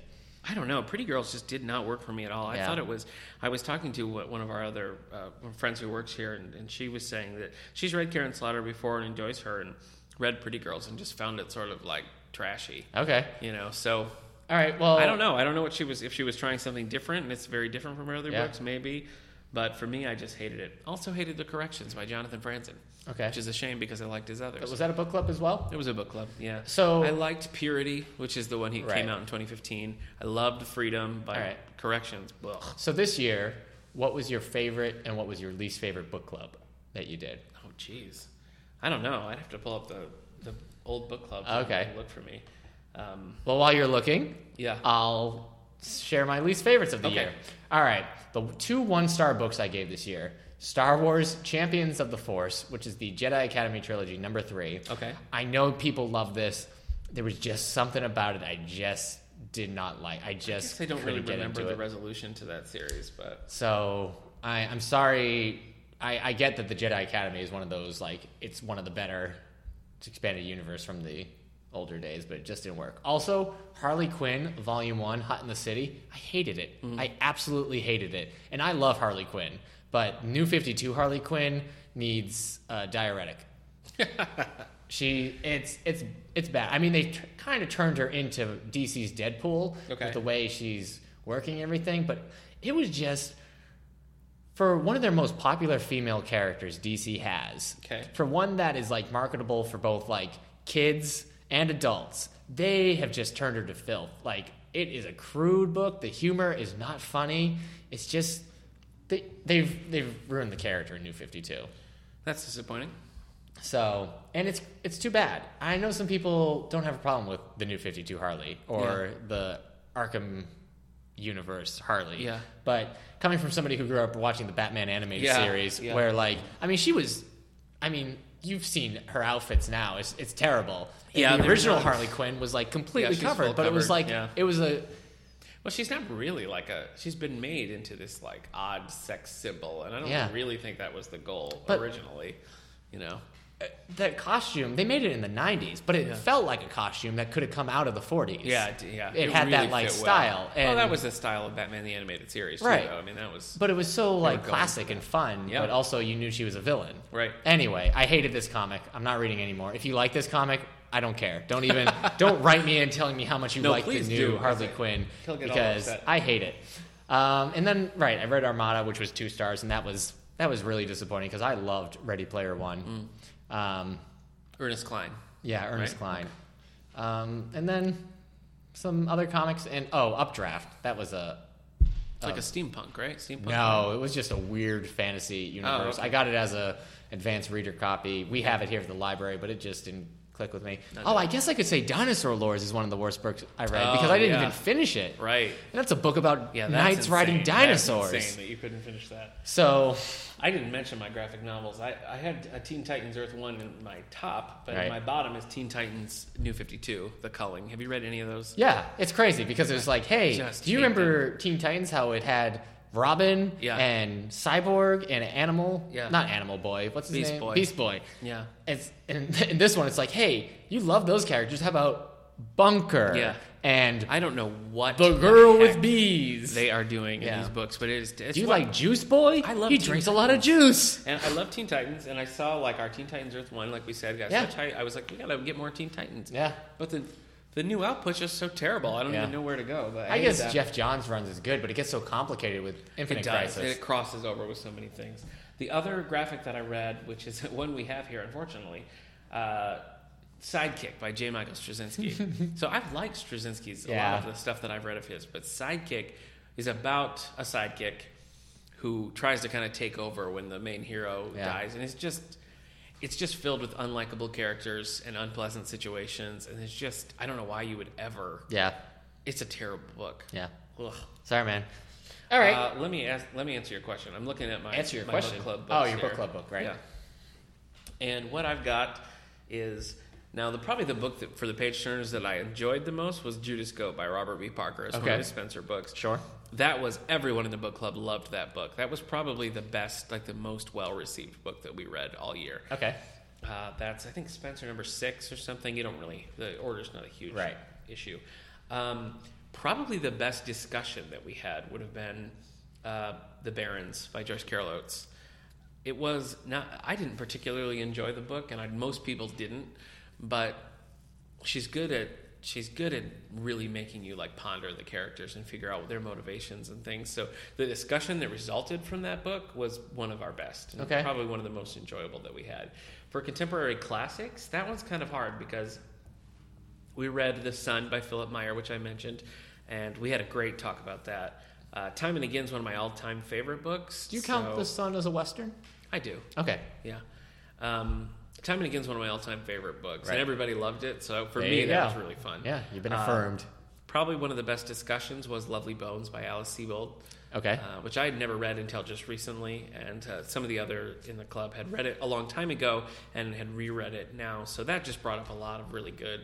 Speaker 1: I don't know. Pretty Girls just did not work for me at all. I
Speaker 2: Yeah.
Speaker 1: thought it was. I was talking to what- one of our other uh, friends who works here, and, and she was saying that she's read Karen Slaughter before and enjoys her, and read Pretty Girls and just found it sort of like trashy,
Speaker 2: Okay.
Speaker 1: you know. So
Speaker 2: All right. Well,
Speaker 1: I don't know. I don't know what she was if she was trying something different, and it's very different from her other
Speaker 2: Yeah.
Speaker 1: books, maybe. But for me, I just hated it. Also hated the corrections by Jonathan Franzen,
Speaker 2: Okay.
Speaker 1: which is a shame because I liked his others.
Speaker 2: But was that a book club as well?
Speaker 1: it was a book club, yeah.
Speaker 2: So-
Speaker 1: I liked Purity, which is the one he
Speaker 2: Right.
Speaker 1: came out in 2015. I loved Freedom by
Speaker 2: All right.
Speaker 1: Corrections. Ugh.
Speaker 2: So this year, what was your favorite and what was your least favorite book club that you did?
Speaker 1: Oh, jeez. I don't know. I'd have to pull up the the old book club.
Speaker 2: Okay. Uh,
Speaker 1: and Look for me. Um,
Speaker 2: Well, while you're looking,
Speaker 1: yeah.
Speaker 2: I'll share my least favorites of the
Speaker 1: Okay.
Speaker 2: year. All right, the two one-star books I gave this year: Star Wars: Champions of the Force, which is the Jedi Academy trilogy, number three.
Speaker 1: Okay.
Speaker 2: I know people love this. There was just something about it I just did not like. I
Speaker 1: I
Speaker 2: just
Speaker 1: guess I don't
Speaker 2: couldn't
Speaker 1: really
Speaker 2: get
Speaker 1: remember
Speaker 2: into it.
Speaker 1: the resolution to that series, but
Speaker 2: So I, I'm sorry. I, I get that the Jedi Academy is one of those like it's one of the better expanded universe from the older days, but it just didn't work. Also, Harley Quinn Volume One, Hot in the City. I hated it. I absolutely hated it. And I love Harley Quinn, but New Fifty Two Harley Quinn needs a diuretic. She it's it's it's bad. I mean, they t- kind of turned her into DC's Deadpool
Speaker 1: Okay.
Speaker 2: with the way she's working everything, but it was just for one of their most popular female characters DC has.
Speaker 1: Okay.
Speaker 2: For one that is like marketable for both like kids and adults, they have just turned her to filth. Like it is a crude book. The humor is not funny. It's just they, they've they've ruined the character in New Fifty Two.
Speaker 1: that's disappointing.
Speaker 2: So, and it's it's too bad. I know some people don't have a problem with the new 52 Harley or the Arkham universe Harley.
Speaker 1: Yeah.
Speaker 2: But coming from somebody who grew up watching the Batman animated
Speaker 1: Yeah,
Speaker 2: series
Speaker 1: yeah.
Speaker 2: where like I mean she was I mean You've seen her outfits now. It's, it's terrible. And
Speaker 1: Yeah,
Speaker 2: the
Speaker 1: they're
Speaker 2: original
Speaker 1: not-
Speaker 2: Harley Quinn was like completely
Speaker 1: she's
Speaker 2: covered,
Speaker 1: full
Speaker 2: but it was
Speaker 1: covered,
Speaker 2: like
Speaker 1: yeah.
Speaker 2: it was a
Speaker 1: Well, she's not really like a. She's been made into this like odd sex symbol, and I don't
Speaker 2: Yeah.
Speaker 1: really think that was the goal
Speaker 2: But-
Speaker 1: originally. You know,
Speaker 2: that costume. They made it in the '90s, but it
Speaker 1: Yeah.
Speaker 2: felt like a costume that could have come out of the '40s.
Speaker 1: yeah, it- yeah,
Speaker 2: It had that, like,
Speaker 1: fit well.
Speaker 2: style,
Speaker 1: well,
Speaker 2: and-
Speaker 1: that was the style of Batman the animated series, too,
Speaker 2: Right.
Speaker 1: Though. I mean, that was
Speaker 2: But it was so like
Speaker 1: going
Speaker 2: classic and fun,
Speaker 1: Yeah.
Speaker 2: but also you knew she was a villain.
Speaker 1: Right.
Speaker 2: Anyway, I hated this comic. I'm not reading anymore. If you like this comic, I don't care. Don't even don't write me in telling me how much you
Speaker 1: No,
Speaker 2: like the
Speaker 1: please
Speaker 2: new
Speaker 1: do.
Speaker 2: Harley
Speaker 1: Okay.
Speaker 2: Quinn
Speaker 1: He'll get all
Speaker 2: because
Speaker 1: upset.
Speaker 2: I hate it. Um, and then right, I read Armada, which was two stars, and that was that was really disappointing because I loved Ready Player One. Um,
Speaker 1: Ernest Klein.
Speaker 2: yeah, Ernest
Speaker 1: Mm. Right.
Speaker 2: Klein. Um, and then some other comics and oh, Updraft. That was a
Speaker 1: It's
Speaker 2: Um,
Speaker 1: like a steampunk, right? Steampunk.
Speaker 2: no, it was just a weird fantasy universe.
Speaker 1: Oh, okay.
Speaker 2: I got it as a advanced reader copy. We have it here at the library, but it just didn't click with me. oh, I guess I could say Dinosaur Lores is one of the worst books I read because
Speaker 1: Oh,
Speaker 2: I didn't
Speaker 1: yeah.
Speaker 2: even finish it.
Speaker 1: Right.
Speaker 2: And that's a book about
Speaker 1: Yeah, that's
Speaker 2: knights
Speaker 1: insane.
Speaker 2: riding
Speaker 1: That's
Speaker 2: dinosaurs.
Speaker 1: insane that you couldn't finish that.
Speaker 2: So
Speaker 1: I didn't mention my graphic novels. I, I had a Teen Titans Earth One in my top, but
Speaker 2: Right.
Speaker 1: my bottom is Teen Titans New Fifty Two, The Culling. Have you read any of those?
Speaker 2: yeah, it's crazy because it was like, hey,
Speaker 1: Just
Speaker 2: do you
Speaker 1: hate
Speaker 2: remember Teen Titans? How it had Robin
Speaker 1: Yeah.
Speaker 2: and Cyborg and Animal,
Speaker 1: Yeah.
Speaker 2: not Animal Boy. What's his
Speaker 1: Beast
Speaker 2: name?
Speaker 1: Boy.
Speaker 2: Beast Boy.
Speaker 1: Yeah.
Speaker 2: It's, and in this one, it's like, hey, you love those characters. How about Bunker?
Speaker 1: Yeah.
Speaker 2: And
Speaker 1: I don't know what
Speaker 2: the girl with
Speaker 1: heck
Speaker 2: bees.
Speaker 1: they are doing in
Speaker 2: Yeah.
Speaker 1: these books, but it is. It's
Speaker 2: do you
Speaker 1: one-
Speaker 2: like Juice Boy?
Speaker 1: I love
Speaker 2: He
Speaker 1: Teen
Speaker 2: drinks a lot of juice.
Speaker 1: And I love Teen Titans, and I saw like our Teen Titans Earth One, like we said, got
Speaker 2: Yeah.
Speaker 1: such high. I was like, we gotta get more Teen Titans.
Speaker 2: Yeah.
Speaker 1: But the the new output's just so terrible. I don't
Speaker 2: Yeah.
Speaker 1: even know where to go. But I,
Speaker 2: I,
Speaker 1: hate
Speaker 2: guess
Speaker 1: that.
Speaker 2: Jeff Johns runs is good, but it gets so complicated with Infinite
Speaker 1: it does.
Speaker 2: Crisis.
Speaker 1: and It crosses over with so many things. The other graphic that I read, which is one we have here, unfortunately, uh, Sidekick by J. Michael Straczynski. so I've liked Straczynski's a
Speaker 2: Yeah.
Speaker 1: lot of the stuff that I've read of his, but Sidekick is about a sidekick who tries to kind of take over when the main hero
Speaker 2: Yeah.
Speaker 1: dies, and it's just it's just filled with unlikable characters and unpleasant situations, and it's just I don't know why you would ever.
Speaker 2: Yeah.
Speaker 1: It's a terrible book.
Speaker 2: Yeah.
Speaker 1: Ugh.
Speaker 2: Sorry, man. All right.
Speaker 1: Uh, let me ask. Let me answer your question. I'm looking at my
Speaker 2: Answer your
Speaker 1: my
Speaker 2: question.
Speaker 1: Book club
Speaker 2: Oh,
Speaker 1: books
Speaker 2: your book
Speaker 1: here.
Speaker 2: club book, right.
Speaker 1: Yeah. And what I've got is now the probably the book that for the page turners that I enjoyed the most was Judas Goat by Robert B. Parker. It's one
Speaker 2: Okay.
Speaker 1: of his Spencer books.
Speaker 2: sure.
Speaker 1: That was everyone in the book club loved that book. That was probably the best, like the most well received book that we read all year.
Speaker 2: Okay.
Speaker 1: Uh, that's I think Spencer number six or something. You don't really the order's not a huge
Speaker 2: Right.
Speaker 1: issue. Um, probably the best discussion that we had would have been uh, the Barons by Joyce Carol Oates. It was not. I didn't particularly enjoy the book, and I, most people didn't. But she's good at she's good at really making you like ponder the characters and figure out their motivations and things. So the discussion that resulted from that book was one of our best. and
Speaker 2: Okay.
Speaker 1: Probably one of the most enjoyable that we had. For contemporary classics, that one's kind of hard because we read The Sun by Philip Meyer, which I mentioned, and we had a great talk about that. Uh, Time and Again is one of my all-time favorite books.
Speaker 2: Do you count
Speaker 1: so-
Speaker 2: the sun as a western?
Speaker 1: I do.
Speaker 2: Okay.
Speaker 1: Yeah. Um, Time and Again is one of my all-time favorite books,
Speaker 2: Right.
Speaker 1: and everybody loved it. So for
Speaker 2: There
Speaker 1: me,
Speaker 2: you
Speaker 1: that
Speaker 2: go.
Speaker 1: was really fun.
Speaker 2: Yeah, you've been
Speaker 1: Uh,
Speaker 2: affirmed.
Speaker 1: Probably one of the best discussions was "Lovely Bones" by Alice Siebold,
Speaker 2: Okay.
Speaker 1: uh, which I had never read until just recently, and uh, some of the other in the club had read it a long time ago and had reread it now. So that just brought up a lot of really good.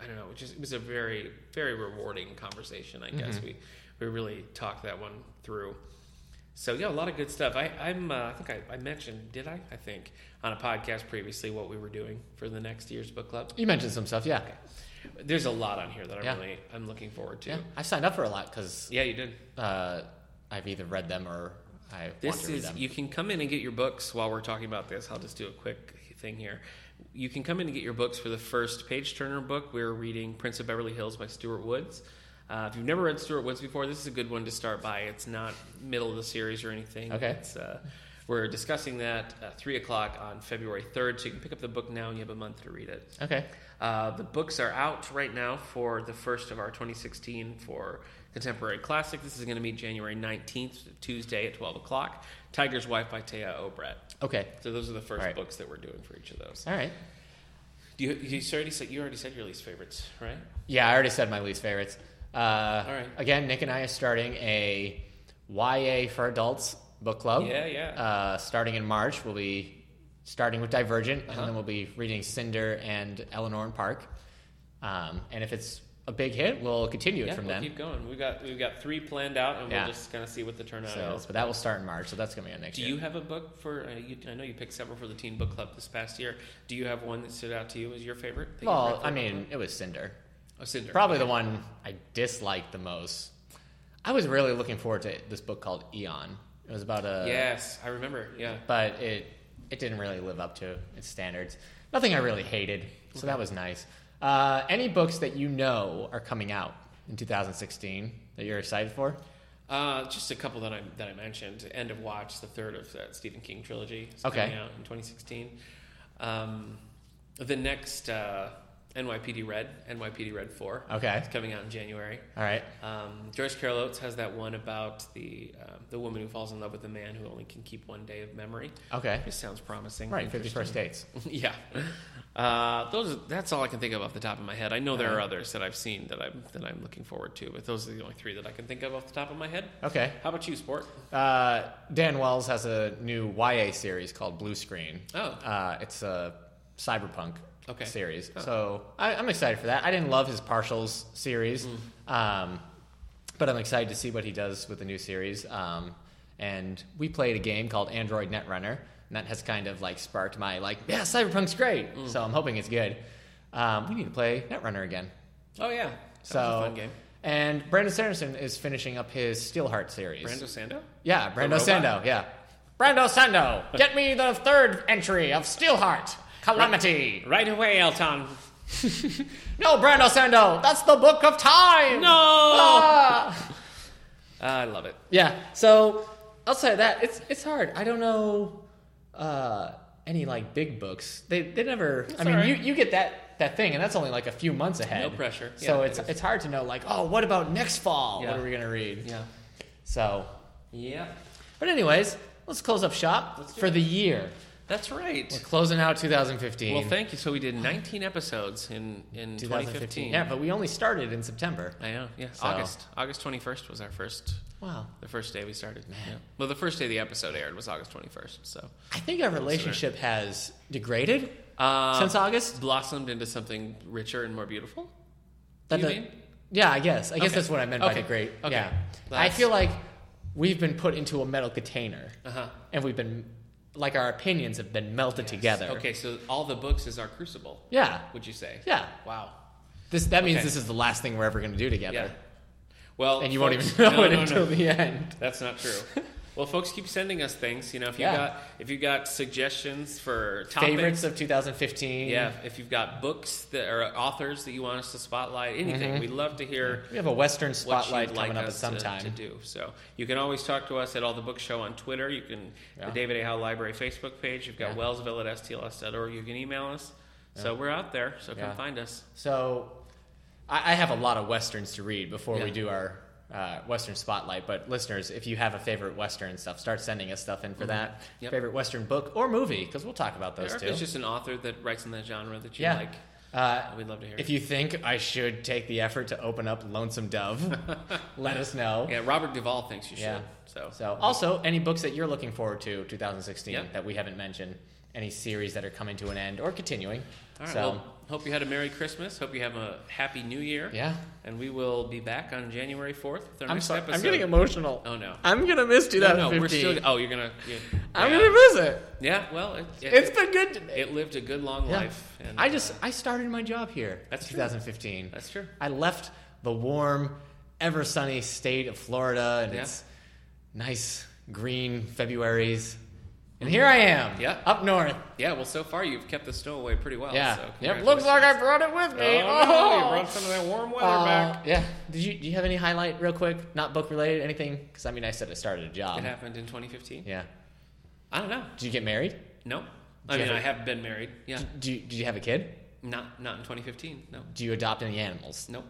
Speaker 1: I don't know. It just it was a very very rewarding conversation. I
Speaker 2: Mm-hmm.
Speaker 1: guess we we really talked that one through. So yeah, a lot of good stuff. I, I'm uh, I think I, I mentioned did I I think on a podcast previously what we were doing for the next year's book club.
Speaker 2: you mentioned some stuff, yeah.
Speaker 1: There's a lot on here that I'm
Speaker 2: Yeah.
Speaker 1: really I'm looking forward to.
Speaker 2: Yeah. I signed up for a lot because
Speaker 1: Yeah, you did.
Speaker 2: uh, I've either read them or I want
Speaker 1: This
Speaker 2: to read
Speaker 1: is
Speaker 2: them.
Speaker 1: you can come in and get your books while we're talking about this. I'll just do a quick thing here. You can come in and get your books for the first page turner book. We're reading Prince of Beverly Hills by Stuart Woods. Uh, if you've never read Stuart Woods before, this is a good one to start by. It's not middle of the series or anything.
Speaker 2: Okay.
Speaker 1: It's, uh, we're discussing that uh, three o'clock on February third, so you can pick up the book now and you have a month to read it.
Speaker 2: okay.
Speaker 1: Uh, the books are out right now for the first of our 2016 for Contemporary Classic. This is going to be January 19th, Tuesday at 12 o'clock. Tiger's Wife by Taya Obrat.
Speaker 2: Okay.
Speaker 1: So those are the first
Speaker 2: All right.
Speaker 1: books that we're doing for each of those.
Speaker 2: All right.
Speaker 1: Do you, you already said you already said your least favorites, right?
Speaker 2: Yeah, I already said my least favorites. Uh,
Speaker 1: All right.
Speaker 2: Again, Nick and I are starting a YA for adults book club.
Speaker 1: Yeah, yeah.
Speaker 2: Uh, starting in March, we'll be starting with Divergent,
Speaker 1: Uh-huh.
Speaker 2: and then we'll be reading Cinder and Eleanor and Park. Um, and if it's a big hit, we'll continue it
Speaker 1: yeah,
Speaker 2: from
Speaker 1: we'll
Speaker 2: then.
Speaker 1: keep going. We've got we've got three planned out, and
Speaker 2: Yeah.
Speaker 1: we'll just kind of see what the turnout
Speaker 2: So,
Speaker 1: is.
Speaker 2: but that will start in March, so that's gonna be our next
Speaker 1: Do
Speaker 2: year.
Speaker 1: you have a book for? Uh, you, I know you picked several for the Teen Book Club this past year. Do you have one that stood out to you as your favorite? that you've read
Speaker 2: well,
Speaker 1: for
Speaker 2: I
Speaker 1: the book
Speaker 2: mean,
Speaker 1: club?
Speaker 2: it was Cinder.
Speaker 1: oh, Cinder.
Speaker 2: Probably the one I disliked the most. I was really looking forward to this book called Eon. It was about a
Speaker 1: Yes, I remember. Yeah.
Speaker 2: but it it didn't really live up to its standards. Nothing I really hated, so that was nice. Uh, any books that you know are coming out in 2016 that you're excited for?
Speaker 1: Uh, just a couple that I that I mentioned. End of Watch, the third of that Stephen King trilogy, is
Speaker 2: Okay.
Speaker 1: coming out in 2016. Um, the next uh, NYPD Red, NYPD Red Four,
Speaker 2: Okay.
Speaker 1: it's coming out in January.
Speaker 2: All right.
Speaker 1: Um, George Carol Oates has that one about the uh, the woman who falls in love with a man who only can keep one day of memory.
Speaker 2: Okay.
Speaker 1: This sounds promising.
Speaker 2: Right. Fifty
Speaker 1: Interesting.
Speaker 2: first dates.
Speaker 1: yeah. Uh, those. are- That's all I can think of off the top of my head. I know
Speaker 2: Uh-huh.
Speaker 1: there are others that I've seen that I'm that I'm looking forward to, but those are the only three that I can think of off the top of my head.
Speaker 2: Okay.
Speaker 1: How about you, sport?
Speaker 2: Uh, Dan Wells has a new YA series called Blue Screen.
Speaker 1: Oh.
Speaker 2: Uh, it's a cyberpunk
Speaker 1: Okay.
Speaker 2: series.
Speaker 1: Oh.
Speaker 2: So I, I'm excited for that. I didn't love his partials series,
Speaker 1: Mm.
Speaker 2: um, but I'm excited to see what he does with the new series. Um, and we played a game called Android Netrunner, and that has kind of like sparked my like, yeah, cyberpunk's great.
Speaker 1: Mm.
Speaker 2: So I'm hoping it's good. Um, we need to play Netrunner again.
Speaker 1: Oh yeah, That was
Speaker 2: So
Speaker 1: a fun game.
Speaker 2: And Brandon Sanderson is finishing up his Steelheart series.
Speaker 1: Brando Sando.
Speaker 2: Yeah, Brando
Speaker 1: robot?
Speaker 2: Sando. Yeah, Brando Sando. Get me the third entry of Steelheart Calamity.
Speaker 1: Right away, Elton.
Speaker 2: No, Brando Sando. That's the Book of Time.
Speaker 1: No.
Speaker 2: Ah!
Speaker 1: I love it.
Speaker 2: Yeah. So outside of that, it's it's hard. I don't know uh, any like big books. They they never. I mean,
Speaker 1: all right.
Speaker 2: you, you get that that thing, and that's only like a few months ahead.
Speaker 1: No pressure.
Speaker 2: So
Speaker 1: Yeah,
Speaker 2: it's
Speaker 1: it is.
Speaker 2: it's hard to know like oh what about next fall?
Speaker 1: Yeah.
Speaker 2: What are we gonna read?
Speaker 1: Yeah.
Speaker 2: So
Speaker 1: Yeah.
Speaker 2: But anyways, let's close up shop
Speaker 1: Let's do
Speaker 2: for
Speaker 1: it.
Speaker 2: the year.
Speaker 1: That's right.
Speaker 2: We're closing out 2015.
Speaker 1: Well, thank you. So we did 19 episodes in in 2015.
Speaker 2: Yeah, but we only started in September.
Speaker 1: I know. Yeah.
Speaker 2: So-
Speaker 1: August. August 21st was our first.
Speaker 2: Wow.
Speaker 1: The first day we started. Yeah. Well, the first day the episode aired was August 21st. So.
Speaker 2: I think our relationship has degraded
Speaker 1: Uh,
Speaker 2: since August.
Speaker 1: blossomed into something richer and more beautiful.
Speaker 2: That
Speaker 1: you
Speaker 2: the-
Speaker 1: mean?
Speaker 2: Yeah, I guess. I guess
Speaker 1: Okay.
Speaker 2: that's what I meant by
Speaker 1: Okay.
Speaker 2: degrade.
Speaker 1: Okay.
Speaker 2: Yeah. I
Speaker 1: That's-
Speaker 2: feel like we've been put into a metal container
Speaker 1: Uh huh.
Speaker 2: and we've been, like, our opinions have been melted together.
Speaker 1: Okay, so all the books is our crucible.
Speaker 2: Yeah.
Speaker 1: Would you say?
Speaker 2: Yeah.
Speaker 1: Wow.
Speaker 2: This, that means
Speaker 1: Okay.
Speaker 2: this is the last thing we're ever going to do together.
Speaker 1: Yeah. Well,
Speaker 2: And you
Speaker 1: folks-
Speaker 2: won't even know
Speaker 1: no,
Speaker 2: it
Speaker 1: no, no.
Speaker 2: until the end.
Speaker 1: That's not true. well, folks, keep sending us things. You know, if you
Speaker 2: Yeah.
Speaker 1: got if you got suggestions for topics,
Speaker 2: Favorites of 2015.
Speaker 1: yeah, if you've got books that or authors that you want us to spotlight, anything, we'd love to hear.
Speaker 2: We have a Western
Speaker 1: what
Speaker 2: Mm-hmm. spotlight
Speaker 1: you'd
Speaker 2: coming
Speaker 1: like
Speaker 2: up at
Speaker 1: us
Speaker 2: some
Speaker 1: to,
Speaker 2: time.
Speaker 1: to do. So you can always talk to us at all the book show on Twitter. You can
Speaker 2: Yeah.
Speaker 1: the David A. Howe Library Facebook page. You've got
Speaker 2: Yeah.
Speaker 1: Wellsville at stls.org. You can email us. So we're out there. So come
Speaker 2: Yeah.
Speaker 1: find us.
Speaker 2: So I, I have a lot of westerns to read before we
Speaker 1: Yeah.
Speaker 2: do our uh, western spotlight. But listeners, if you have a favorite western stuff, start sending us stuff in for that
Speaker 1: Mm-hmm. Yep.
Speaker 2: favorite western book or movie because we'll talk about those
Speaker 1: Or if
Speaker 2: too.
Speaker 1: it's just an author that writes in that genre that you
Speaker 2: yeah.
Speaker 1: like,
Speaker 2: uh,
Speaker 1: we'd love to hear.
Speaker 2: if you think I should take the effort to open up Lonesome Dove, let us know.
Speaker 1: yeah, Robert Duvall thinks you should.
Speaker 2: Yeah.
Speaker 1: So,
Speaker 2: So, also, any books that you're looking forward to 2016
Speaker 1: Yeah.
Speaker 2: that we haven't mentioned, any series that are coming to an end or continuing.
Speaker 1: all right.
Speaker 2: so,
Speaker 1: Well, hope you had a Merry Christmas. Hope you have a Happy New Year.
Speaker 2: yeah.
Speaker 1: And we will be back on January fourth with our next episode.
Speaker 2: emotional.
Speaker 1: Oh no.
Speaker 2: I'm gonna miss
Speaker 1: No, no, we're still. Oh, you're gonna. you yeah.
Speaker 2: miss it.
Speaker 1: Yeah, well, it, it,
Speaker 2: been good to me.
Speaker 1: It lived a good long
Speaker 2: Yeah.
Speaker 1: life. And,
Speaker 2: I just
Speaker 1: uh,
Speaker 2: I started my job here.
Speaker 1: That's true.
Speaker 2: 2015.
Speaker 1: that's true.
Speaker 2: I left the warm, ever sunny state of Florida and
Speaker 1: Yeah.
Speaker 2: its nice green Februarys, and here I am.
Speaker 1: Yeah.
Speaker 2: Up north.
Speaker 1: Yeah, well, so far you've kept the snow away pretty well.
Speaker 2: yeah.
Speaker 1: So
Speaker 2: yep. Looks like I brought it with
Speaker 1: Oh,
Speaker 2: me.
Speaker 1: no, you brought some of that warm weather
Speaker 2: Uh,
Speaker 1: back.
Speaker 2: Yeah. Did you do you have any highlight real quick? Not book related, anything? Because I mean, I said I started a job.
Speaker 1: It happened in 2015.
Speaker 2: Yeah.
Speaker 1: I don't know.
Speaker 2: Did you get married?
Speaker 1: No,
Speaker 2: Do
Speaker 1: I
Speaker 2: you
Speaker 1: mean
Speaker 2: have
Speaker 1: I
Speaker 2: a-
Speaker 1: have been married. Yeah,
Speaker 2: Do you, did you have a kid?
Speaker 1: not not in 2015. No,
Speaker 2: Do you adopt any animals?
Speaker 1: nope,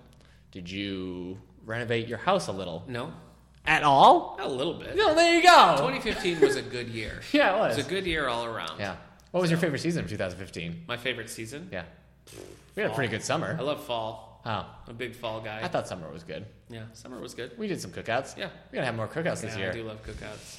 Speaker 2: Did you renovate your house a little?
Speaker 1: no,
Speaker 2: At all?
Speaker 1: a little bit.
Speaker 2: No, there you go.
Speaker 1: 2015 was a good year.
Speaker 2: yeah, it
Speaker 1: It
Speaker 2: was.
Speaker 1: was a good year all around.
Speaker 2: yeah. What was your favorite season of 2015?
Speaker 1: My favorite season.
Speaker 2: Yeah. We had a pretty good
Speaker 1: I
Speaker 2: summer.
Speaker 1: love fall.
Speaker 2: Oh,
Speaker 1: I'm a big fall guy.
Speaker 2: I thought summer was good.
Speaker 1: yeah, summer was good.
Speaker 2: We did some cookouts.
Speaker 1: Yeah.
Speaker 2: We're going to have more cookouts this
Speaker 1: Yeah, I do
Speaker 2: year.
Speaker 1: love cookouts.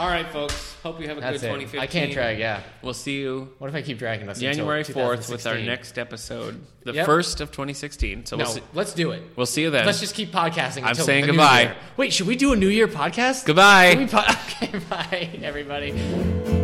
Speaker 1: All right, folks. Hope you have a
Speaker 2: That's
Speaker 1: good
Speaker 2: it.
Speaker 1: 2015.
Speaker 2: I can't drag, yeah.
Speaker 1: We'll see you
Speaker 2: What if I keep dragging this until
Speaker 1: January 4th with our
Speaker 2: 2016?
Speaker 1: next episode, the
Speaker 2: Yep.
Speaker 1: first of 2016. So
Speaker 2: No,
Speaker 1: we'll, see,
Speaker 2: let's do it.
Speaker 1: we'll see you then.
Speaker 2: Let's just keep podcasting.
Speaker 1: I'm
Speaker 2: until
Speaker 1: saying
Speaker 2: the new
Speaker 1: goodbye.
Speaker 2: year. Wait, should we do a New Year podcast?
Speaker 1: Goodbye.
Speaker 2: Can we po- okay, bye, everybody.